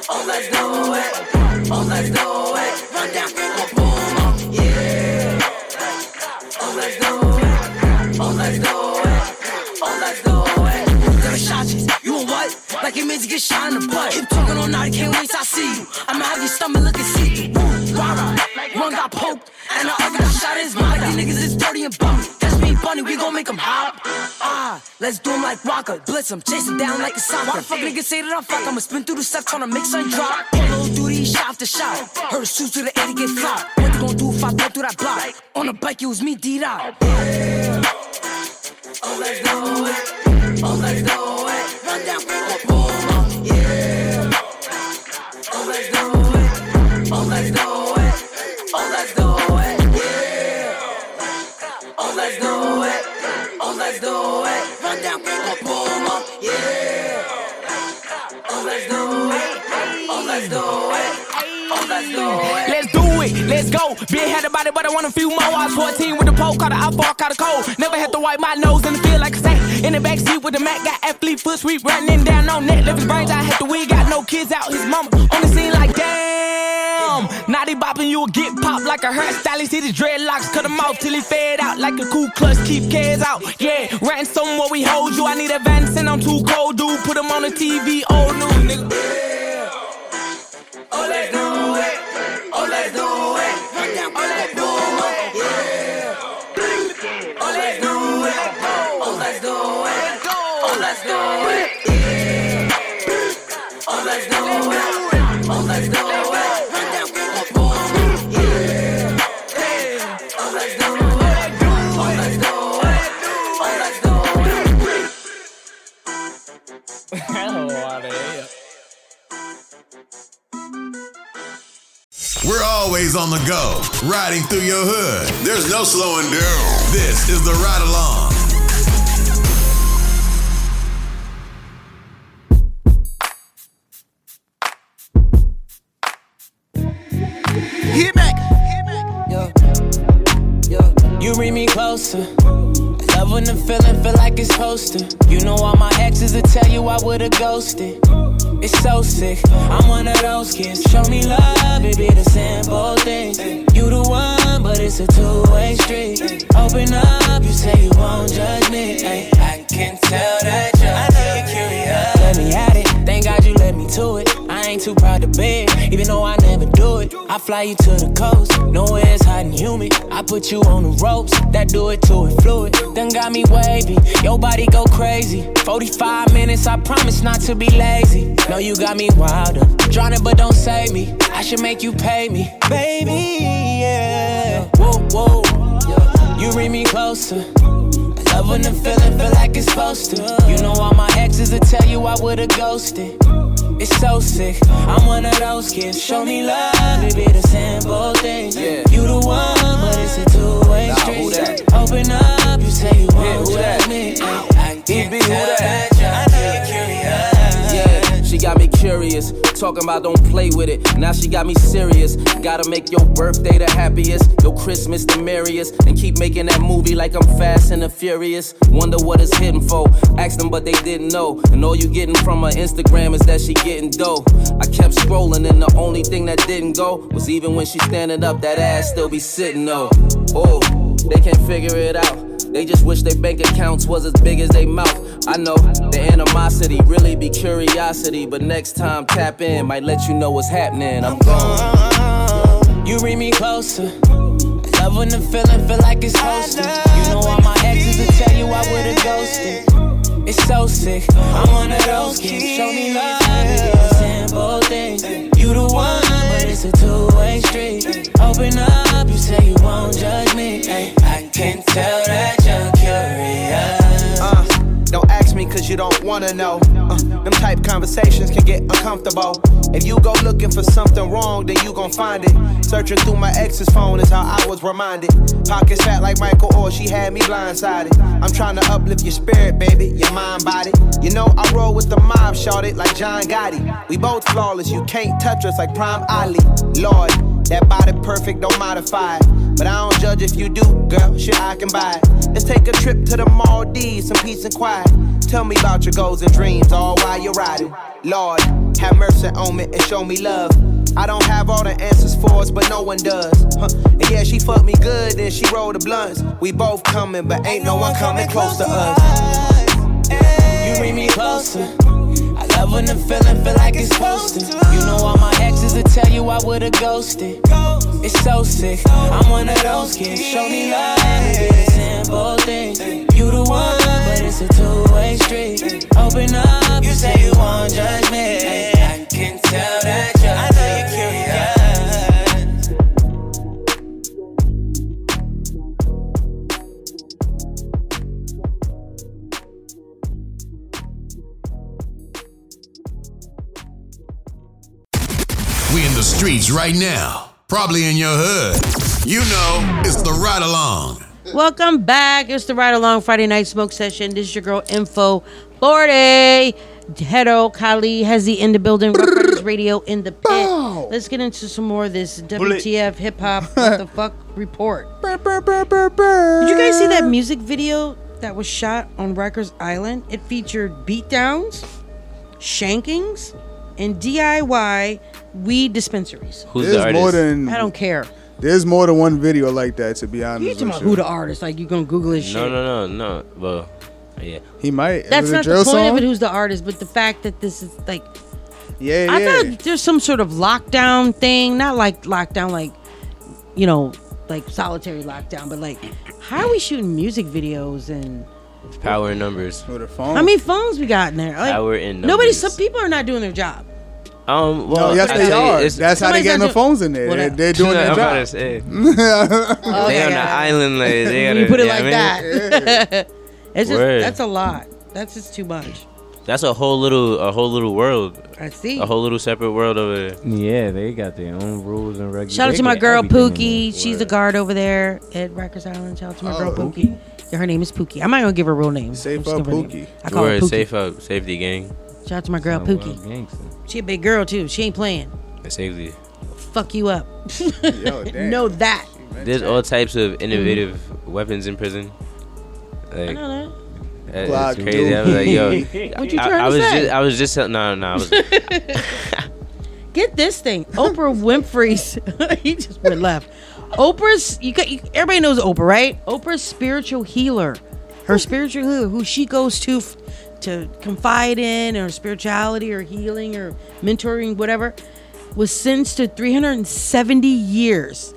S24: Oh, let's do it. Oh, let's do it. Run that boom, boom, boom, yeah. Oh, let's do it. Oh, let's do it. Oh, let's do it. Give me shots. You want what? Like it means to get shot in the butt. Keep talking all night, can't wait till I see you. I'ma have your stomach looking see through. Rara, one got poked and the other got shot in his mouth. Like these niggas is dirty and bum. That's me, bunny. We gon' make 'em hop. Ah, let's do 'em like Rocker. Blitz 'em, chase 'em down like a soccer. Why the fuck niggas say that I'm fuck? I'ma spin through the steps tryna make something drop. Polo through these shot after shot. Heard shoes to the 80 get flop. What you gon' do if I go through that block? On the bike, it was me, D-Dot. Oh, let's do it. Oh, let's do it. Run down, boom, boom, yeah. Oh, let's do it. Oh, let's do it. Oh, let's do it, yeah. Oh, let's do it. Oh, let's do it. Run down, boom, boom, yeah. Oh, let's do it. Oh, let's do it. Oh, let's do it.
S23: Let's do it, let's go. Been had about it, but I want a few more. I was 14 with the pole, caught an iPhone, caught a cold. Never had to wipe my nose in the field like a sack. In the backseat with the Mac, got athlete foot sweep running down on net. Left his brains, I had the wig, got no kids out. His mama on the scene like damn. Now they bopping, you will get popped like a hairstylist. Hit his dreadlocks, cut him off till he fed out like a cool clutch. Keep cares out, yeah. Ranting somewhere we hold you. I need advance and I'm too cold, dude. Put him on the TV, old new nigga.
S24: Oh, let's do it. Oh, let's do it. Run down, oh, let's do it. Yeah. Oh, let's do it. Oh, let's do it. Oh, let's do it. Yeah. Oh, let's do it. Oh, let's do it. Run down, boom, boom. Yeah. Oh, let's do it. Oh, let's do it. Oh, let's do it.
S2: We're always on the go, riding through your hood. There's no slowing down. This is the ride along.
S24: Hit back. Yo. Yo. You bring me closer. I Love when the feeling feel like it's hosted. You know all my exes will tell you I would've ghosted. It's so sick. I'm one of those kids. Show me love, it be the simple things. You the one, but it's a two-way street. Open up, you say you won't judge me. Ay, I can tell that you're I know you're curious. Let me at it. Thank God you let me to it. I ain't too proud to bear, even though I never do it. I fly you to the coast, nowhere it's hot and humid. I put you on the ropes, that do it to it fluid. Then got me wavy, your body go crazy. 45 minutes, I promise not to be lazy. No, you got me wild up, drowning but don't save me. I should make you pay me, baby. Yeah, whoa, whoa, you bring me closer. I Love when the feeling feel like it's supposed to. You know all my exes will tell you I would've ghosted. It's so sick. I'm one of those kids. Show me love, it be the simple things. You the one, but it's a two-way street. Open up, you say you won't judge me. I, I can tell that you're curious.
S23: Yeah, she got me curious.
S25: furious. Talking about don't play with it. Now she got me serious. Gotta make your birthday the happiest, your Christmas the merriest. And keep making that movie like I'm fast and the furious. Wonder what it's hidden for. Ask them, but they didn't know. And all you getting from her Instagram is that she getting dough. I kept scrolling, and the only thing that didn't go was even when she standing up, that ass still be sitting though. Oh, they can't figure it out. They just wish their bank accounts was as big as they mouth. I know the animosity really be curiosity, but next time tap in might let you know what's happening. I'm gone.
S26: You read me closer. Love when the feeling feel like it's hosted. You know all my exes will tell you I would've ghosted. It's so sick. I'm one of those kids. Show me love. It's a simple thing. You the one, but it's a two-way street. Open up, you say you won't judge me. Ay, I can tell that you're curious.
S27: Uh, don't ask me cause you don't wanna know. Uh, them type conversations can get uncomfortable. If you go looking for something wrong, then you gon' find it. Searching through my ex's phone is how I was reminded. Pockets fat like Michael or she had me blindsided. I'm trying to uplift your spirit, baby, your mind, body. You know I roll with the mob, shouted like John Gotti. We both flawless, you can't touch us like Prime Ali. Lord, that body perfect, don't modify it. But I don't judge if you do, girl. Shit, I can buy it. Let's take a trip to the Maldives, some peace and quiet. Tell me about your goals and dreams, all while you're riding. Lord, have mercy on me and show me love. I don't have all the answers for us, but no one does. Huh. And yeah, she fucked me good, then she rolled the blunts. We both coming, but ain't no one coming close to us.
S26: You bring me closer. I love when the feeling feel like it's hosted. You know all my exes will tell you I would've ghosted. It's so sick. I'm one of those kids. Show me love. It's a simple thing. You the one, but it's a two-way street. Open up. You say you won't judge me. I can tell that you're I know you're curious.
S2: We in the streets right now, probably in your hood. You know, it's the ride along.
S5: Welcome back. It's the Ride Along Friday Night Smoke Session. This is your girl Info 40. Hedo, Kali, Hezzy in the building, Rough Riders Radio in the pit. Let's get into some more of this WTF hip hop what the fuck report. Did you guys see that music video that was shot on Rikers Island? It featured beatdowns, shankings, and DIY weed dispensaries.
S6: Who's the There's artist? more than-
S5: I don't care.
S6: There's more than one video like that, to be honest.
S5: You talking
S6: with
S5: about who the artist? Like you gonna Google his shit?
S3: No, no, no, no. Well, yeah.
S6: He might.
S5: That's
S6: Was it
S5: not the
S6: drill
S5: point of
S6: song?
S5: it. Who's the artist? But the fact that this is like,
S6: yeah,
S5: I
S6: yeah.
S5: thought there's some sort of lockdown thing. Not like lockdown, like you know, like solitary lockdown. But like, how are we shooting music videos and
S3: Power in numbers.
S6: With a
S5: how
S6: phone.
S5: many phones we got in there? Like,
S3: Power in
S5: nobody.
S3: numbers.
S5: Some people are not doing their job.
S3: Um, well,
S6: no, yes,
S3: I
S6: they
S3: tell you,
S6: are.
S3: it's-
S6: That's how they getting
S5: not doing-
S6: the phones in there.
S5: What
S6: They're,
S5: up?
S6: they're doing
S3: I'm
S6: their
S3: about
S6: job.
S3: to say.
S5: Okay,
S3: they on the
S5: guys.
S3: island, like, they gotta,
S5: you put it
S3: yeah,
S5: like
S3: I mean,
S5: that. it's just
S3: Word.
S5: that's a lot. That's just too much.
S3: That's a whole little, a whole little world.
S5: I see.
S3: A whole little separate world over there.
S7: Yeah, they got their own rules and regulations.
S5: Shout out to my girl Pookie. She's a guard over there at Rikers Island. Shout out to my girl Pookie. Yeah, her name is Pookie. I'm not gonna give her real name. Safe
S6: Oh. up,
S5: Pookie. I call her
S3: Word,
S5: Pookie.
S3: safe up, safety gang,
S5: Shout out to my girl
S3: Sound wild
S5: Pookie. She a big girl too. She ain't playing.
S3: safety.
S5: Fuck you up.
S6: damn.
S5: know that.
S3: There's all types of innovative weapons in prison. Like,
S5: I know that.
S3: That is
S6: Glock,
S3: crazy. I was like, yo,
S5: What you
S3: I,
S5: trying
S3: I
S5: to
S3: was
S5: say?
S3: just, I was just, no, no, no, I was,
S5: Get this thing. Oprah Winfrey's. he just went left. Oprah's. You got. You, everybody knows Oprah, right? Oprah's spiritual healer. Her spiritual healer, who she goes to f- to confide in, or spirituality, or healing, or mentoring, whatever, was sentenced to 370 years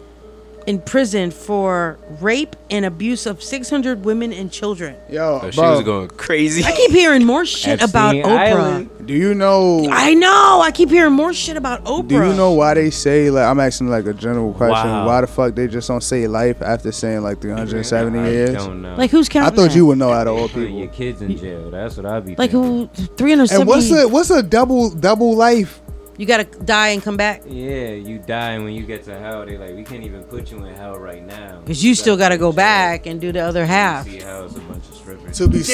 S5: in prison for rape and abuse of 600 women and children.
S6: Yo,
S3: she
S6: bro.
S3: was oh, going crazy.
S5: I keep hearing more shit
S6: Epstein
S5: about Oprah.
S6: Island. Do you know?
S5: I know. I keep hearing more shit about Oprah.
S6: Do you know why they say like I'm asking like a general question?
S5: Wow.
S6: Why the fuck they just don't say life after saying like 370 years?
S7: don't know.
S5: Like, who's
S6: I
S5: counting
S6: thought
S5: that?
S6: you would know out of all people.
S7: Your kids in jail. That's what I be.
S5: Like who? Three hundred
S6: And
S5: seventy.
S6: what's a what's a double double life?
S5: You gotta die and come back
S7: Yeah, you die and when you get to hell. They like we can't even put you in hell right now.
S5: because you still gotta go back and do the other half.
S7: See hell is a bunch of strippers.
S6: To be
S3: Ew.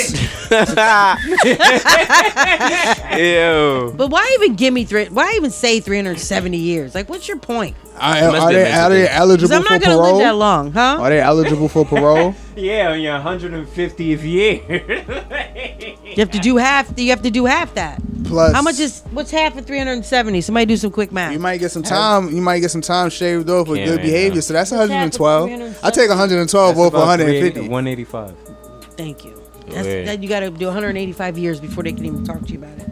S5: But why even give me three? Why even say 370 years? Like, what's your point?
S6: Are, are they, are they eligible
S5: 'Cause I'm
S6: for
S5: not gonna
S6: parole?
S5: live that long, huh?
S6: Are they eligible for parole?
S7: Yeah, on your 150th year.
S5: You have to do half. You have to do half that.
S6: Plus-
S5: how much is what's half of 370? Somebody do some quick math. You
S6: might get some time. You might get some time shaved off for
S5: Can't
S6: good
S5: right now.
S6: behavior. So that's
S5: What's that for
S6: 112. I take 112
S7: That's
S6: over
S7: about 380
S6: 150.
S7: 185.
S5: Thank you. That's,
S7: Weird.
S5: that you got to do 185 years before they can even talk to you about it.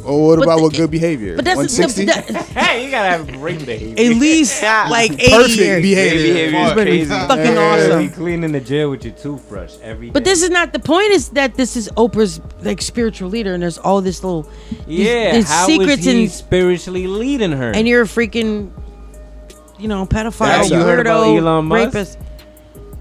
S6: Or Oh, what
S5: But
S6: about
S5: the-
S6: with good behavior?
S5: But that's the,
S6: 160.
S5: that,
S7: hey, you gotta have great behavior.
S5: at least like 80
S6: Perfect
S5: years.
S6: behavior.
S5: It's been fucking awesome.
S7: Be cleaning the jail with your toothbrush every day.
S5: But this is not the point. Is that this is Oprah's like spiritual leader, and there's all this little these-
S7: yeah,
S5: these
S7: how is
S5: secrets
S7: he
S5: and
S7: spiritually leading her?
S5: and you're a freaking you know pedophile
S7: That's- you
S5: weirdo
S7: heard about Elon Musk?
S5: rapist.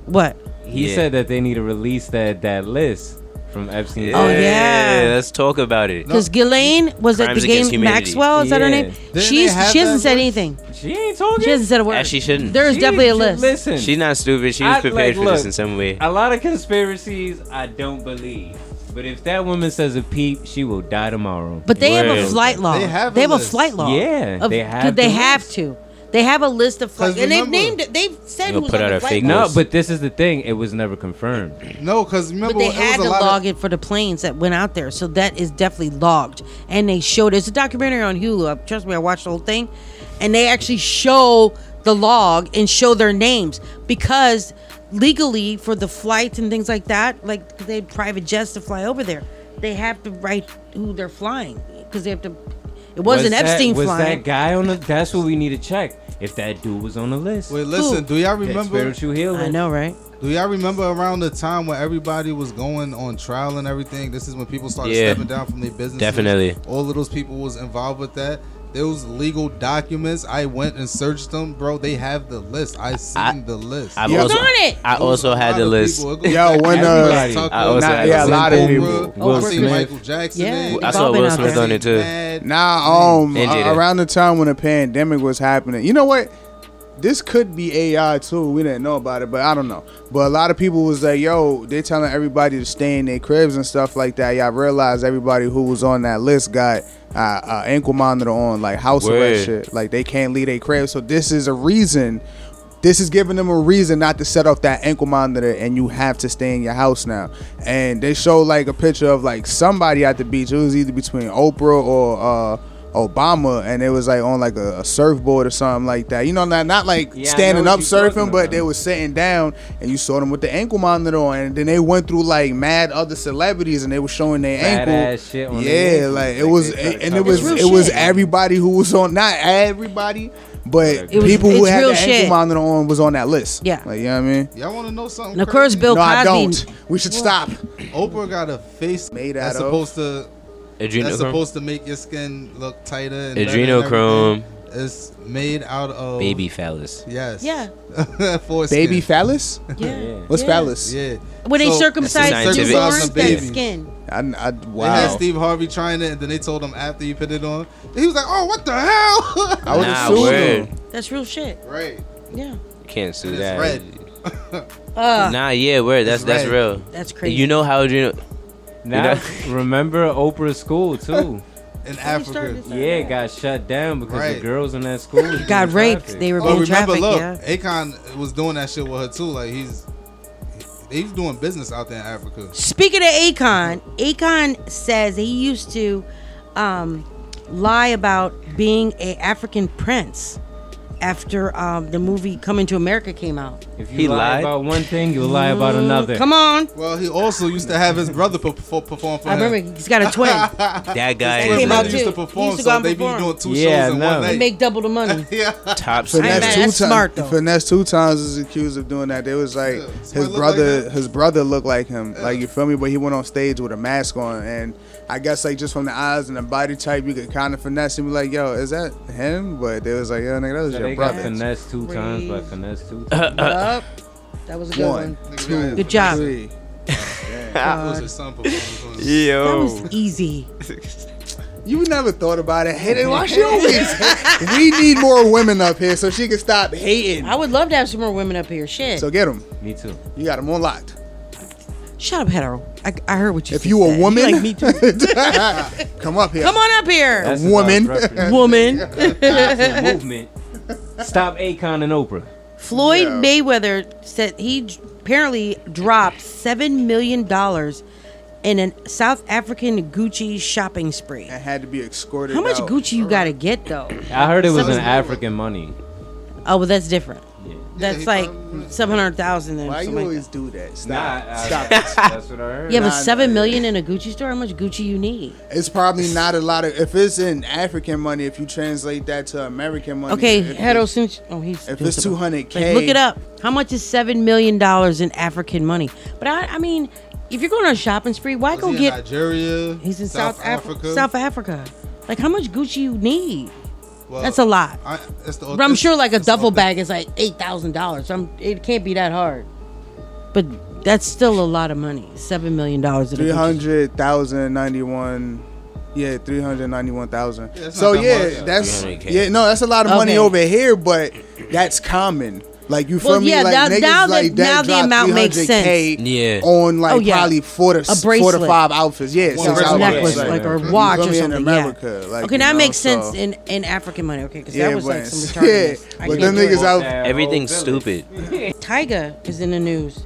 S5: What?
S7: he
S3: Yeah.
S7: said that they need to release that that list from Epstein.
S5: Oh, yeah.
S3: let's talk about it.
S5: Because Ghislaine was at
S3: Crimes
S5: the
S3: Against
S5: game.
S3: Humanity.
S5: Maxwell is that her
S3: Yeah.
S5: name?
S3: Didn't
S5: She's
S3: they have
S5: she hasn't
S3: that
S5: said anything.
S7: She ain't talking.
S5: She hasn't said a word.
S3: As she shouldn't.
S5: There is
S7: She
S5: definitely a
S7: should
S5: list.
S7: listen.
S3: She's not stupid. She was
S7: I-
S3: prepared
S7: like,
S3: for this
S7: look,
S3: in some way.
S7: A lot of conspiracies I don't believe. But if that woman says a peep, she will die tomorrow.
S5: But they have a flight law. They have, a, flight law.
S7: Yeah,
S5: of-
S7: they have
S5: They
S7: the
S5: have to. They have a list of flights,
S8: 'Cause
S5: and they've
S8: remember-
S5: named it. They've said
S3: They'll
S5: who's
S3: put
S5: on
S3: out
S5: the
S3: a
S5: flight
S3: fake
S5: list.
S7: No, but this is the thing. It was never confirmed.
S8: No, because remember
S5: But they
S8: it was
S5: had
S8: a
S5: to
S8: lot of-
S5: log it for the planes that went out there, so that is definitely logged. And they showed it's a documentary on Hulu. I- Trust me, I watched the whole thing, and they actually show the log and show their names because legally for the flights and things like that, like 'cause they had private jets to fly over there, they have to write who they're flying because they have to. It wasn't
S7: Was that-
S5: Epstein
S7: was
S5: flying.
S7: that guy on the? That's what we need to check. If that dude was on the list.
S8: Wait, listen, do y'all remember?
S7: spiritual healing?
S5: right?
S8: Do y'all remember around the time when everybody was going on trial and everything? This is when people started
S3: Yeah.
S8: stepping down from their business.
S3: Definitely.
S8: All of those people was involved with that. Those legal documents, I went and searched them, bro. They have the list. I seen the list.
S3: I've also, I also had the list.
S8: Yo,
S6: when, uh, Everybody.
S3: I also
S6: Nah,
S3: had
S6: yeah, a
S3: the
S6: lot
S3: list.
S6: of people. Oh, Will
S3: I've seen
S6: Smith.
S3: Michael
S8: Jackson.
S5: Yeah,
S3: I saw Will Smith on it too.
S6: Nah, um,
S3: And
S6: uh,
S3: Jada.
S6: around the time when the pandemic was happening, you know what? This could be AI too. We didn't know about it, but I don't know. But a lot of people was like, "Yo, they're telling everybody to stay in their cribs and stuff like that." Y'all realize everybody who was on that list got uh, uh, ankle monitor on, like house arrest
S8: Word.
S6: shit. Like they can't leave their crib. So this is a reason. This is giving them a reason not to set off that ankle monitor, and you have to stay in your house now. And they show like a picture of like somebody at the beach. It was either between Oprah or uh, Obama, and it was like on like a, a surfboard or something like that. You know, not not like
S8: Yeah, I know
S6: standing
S8: what
S6: up
S8: you're talking
S6: surfing, but they were sitting down, and you saw them with the ankle monitor on. And then they went through like mad other celebrities, and they were showing their
S7: Fat
S6: ankle.
S7: ass shit on their
S6: yeah,
S7: ankles.
S6: like it
S7: Like,
S6: was,
S7: they started
S6: and it
S7: talking
S6: was
S7: about
S6: it
S7: that.
S6: was everybody who was on not everybody but
S5: It was-
S6: people who
S5: it's
S6: had
S5: real
S6: the ankle
S5: shit.
S6: monitor on was on that list.
S5: Yeah.
S6: Like, you know what I mean?
S8: Y'all want to know something?
S5: And of course,
S8: crazy?
S5: Bill
S6: No, I
S5: Cosby-
S6: don't. We should stop.
S8: Oprah got a face
S6: made
S8: that's
S6: out of-
S8: supposed to
S3: Adrenochrome?
S8: that's supposed to make your skin look tighter. And better and
S3: Adrenochrome.
S8: everything. It's made out of
S3: Baby phallus.
S8: Yes.
S5: Yeah.
S8: Foreskin.
S6: Baby phallus?
S5: Yeah.
S6: What's
S5: Yeah.
S6: phallus?
S8: Yeah.
S5: When they circumcised
S8: That's a
S5: newborns,
S8: scientific-
S5: that skin.
S6: I, I,
S8: They had
S6: wow.
S8: Steve Harvey trying it, and then they told him after you put it on, he was like, "Oh, what the hell?"
S6: I would
S3: Nah,
S6: assume.
S3: word.
S5: That's real shit.
S8: Right.
S5: Yeah.
S3: You can't sue
S8: it's
S3: that.
S8: red.
S5: Uh,
S3: nah, yeah, word. That's
S7: It's
S3: that's
S7: red.
S3: real.
S5: That's crazy.
S3: You know how adrenal.
S7: Now, remember Oprah's school too.
S8: In Africa.
S7: Yeah, it got shut down because the
S8: Right.
S7: girls in that school was
S5: Got
S7: doing
S5: raped.
S7: traffic.
S5: They were
S8: Oh,
S5: being
S8: remember,
S5: trafficked.
S8: look,
S5: Yeah.
S8: Akon was doing that shit with her too. Like he's he's doing business out there in Africa.
S5: Speaking of Akon, Akon says he used to um, lie about being a African prince after um, the movie Coming to America came out.
S7: If you
S8: He
S7: lie
S8: lied?
S7: about one thing, you lie about another.
S5: Come on.
S8: Well, he also used to have his brother per- per- perform for
S5: I
S8: him.
S5: remember he's got a twin.
S3: That guy
S8: His
S3: is
S8: brother
S3: a-
S8: used to
S5: He
S8: perform,
S5: used to go
S8: so
S5: out
S8: they
S5: and
S8: be doing
S5: perform.
S8: two shows in one night.
S5: And make double the money.
S8: yeah.
S3: Top
S5: Hey, man, that's
S6: two times,
S5: smart, though.
S6: finesse two times is accused of doing that. They was like his brother, his brother looked like him, like you feel me. But he went on stage with a mask on, and I guess like just from the eyes and the body type, you could kind of finesse and be like, "Yo, is that him?" But they was like, "Yo, nigga, that was
S7: So
S6: your
S7: they got
S6: brother."
S7: finessed two times by finesse two times.
S5: Yup. That was a good
S6: One,
S5: one.
S6: two,
S5: good job.
S6: three.
S5: God.
S8: That was his son performing for him.
S5: That was easy.
S6: You never thought about it. Hey, then why she always? we need more women up here so she can stop hating.
S5: I would love to have some more women up here. Shit.
S6: So get them.
S7: Me too.
S6: You got them unlocked.
S5: Shut up, hetero. I, I heard what you
S6: If you a woman,
S5: like me
S6: come up here.
S5: Come on up here.
S7: That's
S6: A woman.
S7: about reference.
S5: Woman.
S7: Constant movement. Stop Akon and Oprah.
S5: Floyd Mayweather said he j- apparently dropped seven million dollars in a South African Gucci shopping spree. I
S6: had to be escorted.
S5: How much
S7: out.
S5: Gucci you gotta get though?
S7: I heard it was
S5: Some-
S7: an African money.
S5: Oh, well, that's different. That's like seven hundred thousand.
S6: um, Why you always do that? Stop. Stop it.
S7: That's what I heard.
S5: Yeah, but
S6: Nah, nah,
S5: seven million in a Gucci store. How much Gucci you need?
S6: It's probably not a lot of. If it's in African money, if you translate that to American money,
S5: Okay,
S6: if
S5: Hedo,
S6: it's-
S5: since oh he's
S6: if it's two hundred
S5: Like,
S6: k,
S5: look it up. How much is seven million dollars in African money? But I, I mean, if you're going on a shopping spree, why go
S8: he in
S5: get
S8: Nigeria?
S5: He's in
S8: South
S5: South,
S8: Africa?
S5: Africa. South Africa. Like, how much Gucci you need?
S8: Well,
S5: That's a lot.
S8: I, it's the,
S5: but I'm
S8: it's-
S5: sure like a
S8: it's the
S5: duffel
S8: authentic-
S5: bag is like eight thousand dollars. I'm. It can't be that hard. But that's still a lot of money. Seven million dollars.
S6: three hundred thousand ninety one. Yeah, three hundred ninety-one thousand.
S5: Yeah, that's
S6: so
S5: not that
S6: yeah,
S5: much, though.
S6: that's
S5: 300K.
S6: yeah, no, that's a lot of money
S5: Okay.
S6: over here, but that's common. Like you feel
S5: Well,
S6: me?
S5: yeah,
S6: like
S5: now-
S6: niggas
S5: now that-
S6: like
S5: now
S6: that
S5: the
S6: dropped
S5: amount makes
S6: 300K
S5: sense. Yeah.
S6: on like
S5: Oh, yeah.
S6: probably four to
S5: A
S6: four to
S5: bracelet.
S6: five outfits. Yeah,
S5: Or
S6: six
S5: a
S6: outfits,
S5: necklace, like, or
S6: you feel
S5: watch or
S6: me, in
S5: something, yeah.
S6: America. Like,
S5: okay,
S6: you
S5: that
S6: know,
S5: makes sense
S6: so-
S5: in in African money. Okay, because
S6: Yeah,
S5: that was like
S6: but-
S5: some
S6: yeah,
S5: retardedness. I
S6: but
S5: can't
S6: them
S5: do it.
S6: niggas out-
S3: Everything's stupid.
S5: Tyga is in the news.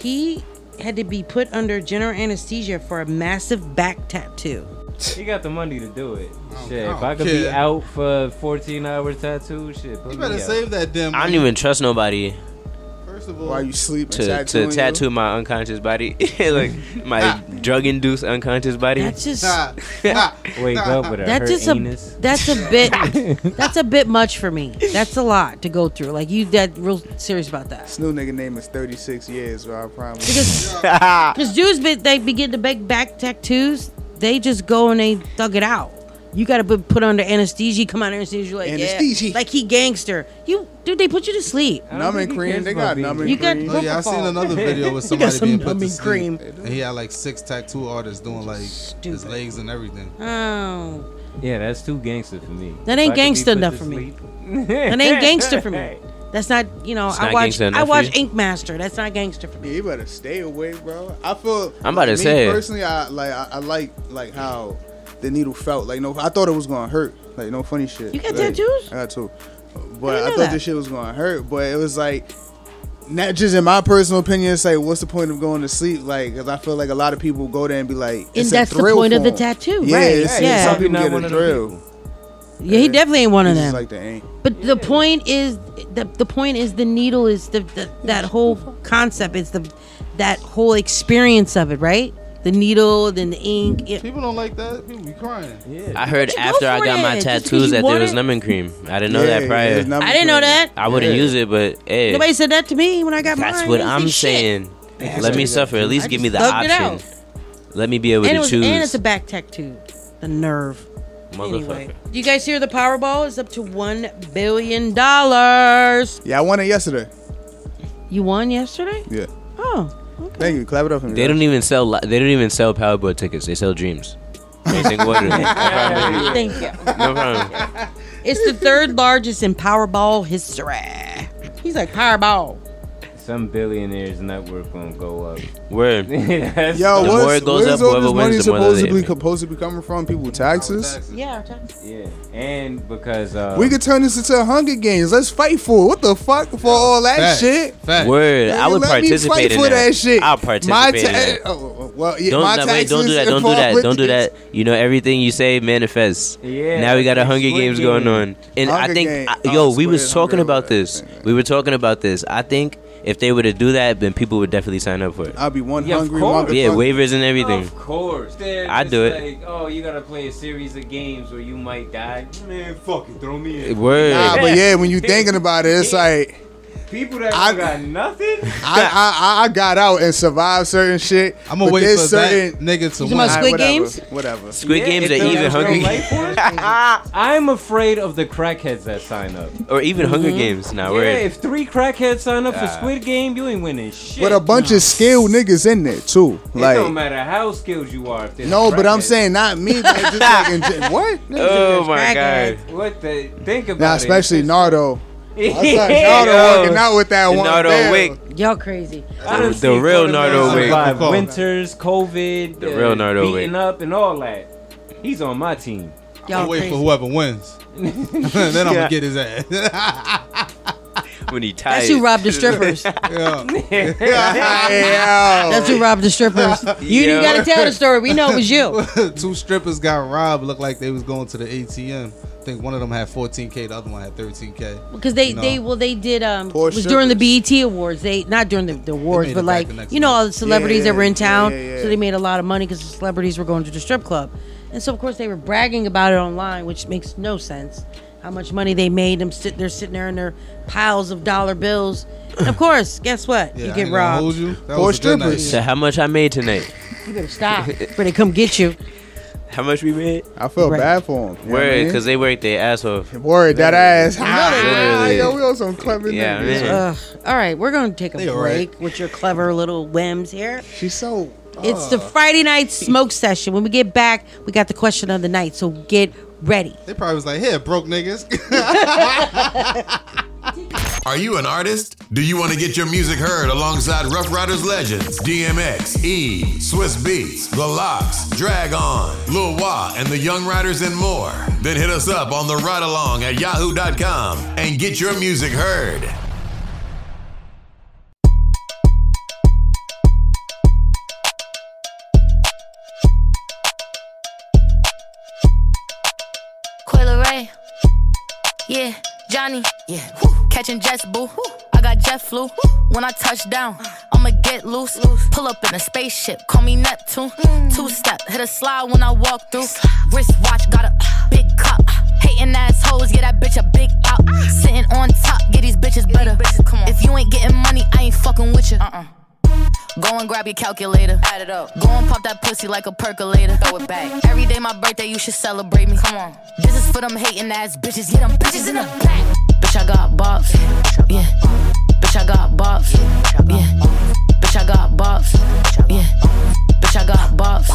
S5: He had to be put under general anesthesia for a massive back tattoo.
S7: He got the money to do it. Shit,
S8: I
S7: if
S8: don't
S7: I could be
S8: care.
S7: out for 14 hour tattoo, shit. Put me
S8: You better
S7: out.
S8: save that damn.
S3: I don't even trust nobody
S8: First of all,
S6: While you sleep,
S3: to, to tattoo my unconscious body, like
S6: Ah.
S3: my drug-induced unconscious body.
S5: That's just
S7: Wake up with a
S5: that's
S7: hurt
S5: just
S7: anus.
S5: a that's a bit that's a bit much for me. That's a lot to go through. Like you that real serious about that.
S6: This new nigga name is 36 years, bro. I promise. Ah.
S5: Cause dudes be, they begin to make back tattoos. They just go and they thug it out. You gotta be put under anesthesia. Come out anesthesia. Like anesthesia.
S6: Anesthesia.
S5: like he gangster. You dude, they put you to sleep.
S6: Numbing cream, they got numbing
S5: You got
S6: cream.
S8: Oh, yeah, I seen
S5: propofol.
S8: another video
S5: You got
S8: with somebody
S5: some
S8: being put
S5: numbing
S8: to sleep,
S5: cream.
S8: and he had like six tattoo artists doing like his legs and everything.
S5: Oh.
S7: Yeah, that's too gangster for me.
S5: That ain't gangster enough for me. That ain't gangster for me. That's not, you know,
S3: It's
S5: I
S3: not
S5: watch
S3: gangster enough
S5: I
S3: for
S5: watch
S3: you?
S5: Ink Master. That's not gangster for
S6: me. You better stay away, bro. I feel.
S3: I'm about to
S6: me
S3: say it.
S6: Personally, I like. I, I like like how the needle felt. Like no, I thought it was gonna hurt. Like no funny shit.
S5: You got
S6: Like,
S5: tattoos?
S6: I got two, but I,
S5: know
S6: thought
S5: that.
S6: this shit was gonna hurt. But it was like. Not just in my personal opinion, it's like, what's the point of going to sleep? Like, because I feel like a lot of people go there and be like, it's a
S5: that's the
S6: thrill
S5: point of the
S6: for 'em.
S5: tattoo,
S6: yeah,
S5: right.
S6: It's, it's
S5: Yeah.
S6: Some people
S5: Probably not
S6: get
S5: one
S6: a
S5: of them
S6: thrill.
S5: Yeah, he definitely ain't one of
S6: It's just
S5: them.
S6: like the ain't.
S5: But the point is the the point is the needle is the, the that whole concept. It's the that whole experience of it, right? The needle, then the ink. It,
S8: People don't like that. People be crying.
S7: Yeah.
S3: I heard after I got my tattoos that there was numbing cream. I didn't know
S6: Yeah,
S3: that
S6: yeah,
S3: prior.
S6: there's numbing
S5: I didn't know cream. that.
S3: I wouldn't
S5: Yeah.
S3: use it, but hey,
S5: Nobody said that to me when I got mine.
S3: that's what
S5: They didn't
S3: I'm
S5: say shit.
S3: saying. Let me suffer. At least give me the
S5: thugged it out.
S3: option. Let me be able
S5: And, it
S3: to
S5: was, and it's
S3: choose.
S5: a back tattoo. The nerve.
S3: Motherfucker.
S5: Do you guys hear the Powerball is up to one billion dollars?
S6: Yeah, I won it yesterday.
S5: You won yesterday?
S6: Yeah.
S5: Oh,
S6: Thank you. Clap it up for me.
S3: They don't even sell. li- They don't even sell Powerball tickets. They sell dreams. They think what? No problem.
S5: thank you.
S3: No problem.
S5: It's the third largest in Powerball history. He's like Powerball.
S7: Some billionaires' net worth gonna go up.
S3: Word.
S7: That's-
S6: Yo,
S7: The
S6: what's,
S7: more it goes
S6: where's
S7: up,
S6: all this
S7: whoever
S6: money
S7: wins, the more they
S6: supposedly
S7: make.
S6: supposedly coming from? People taxes.
S5: Yeah.
S7: Yeah, and because uh,
S6: We could turn this into a Hunger Games. Let's fight for it. What the fuck for all that
S7: facts,
S6: shit?
S3: Word. I would
S6: Let me
S3: participate
S6: fight
S3: in
S6: for
S3: that.
S6: that shit.
S3: I'll participate
S6: My
S3: in
S6: ta-
S3: that.
S6: oh, well, yeah,
S3: don't,
S6: my
S3: no, wait,
S6: taxes
S3: don't do that. Don't do that.
S6: involved
S3: Don't do
S6: with
S3: that. You know everything you say manifests.
S7: Yeah.
S3: Now we got a Hunger
S7: Squid
S3: Games
S7: Game.
S3: going on, and I
S7: Hunger
S3: think
S7: Game.
S3: I-
S7: Oh,
S3: yo, we was
S7: Squid,
S3: talking
S7: Hunger,
S3: about this. We were talking about this. I think if they were to do that, then people would definitely sign up for it.
S6: I'll be one
S7: Yeah, of
S6: hungry
S7: course.
S6: motherfucker.
S3: Yeah, waivers and everything.
S7: Of course. They're
S3: I'd
S7: just
S3: do it.
S7: Like, oh, you gotta play a series of games where you might die. Man, fuck it, throw me in.
S3: Word.
S6: Nah, but yeah, when you thinking about it, it's like
S7: People that
S6: I-
S7: don't got nothing.
S6: I, I I got out and survived certain shit.
S8: I'm gonna
S6: but
S8: wait
S6: there's
S8: for that nigga to You talking win. about Squid
S6: whatever,
S8: Games?
S6: Whatever.
S3: Squid Games
S7: if
S3: are
S7: those
S3: even
S7: that's
S3: Hunger
S7: real life
S3: Games.
S7: ones, I'm afraid of the crackheads that sign up.
S3: Or even
S6: Mm-hmm.
S3: Hunger Games. Now
S7: Yeah,
S3: we're
S7: if three crackheads sign up for
S3: Ah.
S7: Squid Game, you ain't winning shit.
S6: With a bunch of skilled niggas in there too.
S7: It
S6: Like
S7: don't matter how skilled you are. If there's
S6: no, but I'm
S7: crackheads.
S6: saying not me. Like, just like in gen- what?
S7: Oh my god. What the? Think about
S6: Now,
S7: it.
S6: especially Nardo. I saw
S7: Yeah.
S6: Nardo working out with that
S7: The
S6: one.
S7: Nardo
S6: bill.
S7: Wick.
S5: Y'all crazy.
S7: I done
S3: The
S7: seen
S3: real
S7: Florida
S3: Nardo
S7: man
S3: Wick.
S7: survive
S3: Call him.
S7: Winters, COVID,
S3: The real Nardo Wick.
S7: beating up and all that. He's on my team.
S8: I'll wait for whoever wins. then I'm
S7: Yeah.
S8: gonna get his ass.
S3: when he tired.
S5: That's who robbed the strippers. That's who robbed the strippers. You
S8: Yo.
S5: didn't gotta tell the story. We know it was you.
S8: Two strippers got robbed. Looked like they was going to the ATM. I think one of them had 14k, the other one had 13k.
S5: Because they,
S8: You know?
S5: they well they did um
S8: Poor
S5: it was during the BET awards they not during the, the awards
S8: made
S5: but
S8: it back
S5: like
S8: the next
S5: you know
S8: night.
S5: all the celebrities
S8: Yeah,
S5: that were in
S8: yeah,
S5: town
S8: yeah, yeah.
S5: so they made a lot of money because the celebrities were going to the strip club and so of course they were bragging about it online which makes no sense how much money they made them sit they're sitting there in their piles of dollar bills and of course guess what
S3: Yeah,
S5: you
S3: I
S5: get
S3: ain't gonna
S5: robbed
S3: hold you. That Poor was a good night. strippers. So how much I made tonight?
S5: you better stop but they come get you
S3: How much we made?
S6: I felt bad for him. you know what I
S3: Word,
S6: mean?
S3: because they worked their ass off.
S6: Word, that ass. Ah,
S3: Literally.
S6: yo, we on some clever
S3: Yeah,
S6: niggas.
S3: man.
S5: Ugh. all right we're gonna take a
S6: They all right.
S5: break with your clever little whims here
S6: she's so
S5: It's the
S6: Ugh.
S5: Friday night smoke session. When we get back, we got the question of the night. So get ready.
S8: They probably was like, "Here, broke niggas."
S2: Are you an artist? Do you want to get your music heard alongside Rough Riders legends DMX, E, Swiss Beats, The Locks, Drag On, Lil Wah, and the Young Riders and more? Then hit us up on the ride along at yahoo.com and get your music heard.
S4: Coil Ray. Yeah, Johnny. Yeah. Catching jets, boo. I got jet flu. When I touch down, I'ma get loose. Pull up in a spaceship, call me Neptune. Two step, hit a slide when I walk through. Wrist watch, got a big cup. Hating assholes, get that bitch a big out. Sitting on top, get these bitches better. If you ain't getting money, I ain't fucking with you. Uh-uh. Go and grab your calculator. Add it up. Go and pop that pussy like a percolator. Throw it back. Every day my birthday, you should celebrate me. Come on. This is for them hating ass bitches. Get them bitches in the back. Bitch, I got bops. Yeah. Bitch, I got bops. Yeah. Bitch, I got bops. Yeah. Bitch, I got bops.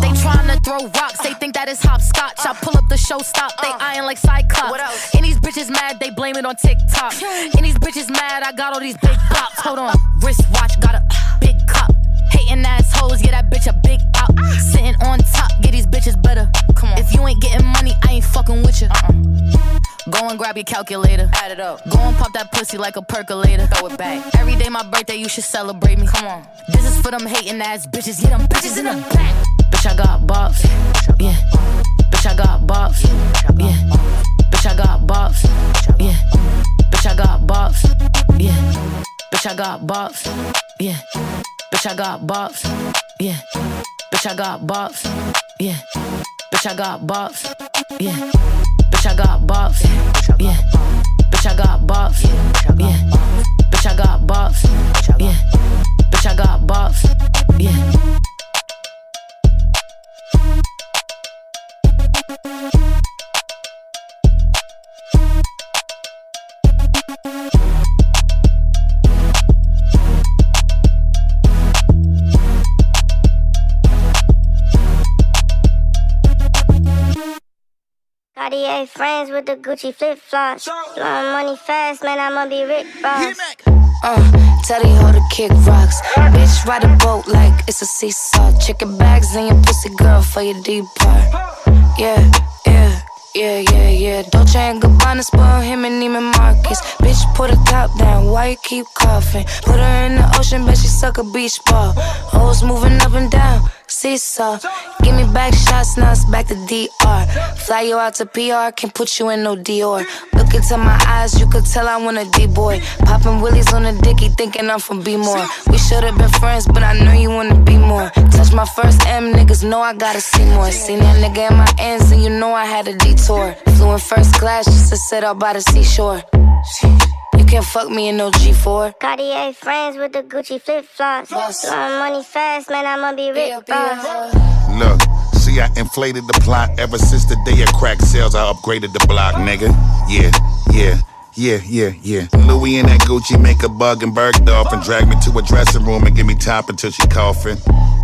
S4: They tryna throw rocks. They think that is hopscotch. I pull up the show stop. They eyeing like Cyclops. And these bitches mad. They blame it on TikTok. And these bitches mad. I got all these big pops. Hold on. Wristwatch got a big cup. Hating assholes, get that bitch a big out. Sitting on top, get these bitches better. Ah. Come on. If you ain't getting money, I ain't fucking with you. Go and grab your calculator. Add it up. Go and pop that pussy like a percolator. Throw it back. Every day my birthday, you should celebrate me. Come on. This is for them hating ass bitches. Get them bitches in the back. Bitch, I got bops. Yeah. Bitch, I got bops. Yeah. Bitch, I got bops. Yeah. Bitch, I got bops. Yeah. Bitch, I got bops. Yeah. Bitch, I got bops. Yeah. Bitch, I got bops. Yeah. Bitch, I got bops. Yeah. Bitch, I got bops. Yeah. Bitch, I got bops. Yeah. Bitch, I got bops. Yeah. Bitch, I got bops. Yeah.
S10: Cartier friends with the Gucci flip flops. Blowing money fast, man, I'ma be Rick Ross.
S28: Uh, tell the hoe to kick rocks. Bitch, ride a boat like it's a seesaw. Chicken bags in your pussy, girl, for your deep part. Yeah, yeah, yeah, yeah, yeah. Dolce and Gabbana, spoil him and Neiman Marcus. Bitch, put her top down. Why you keep coughing? Put her in the ocean, bet she suck a beach ball. Hoes moving up and down. Seesaw, give me back shots, now it's back to DR. Fly you out to PR, can put you in no Dior. Look into my eyes, you could tell I'm on a D boy. Popping willies on a dicky, thinking I'm from B more. We should have been friends, but I know you wanna be more. Touch my first M, niggas know I gotta see more. Seen that nigga in my ends, and you know I had a detour. Flew in first class just to sit out by the seashore. You can't fuck me in no G4.
S29: Cartier friends with the Gucci flip flops. Blowing money fast, man, I'ma be rich. boss.
S19: Look, see, I inflated the plot ever since the day of crack sales. I upgraded the block, nigga. Yeah, yeah. Yeah, yeah, yeah. Louis and that Gucci make a bug and Bergdorf and drag me to a dressing room and give me top until she coughing.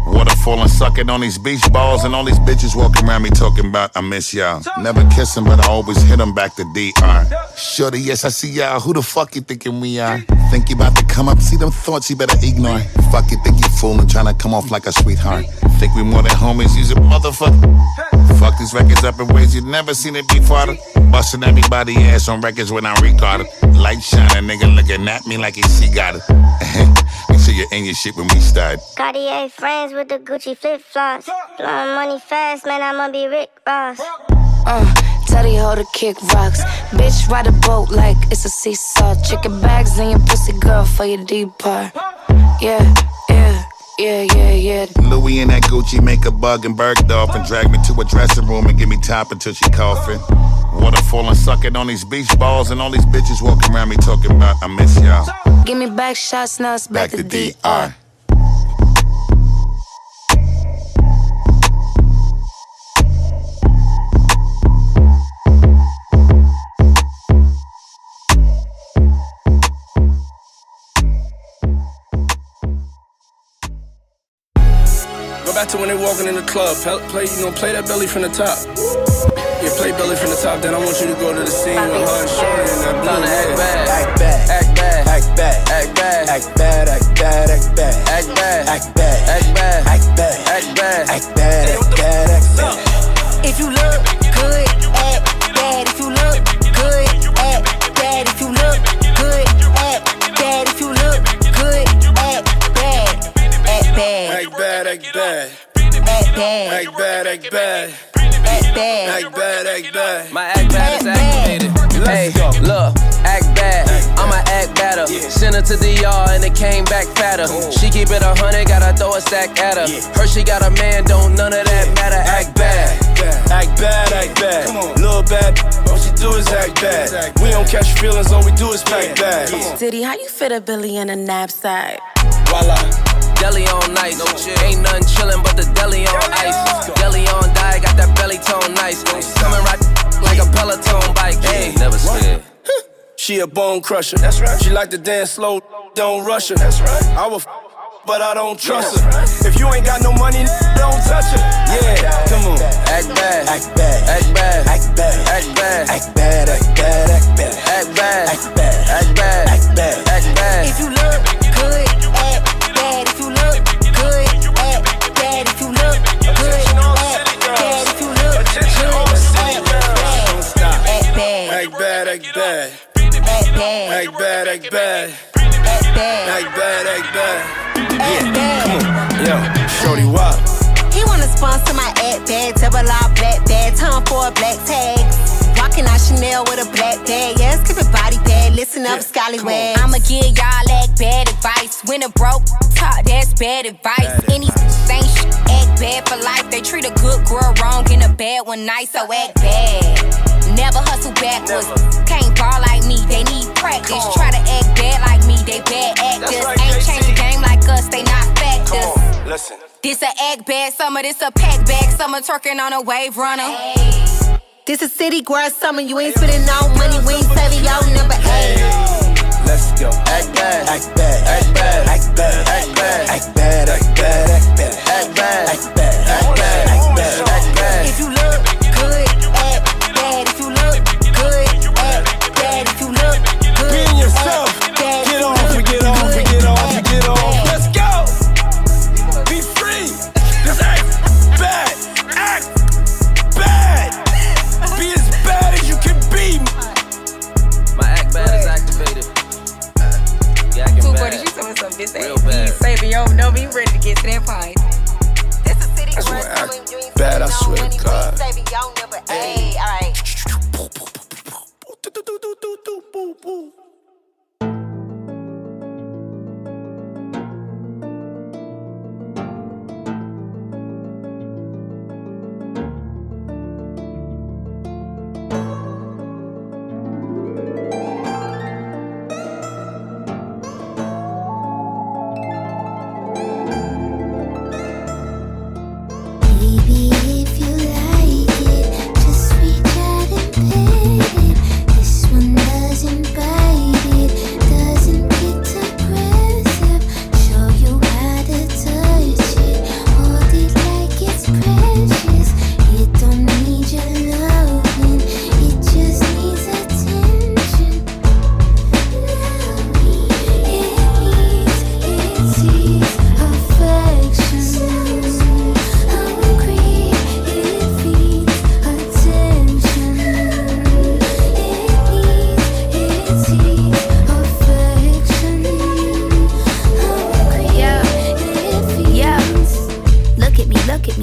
S19: Water falling, sucking on these beach balls and all these bitches walking around me talking about I miss y'all. Never kiss 'em, but I always hit 'em back to DR. Shorty, yes, I see y'all. Who the fuck you thinking we are? Think you about to come up? See them thoughts you better ignore. Fuck you, think you fooling, trying to come off like a sweetheart. Think we more than homies, use a motherfucker. Fuck these records up in ways you never seen it before. Busting everybody ass on records when I record it. Light shining, nigga looking at me like he see got it. Make sure you're in your shit when we start.
S29: Cartier friends with the Gucci flip flops. Blowing money fast, man, I'ma be Rick Ross.
S28: Uh, tell the hoe to kick rocks. Bitch, ride a boat like it's a seesaw. Chicken bags in your pussy, girl, for your deep part. Yeah, yeah, yeah, yeah, yeah.
S19: Louis and that Gucci make a bug and Bergdorf and drag me to a dressing room and give me top until she coughing. Water falling, sucking on these beach balls and all these bitches walking around me talking about I miss y'all.
S28: Give me back shots, now it's back,
S19: Back
S28: to
S19: to
S28: D.
S19: DR.
S23: Go back to when they walking in the club. Pel- Play, you know, play that belly from the top. Yeah, play belly from the top. Then I want you to go to the scene with her and Shorty and that blue act bad, act bad, act bad, act bad, act bad, act bad, act bad, act bad, act bad, act bad, act bad, act bad, act bad, act bad, act bad, act bad.
S30: If you look good at that, if you look good at that, if you look good at that, if you look good at that, at that,
S23: Act bad, act bad.
S30: at that.
S23: Act bad, act bad. Act bad. Act bad, act bad. My act bad is activated.
S25: Hey, look, act bad. I'ma act better. Sent her to DR and it came back fatter. She keep it a hundred, gotta throw a stack at her. Her she got a man, don't none of that matter. Act bad.
S23: Act bad, act bad. Little bad, all she do is act bad. We don't catch feelings, all we do is pack bad.
S31: Diddy, how you fit a billy in a knapsack?
S23: Voila.
S25: Deli on nice. Ain't nothing chillin' but the deli on ice. Deli on die, got that belly tone nice. Coming right like a Peloton bike. Hey, never scared.
S23: She a bone crusher. That's right. She like to dance slow, don't rush her. That's right. I will, f- but I don't trust her. If you ain't got no money, don't touch her. Yeah, come on. Act bad, act bad, act bad, act bad, act bad, act bad, act bad, act bad, act bad, act bad, act bad, act bad, act bad.
S30: If you look good at that, if you look good at that, if you look good at that, if you look good at that,
S23: Act bad, act bad,
S30: at that.
S23: act bad, act bad, act bad, act bad, act bad. Yeah, come on, yo, Shorty Wop.
S31: He wanna sponsor my ad bag, double R black bag, time for a black tag. Walking out Chanel with a black bag, yeah, skip it body bag, listen up, scallywag.
S32: I'ma give y'all that bad advice. When a broke talk, that's bad advice. Any same shit, act bad for life. They treat a good girl wrong and a bad one nice, so act bad. Never hustle backwards. Can't ball like me, they need practice. Try to act bad like me, they bad actors.
S23: right,
S32: Ain't changed the game like us, they not factors.
S23: Listen.
S32: This a act bad summer, this a pack bag summer, twerking on a wave runner.
S31: This is city girl summer, you ain't spending no money, we ain't saving your number eight.
S23: Let's go. Act bad, act bad, act bad, act bad, act bad, act bad, act bad, act bad, act bad, act bad, act bad, act bad, act bad.
S30: If you look good at that, if you look good at that, if you look good Be yourself. at that, get on,
S23: Get off, we get off, we get off. Let's go. Be free. Just act bad, act bad. Be as bad as you can be.
S25: My act bad is activated. Yeah, I
S31: Two
S25: can
S31: forty,
S25: bad.
S31: you selling some bitch
S25: Real bad.
S31: ass. Saving your number, you ready to get to that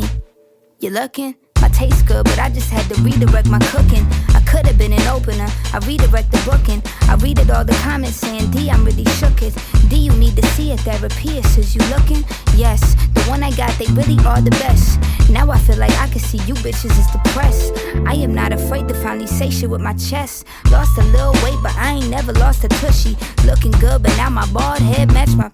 S33: cooking. My taste good, but I just had to redirect my cooking. I could have been an opener. I redirect the booking. I read it all the comments saying, D, I'm really shook it. D, you need to see a therapist. Is you looking? Yes, the one I got, they really are the best. Now I feel like I can see you bitches is depressed. I am not afraid to finally say shit with my chest. Lost a little weight, but I ain't never lost a tushy. Looking good, but now my bald head match my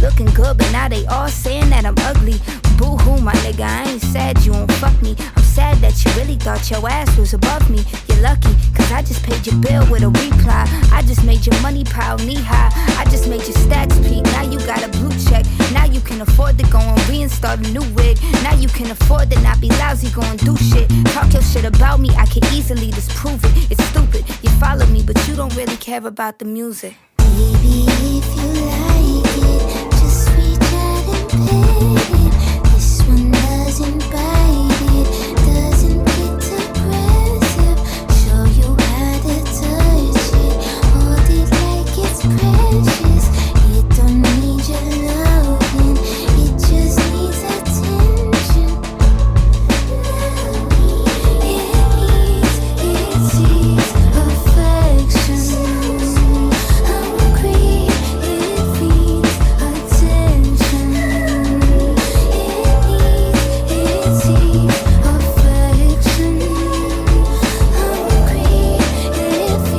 S33: Looking good, but now they all saying that I'm ugly. Boo hoo, my nigga, I ain't sad you won't fuck me. I'm sad that you really thought your ass was above me. You're lucky, cause I just paid your bill with a reply. I just made your money pile knee high. I just made your stats peak. Now you got a blue check. Now you can afford to go and reinstall a new wig. Now you can afford to not be lousy, go and do shit. Talk your shit about me, I can easily disprove it. It's stupid. You follow me, but you don't really care about the music. Baby, if you like it.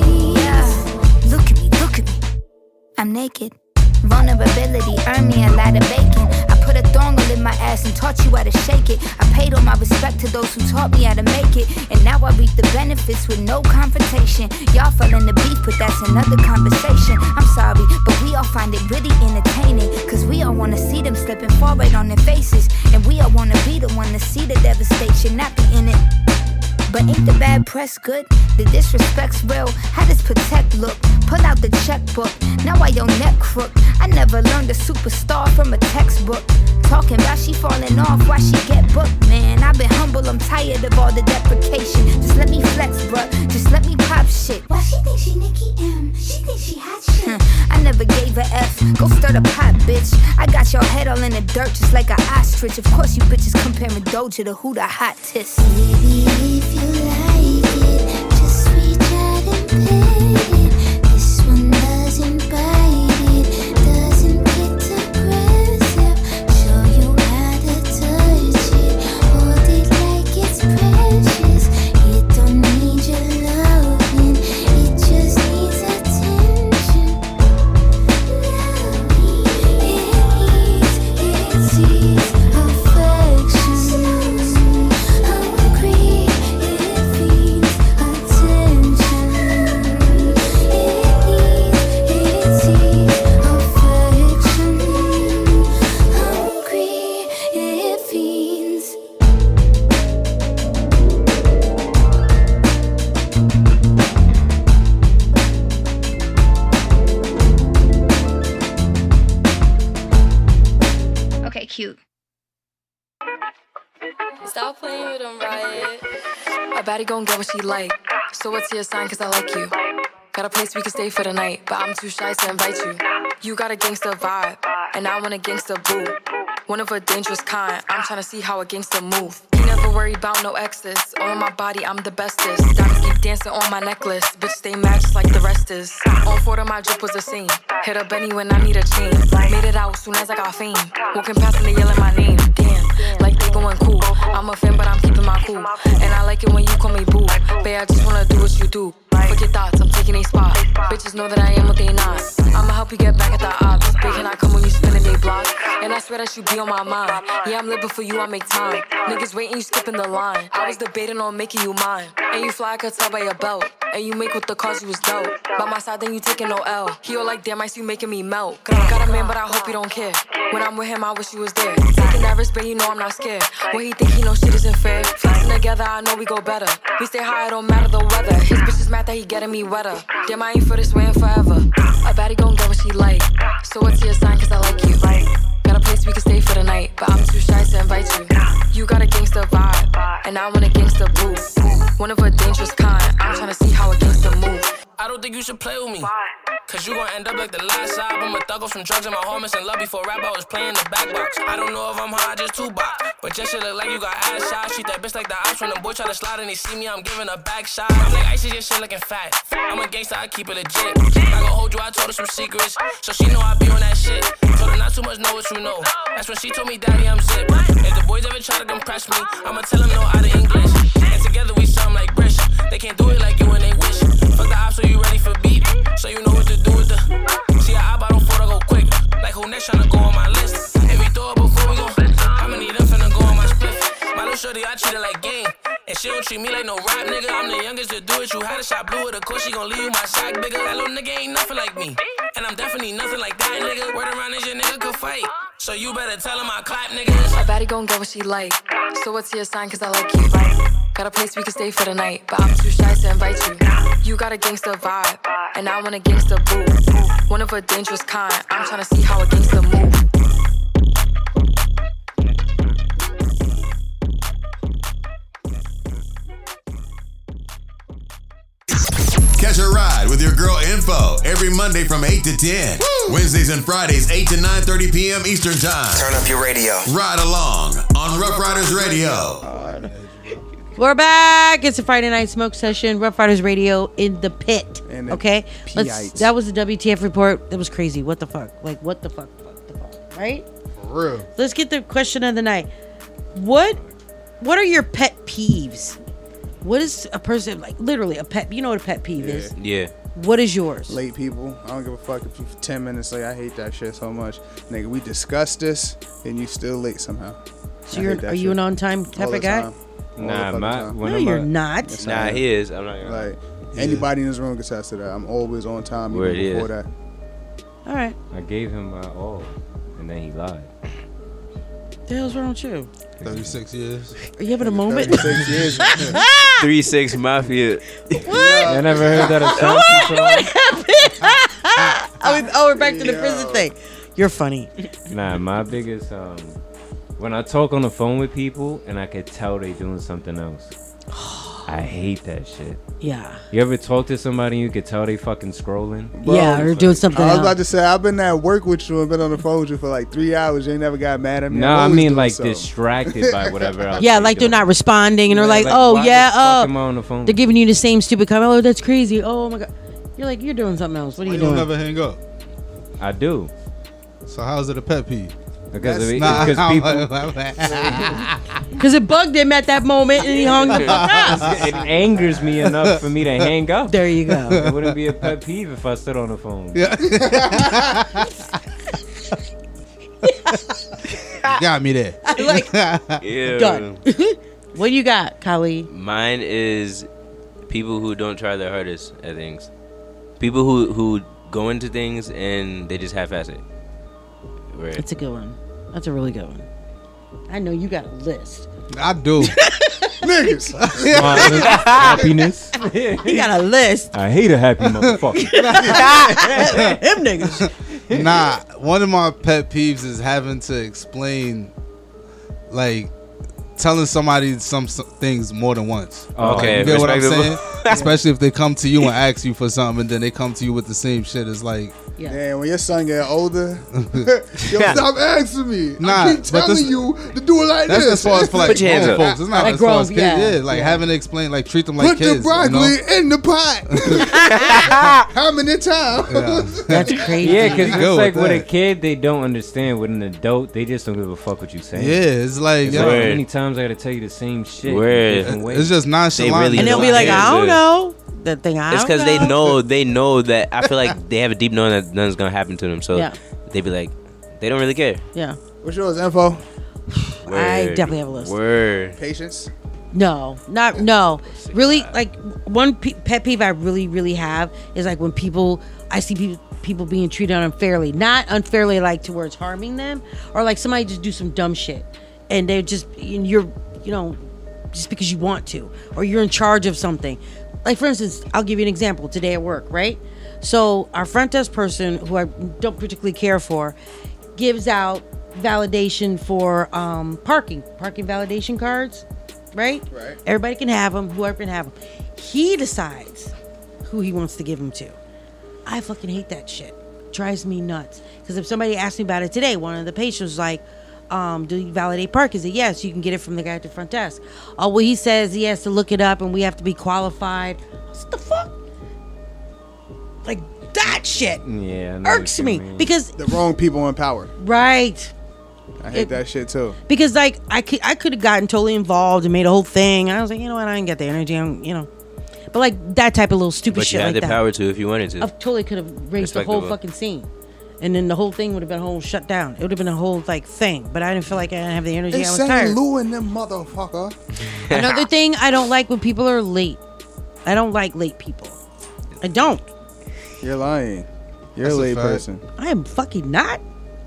S33: Yeah. Look at me, look at me. I'm naked. Vulnerability earned me a lot of bacon. I put a thong all in my ass and taught you how to shake it. I paid all my respect to those who taught me how to make it. And now I reap the benefits with no confrontation. Y'all fell in the beef, but that's another conversation. I'm sorry, but we all find it really entertaining. Cause we all wanna see them slipping forward on their faces. And we all wanna be the one to see the devastation, not be in it. But ain't the bad press good? The disrespect's real. How does protect look? Pull out the checkbook. Now I your neck crook. I never learned a superstar from a textbook. Talking about she falling off, why she get booked, man. I've been humble, I'm tired of all the deprecation. Just let me flex, bruh. Just let me pop shit. Why she think she Nicki M? She think she hot shit. I never gave a F. Go stir the pot, bitch. I got your head all in the dirt, just like an ostrich. Of course, you bitches comparing Doja to who the hottest. Baby, if you like it, just reach out and
S14: This one doesn't bite it, doesn't get aggressive. Show you how to touch it, hold it like it's precious. It don't need your loving, it just needs attention. It needs, it needs affection. Hungry, it feeds attention.
S33: Okay, cute.
S34: Stop playing with them, Riot. A baddie gon' get what she like. So what's your sign? Cause I like you. Got a place we can stay for the night, but I'm too shy to invite you. You got a gangster vibe, and I want a gangster boo. One of a dangerous kind. I'm tryna see how a gangster move. Never worry about no exes. On my body, I'm the bestest. Diamonds keep dancing on my necklace. Bitch, stay mad just like the rest is. On four of my drip was the same. Hit a Benny when I need a chain. Made it out soon as I got fame. Walking past and they yelling my name. Damn, like they going cool. I'm a fan, but I'm keeping my cool. And I like it when you call me boo. Babe, I just wanna do what you do. Forget thoughts, I'm taking a spot. Bitches know that I am what they not. I'ma help you get back at the ops. Babe, can I come when you spinning they block? And I swear that you be on my mind. Yeah, I'm living for you, I make time. Niggas waiting, you skipping the line. I was debating on making you mine. And you fly, I could tell by your belt. And you make with the cause you was dope. By my side, then you taking no L. He all like, damn, I see you making me melt. Got got a man, but I hope you don't care. When I'm with him, I wish you was there. Taking that risk, but you know I'm not scared. When he think he know shit isn't fair. Flexing together, I know we go better. We stay high, it don't matter the weather. His bitch is mad that he getting me wetter. Damn, I ain't for this way in forever. A baddie gon' get what she like. So what's your sign? Cause I like you. Got a place we can stay for the night, but I'm too shy to invite you. You got a gangster vibe, and I want a gangster boo. One of a dangerous kind. I'm tryna see how a gangster move. I don't think you should play with me.
S35: Cause you gon' end up like the last sob. I'm a thug off some drugs and my homies in love before rap. I was playing the back box. I don't know if I'm high, I just two box. But your shit look like you got ass shots. Treat that bitch like the ops when the boy try to slide and they see me. I'm giving a back shot. I'm like ice is your shit looking fat. I'm a gangster, I keep it legit. I gon' hold you, I told her some secrets. So she know I be on that shit. Told her not too much, know what you know. That's when she told me, Daddy, I'm zip. If the boys ever try to compress me, I'ma tell them no out of English. And together we sound like British. They can't do it like you and they wish. Fuck the ops, so you ready for beef? So you know what to do with the. See, I bought them for to go quick. Like who next tryna go on my list? If we throw it before we go, how many of them finna go on my split? My little shorty, I treat her like game. And she don't treat me like no rap nigga. I'm the youngest to do it. You had a shot, blew it. Of course, she gon' leave you my sack bigger. That little nigga ain't nothing like me. And I'm definitely nothing like that nigga. Word around is your nigga could fight. So you better tell him I clap niggas.
S34: A baddie gon' get what she like. So what's your sign? Cause I like you. Got a place we can stay for the night, but I'm too shy to invite you. You got a gangsta vibe, and I want a gangsta boo. One of a dangerous kind. I'm tryna see how a gangsta move.
S2: Catch a ride with your girl Info every Monday from 8 to 10. Wednesdays and Fridays, 8 to 9 30 p.m. Eastern Time.
S36: Turn up your radio.
S2: Ride along on Rough Riders Radio.
S5: We're back. It's a Friday night smoke session. Rough Riders Radio in the pit.
S6: And the
S5: okay,
S6: Pites.
S5: let's. That was the WTF report. That was crazy. What the fuck? Like what the fuck? What the fuck? Right?
S6: For real.
S5: Let's get the question of the night. What? What are your pet peeves? What is a person like? Literally a pet. You know what a pet peeve is.
S3: Yeah.
S5: What is yours?
S6: Late people. I don't give a fuck if you for 10 minutes late. I hate that shit so much. Nigga, we discussed this and you still late somehow.
S5: So you're- are you an on-time type of guy?
S7: Nah, my- when
S5: No, I'm you're a- not.
S3: Nah, he is. I'm not gonna lie.
S6: Like, anybody in this room can attest to that. I'm always on time.
S7: Where
S6: Even
S7: it
S6: before
S7: is.
S6: that.
S5: All right.
S7: I gave him my all, and then he lied.
S5: The hell's wrong with you?
S8: 36 years.
S5: Are you having a moment?
S6: 36 years.
S3: Three six mafia.
S5: What?
S7: I never heard that.
S5: What? What happened? I was, oh, we're back to the prison thing. You're funny.
S7: Nah, my biggest um, when I talk on the phone with people and I could tell they doing something else. I hate that shit.
S5: Yeah.
S7: You ever talk to somebody and you could tell they fucking scrolling?
S5: Yeah, or doing something
S6: I was
S5: else.
S6: about to say, I've been at work with you and been on the phone with you for like three hours. You ain't never got mad at me.
S7: No,
S6: I'm
S7: I
S6: always
S7: mean
S6: doing
S7: like
S6: something.
S7: distracted by whatever else.
S5: Yeah, like they're not responding, and they're
S7: Yeah,
S5: like,
S7: like,
S5: "Oh
S7: why the
S5: yeah,
S7: fuck am I on the
S5: oh."
S7: phone?
S5: They're giving you the same stupid comment. Oh, that's crazy. Oh my god. You're like, you're doing something else. What are
S8: You
S5: you
S8: don't
S5: doing?
S8: ever hang up.
S7: I do.
S8: So how's it a pet peeve?
S7: Because
S8: That's
S7: of it-
S8: not
S7: because
S8: how
S7: people-
S5: Because it bugged him at that moment, and he hung the fuck up.
S7: it angers me enough for me to hang up.
S5: There you go.
S7: It wouldn't be a pet peeve if I stood on the phone. Yeah.
S8: Got me there.
S5: I like
S3: Ew.
S5: done. what do you got, Kylie?
S3: Mine is people who don't try their hardest at things. People who who go into things and they just half-ass it. Right.
S5: That's a good one. That's a really good one. I know you got a list.
S8: I do.
S6: Niggas.
S7: happiness.
S5: He got a list.
S7: I hate a happy motherfucker.
S5: Them niggas.
S8: nah, one of my pet peeves is having to explain, like, telling somebody some, some things more than once.
S3: Oh, okay,
S8: you get what I'm
S3: respectable.
S8: saying? Especially if they come to you and ask you for something, and then they come to you with the same shit. It's like,
S6: Damn, when your son get older, yo, stop asking me.
S8: Nah,
S6: I keep
S8: but
S6: telling
S8: this-
S6: you to do it like
S8: that's
S6: this.
S8: as far as for like
S6: Put your hands
S8: grown
S6: up.
S8: folks. It's not
S6: Like
S8: as far as
S6: grown-
S8: kids. Yeah,
S6: yeah,
S8: like
S6: yeah.
S8: having to explain, like treat them like
S6: Put
S8: kids.
S6: the broccoli
S8: You know?
S6: in the pot. How many times?
S5: That's crazy.
S7: Yeah, because it's like with, a kid, they don't understand. With an adult, they just don't give a fuck what you say.
S8: Yeah, it's like,
S7: it's
S8: yo.
S7: like, how
S8: Word.
S7: many times I gotta tell you the same shit. in
S3: Word.
S7: different ways?
S8: It's just nonchalant.
S3: really
S5: and they'll be
S3: don't
S5: like,
S3: care,
S5: I don't
S3: dude.
S5: know. That thing I
S3: It's
S5: don't
S3: because they
S5: know.
S3: know they know that I feel like they have a deep knowing that nothing's gonna happen to them. So
S5: Yeah.
S3: they be like, they don't really care.
S5: Yeah.
S6: What's yours, info?
S5: I
S3: Word.
S5: definitely have a list.
S3: Word.
S6: Patience.
S5: No, not no. Really, like one pe- pet peeve I really, really have is like when people I see people people being treated unfairly, not unfairly like towards harming them, or like somebody just do some dumb shit, and they're just and you're you know just because you want to, or you're in charge of something. Like for instance, I'll give you an example today at work, right? So our front desk person, who I don't particularly care for, gives out validation for um, parking, parking validation cards, right?
S6: Right.
S5: Everybody can have them. Whoever can have them. He decides who he wants to give them to. I fucking hate that shit. Drives me nuts. Because if somebody asked me about it today, one of the patients was like, um, do you validate park? Is it yes? You can get it from the guy at the front desk. Oh, well, he says he has to look it up and we have to be qualified. What the fuck? Like that shit.
S6: Yeah,
S5: irks me because
S6: the wrong people in power.
S5: Right.
S6: I hate
S5: It-
S6: that shit too.
S5: Because like I could I could have gotten totally involved and made a whole thing. I was like, you know what, I didn't get the energy. I'm, you know, but like that type of little stupid
S3: But you
S5: shit
S3: had
S5: like
S3: the
S5: that.
S3: power to if you wanted to.
S5: I totally could have raised the whole
S3: Respectable.
S5: fucking scene, and then the whole thing would have been a whole shut down. It would have been a whole like thing. But I didn't feel like I didn't have the energy.
S6: It's
S5: I was tired.
S6: St. Lou and them motherfucker.
S5: Another thing I don't like when people are late. I don't like late people. I don't.
S6: You're lying. You're
S8: That's
S6: a
S8: a
S6: late
S8: fact.
S6: person.
S5: I am fucking not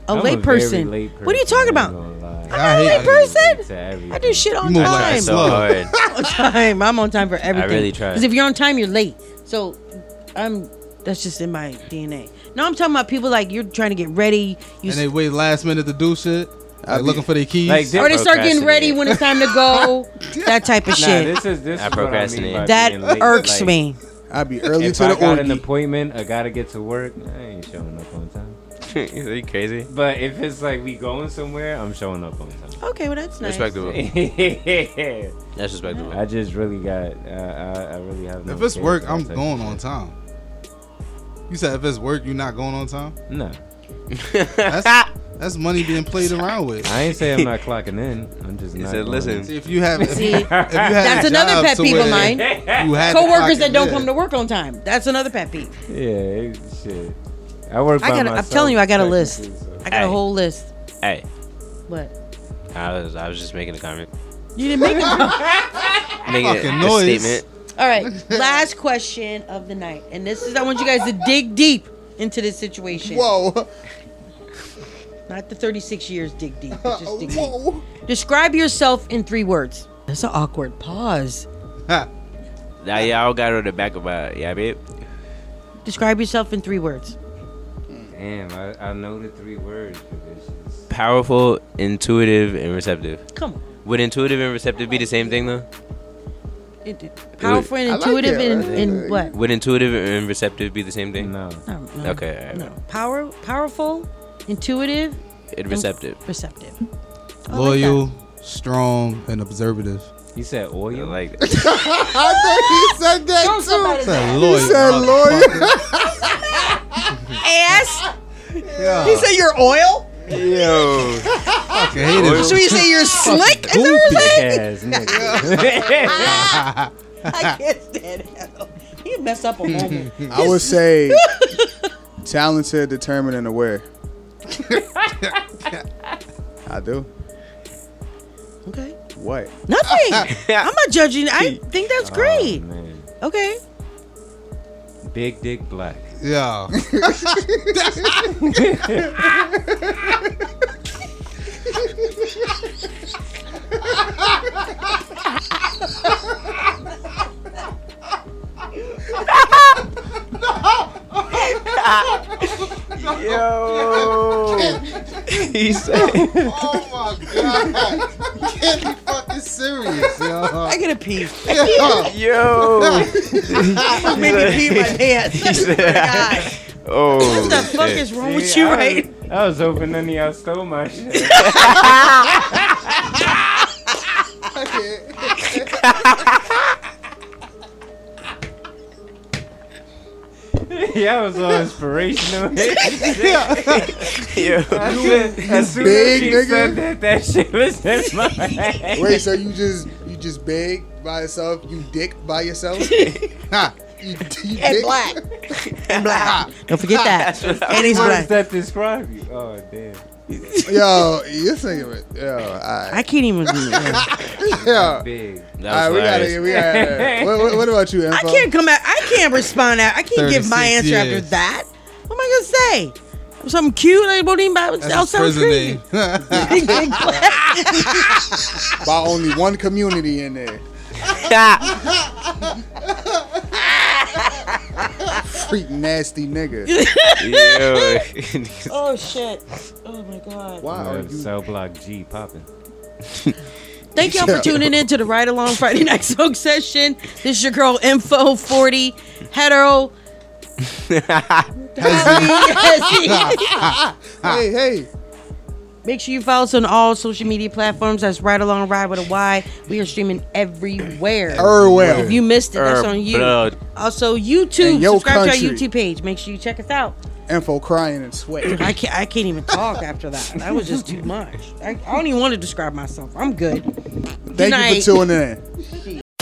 S5: a,
S6: I'm a
S5: late,
S6: very
S5: person.
S6: late
S5: What are you talking about? I'm not a
S6: hate
S5: late person.
S6: everything.
S5: I do shit on
S6: You move like a
S5: time.
S6: slug.
S5: on time. I'm on time for everything.
S3: really try.
S5: Because if you're on time, you're late. So I'm. That's just in my DNA. No, I'm talking about people like you're trying to get ready. You
S8: and they wait last minute to do shit. Like looking for their keys.
S5: Like, or they start getting ready when it's time to go. that type of
S7: Nah,
S5: shit.
S7: this is this
S3: I
S7: is what I mean
S3: procrastinate.
S7: by
S5: That
S7: being late.
S5: irks
S7: Like,
S5: me.
S6: I'd be early
S7: if
S6: to
S7: I
S6: the
S7: got
S6: orgy.
S7: an appointment, I gotta get to work. I ain't showing up on time.
S3: Are you crazy?
S7: But if it's like we going somewhere, I'm showing up on time.
S5: Okay, well that's nice.
S3: Respectable.
S7: That's
S3: respectable.
S7: I just really got. Uh, I, I really have. No
S8: If it's
S7: care
S8: work,
S7: for that
S8: I'm
S7: type of
S8: going
S7: shit.
S8: on time. You said if it's work, you're not going on time?
S7: No.
S8: that's, that's money being played around with.
S7: I ain't say I'm not clocking in. I'm just.
S8: He
S7: not
S8: said,
S7: going
S8: "Listen."
S7: in.
S8: See, if you have- if
S5: See,
S8: you- if you had a
S5: that's another
S8: job
S5: pet
S8: to
S5: peeve of
S8: where
S5: mine.
S8: you had to
S5: Coworkers
S8: clock
S5: that
S8: in,
S5: don't
S8: yeah.
S5: come to work on time. That's another pet peeve.
S7: Yeah, it- shit. I work.
S5: I
S7: by
S5: got. I'm
S7: myself,
S5: telling you, I got a
S7: technically,
S5: list.
S7: so-
S5: I got a
S3: Hey.
S5: whole list.
S3: Hey,
S5: What?
S3: I was I was just making a comment,
S5: You didn't make it.
S3: making a,
S8: Fucking
S3: a
S8: noise.
S3: statement.
S5: All right, last question of the night, and this is I want you guys to dig deep into this situation.
S6: Whoa.
S5: Not the 36 years dig deep. but Just dig deep. Describe yourself in three words. That's an awkward pause.
S3: Now y'all got on the back of my yeah, babe.
S5: Describe yourself in three words.
S7: Damn, I, I know the three words for this.
S3: Powerful, intuitive, and receptive.
S5: Come on.
S3: Would intuitive and receptive be the same thing though?
S5: It- Powerful and
S6: I like
S5: intuitive
S6: it.
S5: in,
S8: Uh,
S5: in what?
S3: Would intuitive and receptive be the same thing? No.
S5: No, no.
S3: okay. all right.
S5: No. Power, powerful, intuitive,
S3: And receptive.
S5: receptive.
S8: Loyal, strong, and observative.
S7: You said oil.
S3: like
S6: I think he said that too.
S8: said
S6: He
S8: lawyer,
S6: said lawyer.
S5: Ass.
S8: Yeah.
S5: He said your oil.
S3: Yo.
S8: Fucking hate it.
S5: So you say you're slick? Is that what
S8: Goofy
S5: you're saying?
S8: ass
S5: I can't stand him. He messed up a moment.
S6: I would say talented, determined, and aware. I do.
S5: Okay.
S6: What?
S5: Nothing. I'm not judging. I think that's great. Oh. Okay.
S7: Oh, Big Dick Black.
S8: Yeah.
S5: Oh
S6: Yo.
S3: He said.
S8: Oh my god. You can't be fucking serious, yo. I
S5: gotta pee.
S3: Yo.
S5: Made me pee my pants.
S3: He said- oh.
S5: What the fuck
S3: shit.
S5: is wrong with you
S7: I was-
S5: right
S7: I was hoping none of y'all stole my shit. yeah, I was so inspirational.
S3: Yo.
S7: As soon- as soon as
S6: big
S7: she
S6: nigga.
S7: said that, that shit was in my head.
S6: Wait, so you just you just big by yourself? You dick by yourself? ha. You, you
S5: And
S6: dick?
S5: black. And black. Don't forget that. and he's
S7: Words
S5: black.
S7: that describe you. Oh damn.
S6: Yo, you singing it? Yo, alright.
S5: I can't even. do it.
S6: Yeah.
S7: Big.
S6: Uh, All right, we gotta, we gotta. What, what, what about you, Info?
S5: I can't come out. I can't respond. Out. I can't give my
S6: 36
S5: answer after
S6: years.
S5: that. What am I gonna say? Something cute? I won't even buy.
S6: That's
S5: That
S6: his
S5: sounds crazy.
S6: prison
S5: Big dick
S6: By only one community in there. Freak nasty nigga.
S5: oh shit. Oh my god.
S7: Wow. Cell block G popping.
S5: Thank y'all for tuning in to the Ride Along Friday Night Smoke Session. This is your girl Info 40, hetero,
S23: hey, hey.
S5: Make sure you follow us on all social media platforms. That's right along ride with a Y. We are streaming everywhere.
S23: Everywhere.
S5: If you missed it, that's on you.
S23: Everywhere.
S5: Also, YouTube.
S23: In your
S5: Subscribe to our
S23: country.
S5: YouTube page. Make sure you check us out.
S23: Info crying and sweat.
S5: I can't. I can't even talk after that. That was just too much. I, I don't even want to describe myself. I'm good.
S23: Thank you for tuning in.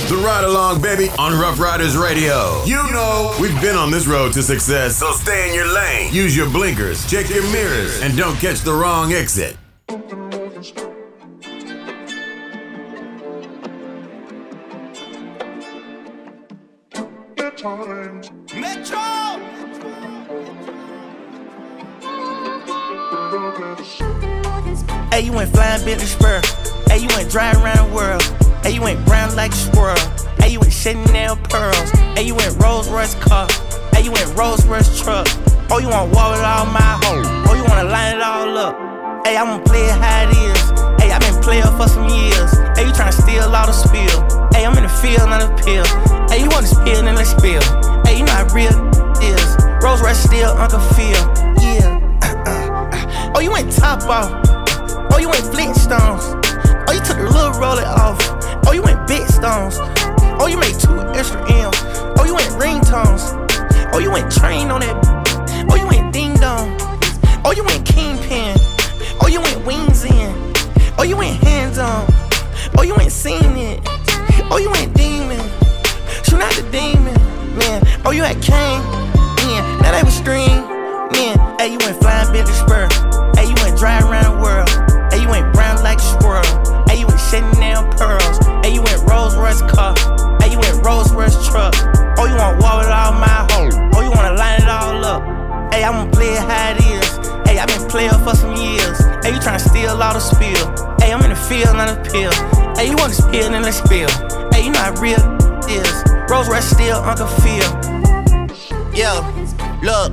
S2: The ride along, baby, on Rough Riders Radio. You know, we've been on this road to success, so stay in your lane. Use your blinkers, check your mirrors, and don't catch the wrong exit.
S1: Hey, you went flying Bentley Spur. Hey, you went dry around the world. Hey, you went brown like a squirrel. Hey, you went Chanel pearls. Hey, you went Rolls Royce car. Hey, you went Rolls Royce truck. Oh, you want wall with all my hoes. Oh, you wanna line it all up. Hey, I'm gonna play it how it is. Hey, I've been player for some years. Hey, you tryna steal all the spill. Hey, I'm in the field, not a pill. Hey, you wanna spill, then let's spill. Hey, you know how real is. Rolls Royce still Uncle Phil. Yeah. Oh, you ain't top off. Oh, you ain't Flintstones. Oh, you took the little roller off. Oh, you ain't big stones. Oh, you made two extra M's. Oh, you ain't ringtones. Oh, you ain't train on that. b- Oh, you ain't ding dong. Oh, you ain't kingpin. Oh, you ain't wings in. Oh, you ain't hands on. Oh, you ain't seen it. Oh, you ain't demon. Shoot out the demon, man. Oh, you ain't king, man. Now they was string, man. Hey, you went flying Bentley spur. Hey, you went dry around the world. Hey, you went brown like a squirrel. Hey, you went Chanel pearls. Hey, you went Rolls Royce car. Hey, you went Rolls Royce truck. Oh, you want wall with all my hoes. Oh, you wanna line it all up. Hey, I'ma play it how it is. Hey, I've been player for some years. Hey, you tryna steal all the spill. Hey, I'm in the field, not a pill. Hey, you wanna spill, then let's spill. Hey, you know how real is. Rolls Royce still Uncle Phil.
S37: Yeah, look.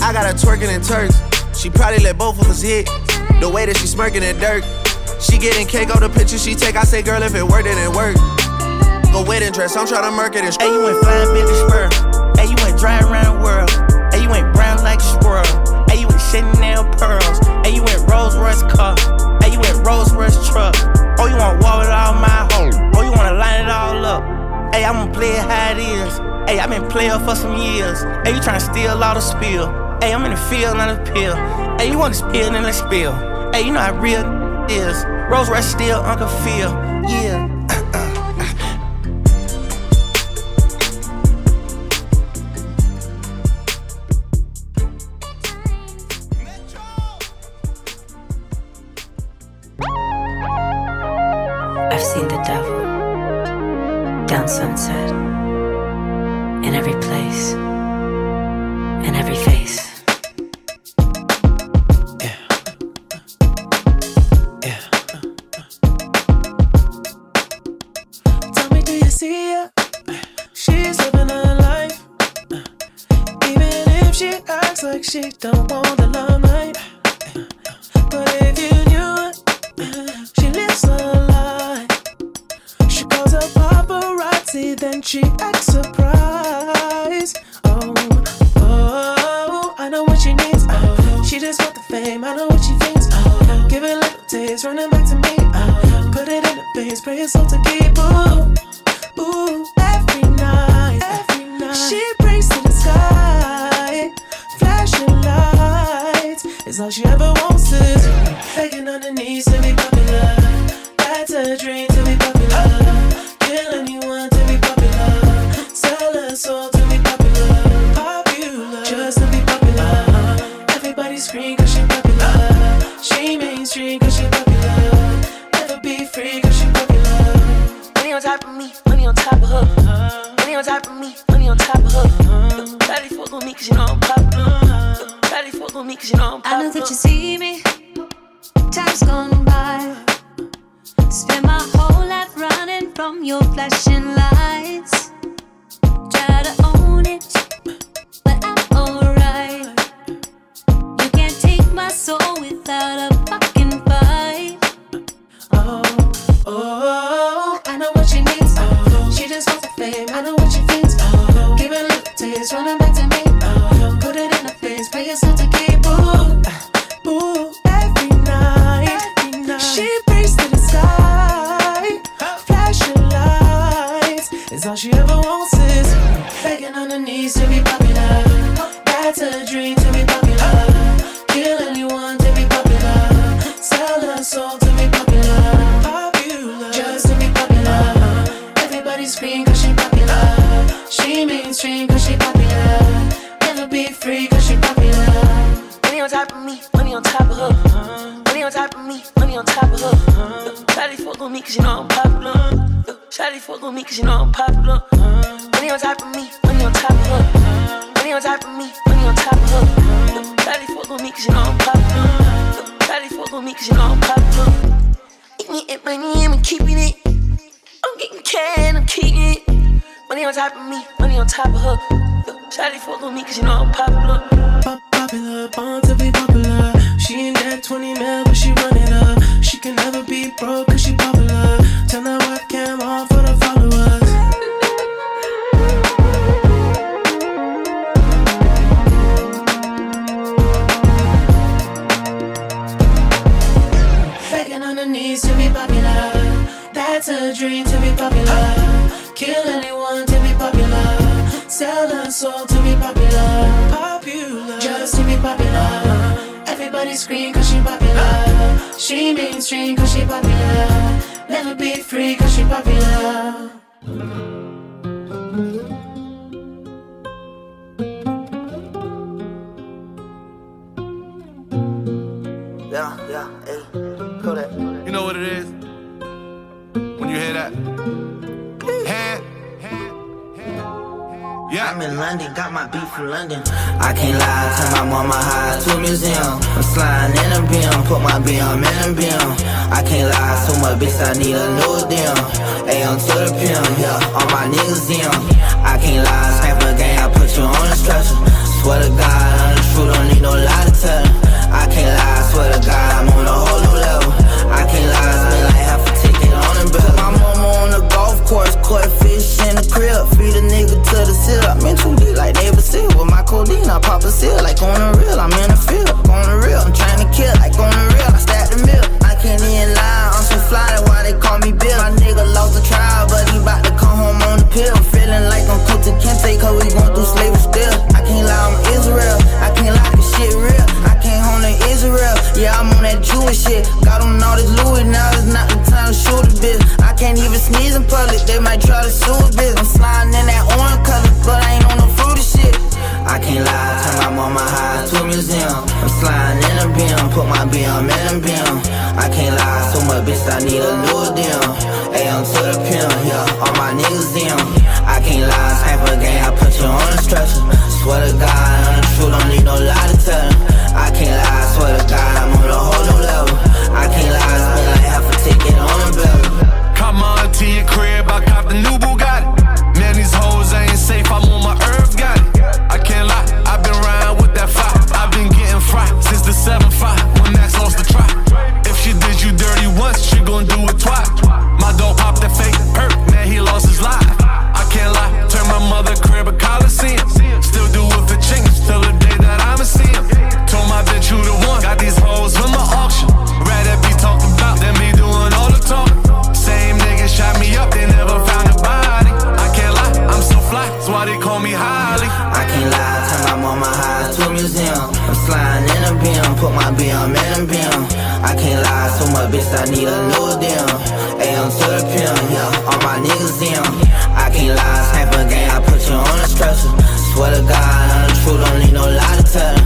S37: I got her twerking in Turks. She probably let both of us hit. The way that she smirking in dirt. She getting cake on the picture she take. I say, girl, if it worked, it didn't work. Go wedding dress, I'm tryna to murk it. Hey, you went flying
S1: Bentley spur. Hey, you went dry around the world. Hey, you went brown like a squirrel. Hey, you went Chanel pearls. Hey, you went Rolls Royce car. Hey, you went Rolls Royce truck. Oh, you want wall with all my hoes. Oh, you wanna line it all up. Hey, I'ma play it how it is. Hey, I've been player for some years. Hey, you tryna steal all the spill. Hey, I'm in the field, not a pill. Hey, you wanna spill, then let's spill. Hey, you know how real is. Rolls Royce still Uncle Phil. Yeah.
S18: I've seen the devil down sunset in every place, in every face.
S38: Tell me, do you see her? She's living her life. Even if she acts like she don't want the limelight. But if you knew her, she lives a lie. She calls a paparazzi, then she acts surprised. Oh, oh, I know what she needs. Oh, she just want the fame. I know what she thinks. Oh, give it little taste, running back to me. Oh, put it in the face, pray it's all to keep. Ooh, ooh, every night, every night. She prays to the sky, flashing lights. It's all she ever wants is begging on her knees to be popular. That's her dream to be popular. Kill anyone to be popular. Sell her soul to be popular. Popular. Just to be popular. Everybody scream cause she popular. She mainstream cause she popular. Never be free cause she popular. Money on top of me, money on top of her. Money on top of me, money on top of her.
S39: me cause you know I'm popular. Daddy fuck with me cause you know I'm
S18: I
S39: popular.
S18: know that you see me. Time's gone by. Spent my whole life running from your flashing lights. Try to own it, but I'm alright. You can't take my soul without a fucking fight.
S38: Oh, I know what she needs. Oh, she just wants the fame. I know what she thinks. Oh, give it a little taste, running back to me. Oh, put it in her face, pay yourself to keep. Ooh, ah, ooh, every night, she prays to the sky. Flashing lights is all she ever wants is begging on her knees to be popular. That's a dream to be popular. Kill anyone to be popular. Sell her soul to be popular. Popular, just to be popular. Everybody scream cause she popular. She mainstream cause she popular. Never be free cause she popular.
S39: Money on top of me, money on top of her. Money on top of me, money on top of her. Look, Shawty fuck with me cause you know I'm popular. Look, Shawty fuck with me cause you know I'm popular. Money on top of me, money on top of her. Money on top of me, money on top of her. Look, Shawty fuck with me cause you know I'm popular. Look, Shawty fuck with me cause you know I'm popular. Eat me and money and I'm keeping it. I'm getting can, I'm keeping it. Money on top of me, money on top of her. Look, Shawty fuck with me cause you know I'm popular.
S38: Pop- popular, born to be popular. She ain't that 20 mil, but she running up. She can never be broke cause she popular. Turn that webcam on for the followers. Begging on her knees to be popular. That's a dream to be popular. Kill anyone to be popular. Sell her soul to be popular. Popular. Just to be popular. Everybody scream cause she popular. She mainstream cause she popular. Never be free cause she popular.
S40: Yeah, yeah, hey, Kodak. You know what it is? When you hear that? Hand. Yeah.
S41: I'm in London, got my beat from London. I can't lie, tell my mama high to a museum. I'm sliding in a beam, put my beam in a beam. I can't lie, so my bitch, I need a new deal. AM to the pimp, yeah, all my niggas in. I can't lie, sniper gang, I put you on the stretcher. Swear to God, I'm the truth, don't need no lie to tell. I can't lie, swear to God, I'm on a whole new level. I can't lie, spend like half a ticket on the bill. My mama on the golf course, caught fish in the crib. Feed a nigga to the seal. I'm in too deep like David Seal. With my codeine, I pop a seal. Like on the real, I'm in the field. On the real, I'm trying to kill. Like on the real, I stack the mill. I can't even lie, I'm so fly, that's why they call me Bill. My nigga lost the trial, but he bout to come home on the pill. Feeling like I'm cooked to Kente, cause we going through slavery still. I can't lie, I'm Israel. I can't lie, this shit real. I came home to Israel. Yeah, I'm on that Jewish shit. Got on all this Louis, now it's not the time to shoot a bitch. I can't even sneeze in public, they might try to sue a bitch. I'm sliding in that orange color, but I ain't on the fruity shit. I can't lie, turn my mama high to a museum. I'm sliding in a beam, put my beam in a beam. I can't lie, so much bitch, I need a new deal. AM to the pimp, yeah, all my niggas in. I can't lie, sniper gang, I put you on a stretcher. Swear to God, I'm the truth, don't need no lie to tell. I can't lie, swear to God, I'm on a whole new level. I can't lie, spend like half a ticket on a bill.
S40: Come on to your crib, I cop the new Bugatti. Man, these hoes ain't safe, I'm on my herb got it. I can't lie, I've been riding with that fire. I've been getting fried since the 7-5, when Max lost the try. If she did you dirty once, she gon' do it twice. My dog popped that fake perk, man, he lost his life. I can't lie, turn my mother crib a coliseum. Still do it for chinks, till the day that I'ma see him. Told my bitch you the one, got these hoes in my auction. Rather be talked about than me doing all the talking. Same nigga shot me up, they never found a body. I can't lie, I'm so fly, that's why they call me
S41: I
S40: Holly.
S41: can't lie, turn my mama high to a museum. I'm sliding in a beam, put my beam in a beam. I can't lie, so much bitch, I need a new deal. AM to the pimp, yeah, all my niggas in. I can't lie, sniper gang, I put you on a stretcher. Swear to God, I'm the truth, don't need no lie to tell.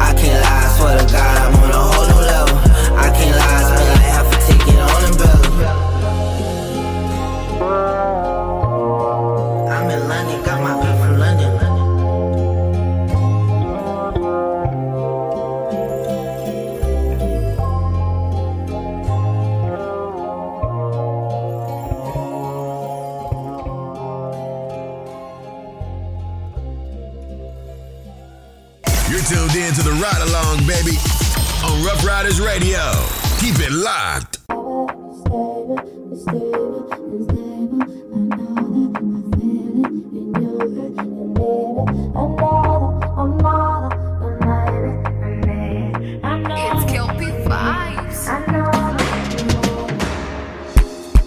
S41: I can't lie, swear to God, I'm on a whole new level. I can't lie, spend like half a ticket on the bill. I'm in London, got my beat from London.
S2: You're tuned in to the ride along, baby, on Rough Riders Radio. Keep it locked.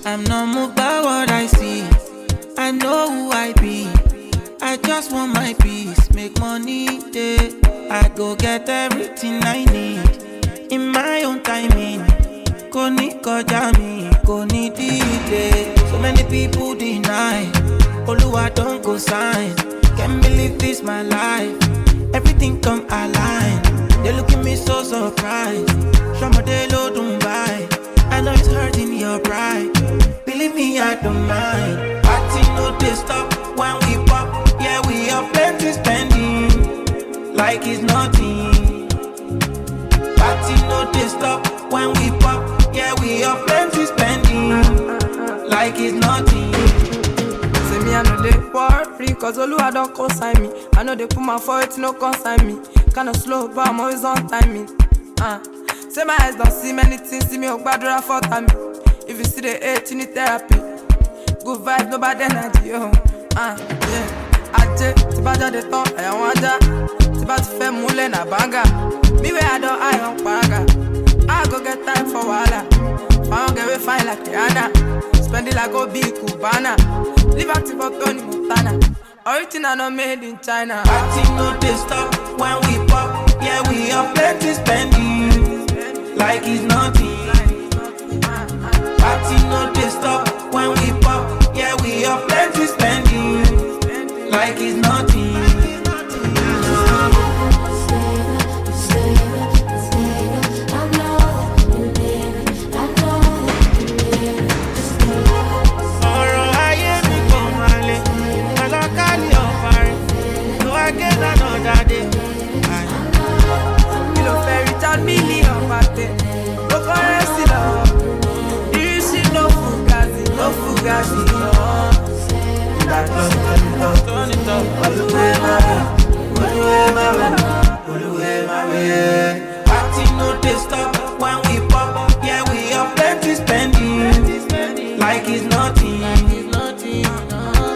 S42: I'm not moved by what I see. I know who I be. I just want my peace, make money, yeah. I go get everything I need in my own timing. Koni koja mi, koni dide. So many people deny. Oluwa don't go sign. Can't believe this my life. Everything come aligned. They look at me so surprised. Shamade lo Dubai. I know it's hurting your pride. Believe me, I don't mind. Party no they stop when we pop. Yeah, we are plenty spending like it's nothing. Party no they stop when we pop. Yeah, we are plenty spending like it's nothing.
S43: Say me, I know they worry, cause Oluwa don't consign me. I know they put my foot, no consign me. Kinda slow, but I'm always on timing. Uh, say my eyes don't see many things, see me, oh, gbadura for time. If you see the hate, you need therapy. Good vibe, no bad energy, oh. Uh, yeah. Ajé, tí bá jáde tán, àyà wọn ajá. Tí bá ti fẹ́ múlẹ̀ nà báńgà. Me where I don't iron paraga. I go get time for wahala. Found get way fine like Rihanna. Spend it like go big Cubana. Live active for Tony Montana. Original not made in China.
S42: Party no dey stop when we pop. Yeah, we are plenty spending like it's nothing. Party no dey stop when we pop. Yeah, we are plenty spending like it's nothing. Ọ̀rọ̀ ayé mi kò máa le, ọlọ́kàlì ọ̀fàrẹ̀, ló wá gé lánàá dáadé.
S43: Kí ló fẹ́ Richard Million pàtẹ? Ló kọ́rẹ́ sí lọ. Irisi ló fugazi, ló fugazi lọ.
S42: Olúwẹ̀ máa wẹ̀, olúwẹ̀ máa wẹ̀, olúwẹ̀ máa wẹ̀. Party no dey stop when we pop, yeah we are plenty spending like it's nothing.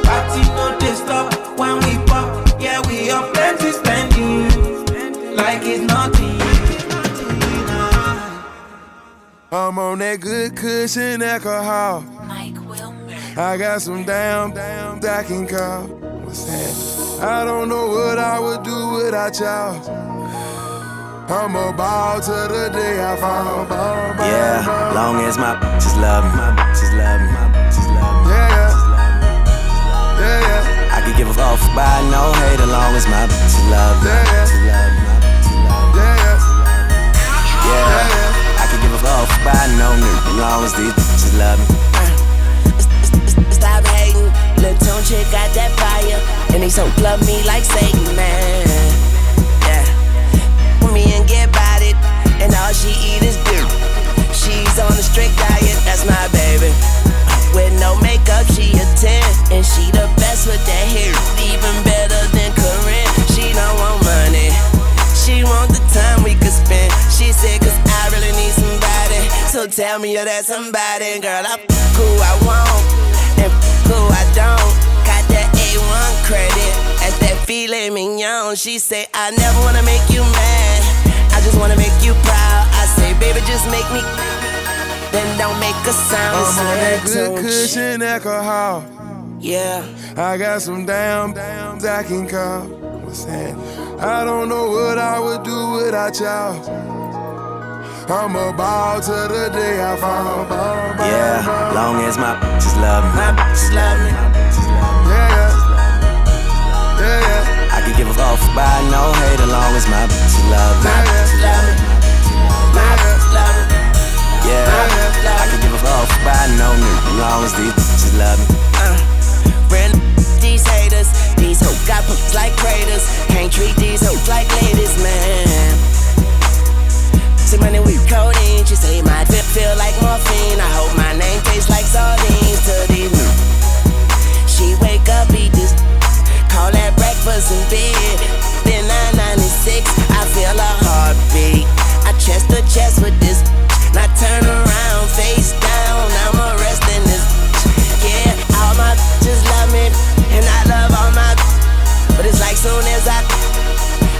S42: Party no dey stop when we pop, yeah we are plenty spending like it's nothing.
S36: I'm on that good cushion alcohol. I got some damn, damn that I can call. What's that? I don't know what I would do without y'all. I'm a ball to the day I fall. Ball, ball,
S44: Yeah, long as my bitches love me, my bitches love me, my bitches love me. Yeah, yeah. I could give a fuck by no hate, as long as my bitches love me. my bitches love me, my bitches love me, my bitches love me. Yeah, I could give a fuck by no nigga, as long as these bitches love me.
S26: Stop hating. Lil' tone chick got that fire. And they so love me like Satan, man. Yeah. Put me and get about it. And all she eat is beer. She's on a strict diet, that's my baby. With no makeup, she a 10. And she the best with that hair. Even better than Corinne. She don't want money. She want the time we could spend. She said, cause I really need somebody. So tell me you're that somebody. Girl, I f- who I want and f- who I don't. Got that A1 credit. That's that filet mignon. She say, I never wanna make you mad. I just wanna make you proud. I say, baby, just make me. Then don't make a sound. It's
S36: I'm on that
S26: a
S36: good
S26: head tune.
S36: cushion alcohol.
S26: Yeah.
S36: I got some damn, damn that I can call. What's that? I don't know what I would do without y'all. I'm a ball to the day I fall. Ball, ball,
S44: Yeah,
S36: ball.
S44: long as my bitches love me, my bitches love me. I could give a fuck by no hate, as long as my bitches love me. my bitches love me. Yeah, I could give a fuck by no nigga, as long as these bitches love me.
S26: Real these haters, these hoes got pumps like craters. Can't treat these hoes like ladies, man. See money with codeine, she say my drip feel like morphine. I hope my name tastes like sardines to these new. She wake up, eat this, call that breakfast in bed. Then I
S45: 96, I feel a heartbeat. I chest to chest with this. Now turn around, face down. I'm arresting this. Yeah, all my just love me, and I love all my. But it's like soon as I,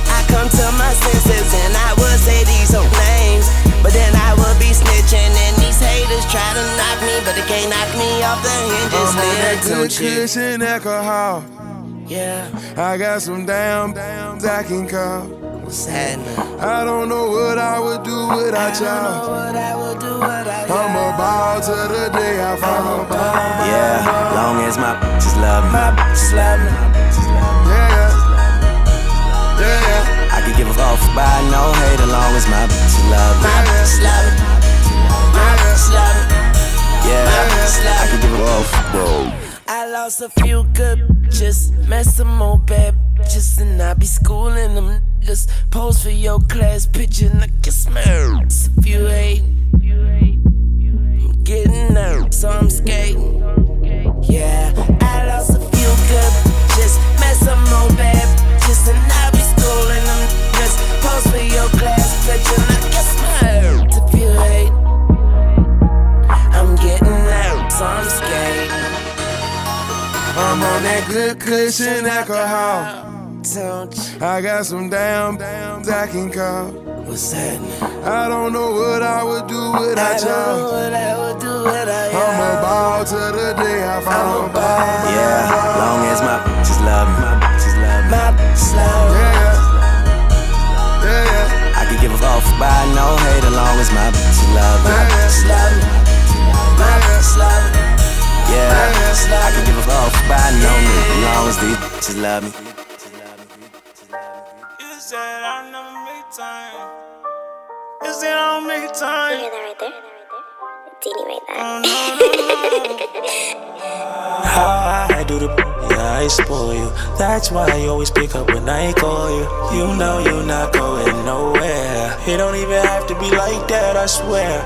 S45: I come to my senses, and I would say these old names, but then I would be snitching, and these haters try to knock me, but they can't knock me off the hinges.
S36: I'm on that
S45: Still
S36: good
S45: too chill.
S36: cushion alcohol.
S45: Yeah.
S36: I got some damn, damn I can call. What's happening? I don't know what I would do without y'all. I'm a ball to the day I fall.
S44: Yeah, long as my bitches love me. My bitches love me. I could give a fuck by no hate as long as my bitches love me. My bitches love me. My bitches love me. Yeah, I could give a fuck. Whoa.
S26: I lost a few good just met some more bad bitches and I be schooling them niggas. Pose for your class picture and I kiss my ass if you hate. I'm getting out, so I'm skating. Yeah, I lost a few good bitches met some more bad bitches and I be schooling them niggas. Pose for your class picture and I kiss my ass if you hate. I'm getting out, so I'm skating.
S36: I'm on that good cushion alcohol. I got some damn, damn I can call. What's happening? I don't know what I would do without y'all. I'm a ball to the day I fall.
S44: Yeah, long as my bitches love me. My bitches love me. I could give a fuck by no hate as long as my bitches love me. My bitches love me. My bitches love me. Yeah, I could give a fuck by no nigga as long as these bitches love me.
S26: You said I never make time. You said I don't make time. You hear that right there? Diddy right
S46: Oh, How I do the yeah, I spoil you. That's why I always pick up when I call you. You know you're not going nowhere. It don't even have to be like that, I swear.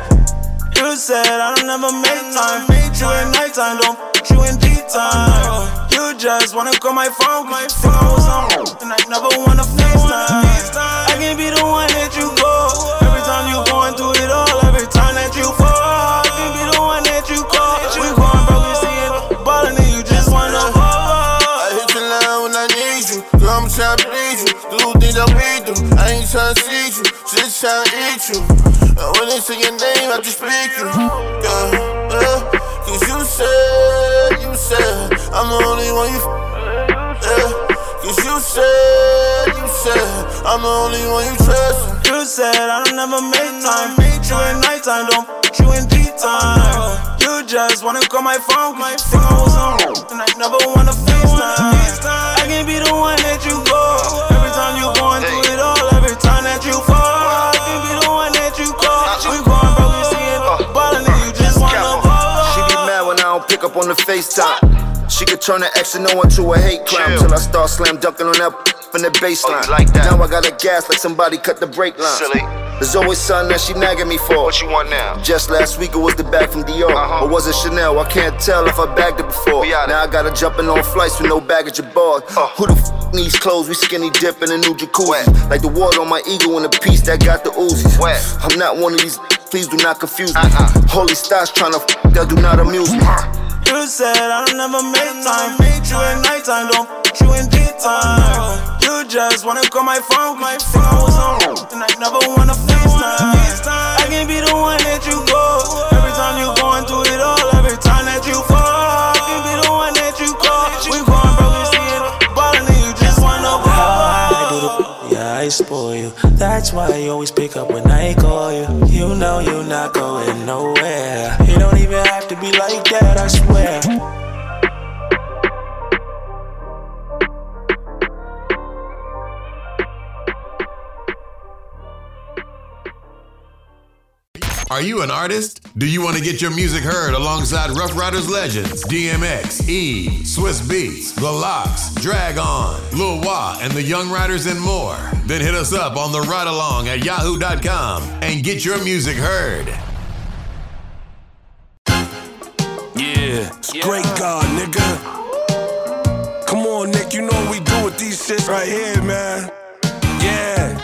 S46: You said I'll never make time. Beat you in nighttime, don't put you in G time. You just wanna call my phone, my phone's on. And I never wanna FaceTime. I can be the one that you call. Every time you going through it all, every time that you fall. I can be the one that you call. We going broke, you see it ballin' and you just wanna fall.
S16: I hit the line when I need you. Girl, I'm tryna please you. Do things that we do. I ain't tryna see you. Shit tryna eat you. And when they say your name, I just speak you. Yeah, yeah. Cause you said, you said, I'm the only one you. F- yeah. Cause you said, you said, I'm the only one you trust.
S46: You said I'll never make time. Beat you in nighttime, don't put you in G time. You just wanna call my phone, my phone's on. And I never wanna FaceTime. I can be the one that you call. Every time you going through it all, every time that you fall. I can be the one that you call. We going broke, you see it ballin' and you just wanna ball.
S47: She get mad when I don't pick up on the FaceTime. She could turn an X and O into a hate crime till I start slam dunking on that from the baseline. Oh, like that. Now I got a gas like somebody cut the brake line. Silly. There's always something that she nagging me for. What you want now? Uh-huh. Just last week it was the bag from Dior, or was it Chanel? I can't tell if I bagged it before. Now I gotta jumping on flights with no baggage aboard. Who the f- needs clothes? We skinny dip in a new jacuzzi, like the water on my ego in a piece that got the oozies. I'm not one of these. Please do not confuse me. Holy stars tryna f- that do not amuse me.
S46: You said I'll never make time. Beat you in nighttime, don't put you in G time. You just wanna call my phone, my phone's on. And I never wanna FaceTime. I can be the one that you call. Every time you going through it all, every time that you fall. I can be the one that you call. We going broke, you see it ballin' and you just wanna ball. Yeah, I spoil you. That's why I always pick up when I call you. You know you're not going nowhere. It don't even have to be like that, I swear.
S2: Are you an artist? Do you want to get your music heard alongside Rough Riders legends DMX, E, Swiss Beats, The Locks, Drag On, Lil Wah, and the Young Riders and more? Then hit us up on the ride along at yahoo.com and get your music heard.
S40: Yeah, it's great God, nigga. Come on, Nick, you know we do with these shits right here, man. Yeah.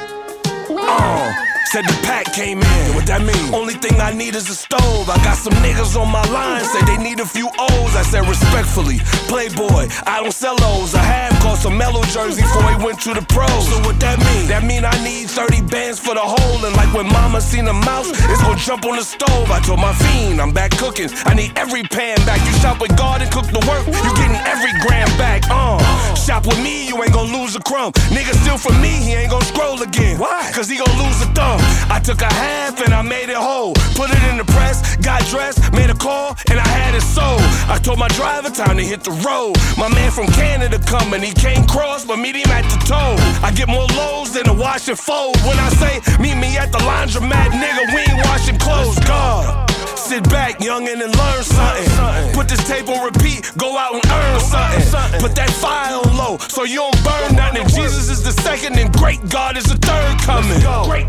S40: Uh, said the pack came in. What that mean? Only thing I need is a stove. I got some niggas on my line. Said they need a few O's. I said respectfully, Playboy, I don't sell O's. I have caught some mellow jersey before he went to the pros. So what that mean? That mean I need 30 bands for the hole. And like when mama seen a mouse, it's gonna jump on the stove. I told my fiend, I'm back cooking. I need every pan back. You shop with God and cook the work. You getting every gram back. Uh, shop with me, you ain't gonna lose a crumb. Nigga steal from me, he ain't gonna scroll again. Why? Cause he gonna lose a thumb. I took a half and I made it whole. Put it in the press, got dressed, made a call, and I had it sold. I told my driver time to hit the road. My man from Canada coming, he can't cross, but meet him at the toll. I get more lows than a wash and fold. When I say meet me at the laundromat, nigga, we ain't washing clothes. God. Sit back, youngin', and learn something. Put this tape on repeat, go out and earn something. Put that fire on low so you don't burn nothing. And Jesus is the second, and great God is the third coming. Great.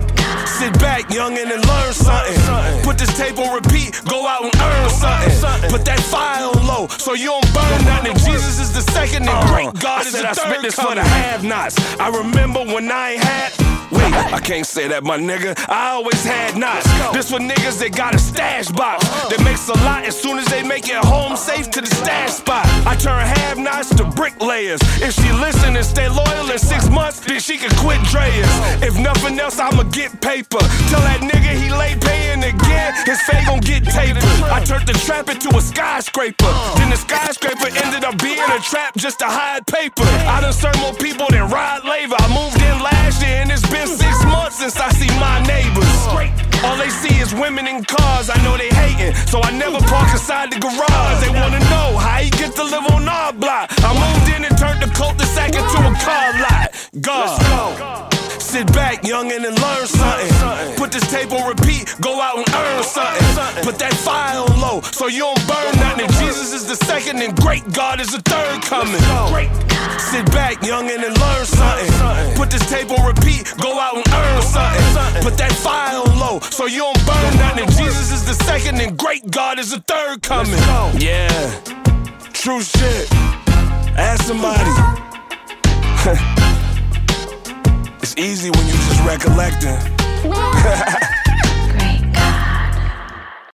S40: Sit back, youngin', and learn something. Put this tape on repeat, go out and earn something. Put that fire on low so you don't burn nothing. And Jesus is the second, and great God is the third. Uh, I spit this for the have nots. I remember when I ain't had. Wait, I can't say that, my nigga. I always had knots. This for niggas that got a stash box. That makes a lot as soon as they make it home safe to the stash spot. I turn have knots to bricklayers. If she listen and stay loyal in six months, then she can quit Dreyers. If nothing else, I'ma get paper. Tell that nigga he late paying again. His fade gon' get tapered. I turned the trap into a skyscraper. Then the skyscraper ended up being a trap just to hide paper. I done served more people than Rod Laver. I moved in last year and it's been six months since I see my neighbors. All they see is women in cars. I know they hating, so I never park inside the garage. They wanna know how he get to live on our block. I moved in and turned the cul-de-sac into a car lot. God. Sit back, youngin', and learn something. Put this tape on repeat, go out and earn something. Put that fire on low so you don't burn nothing. And Jesus is the second, and great God is the third coming. Sit back, youngin', and learn something. Put this tape on repeat, go out and earn something. Put that fire on low so you don't burn nothing. And Jesus is the second, and great God is the third coming. Yeah, true shit. Ask somebody. it's easy when you just recollecting.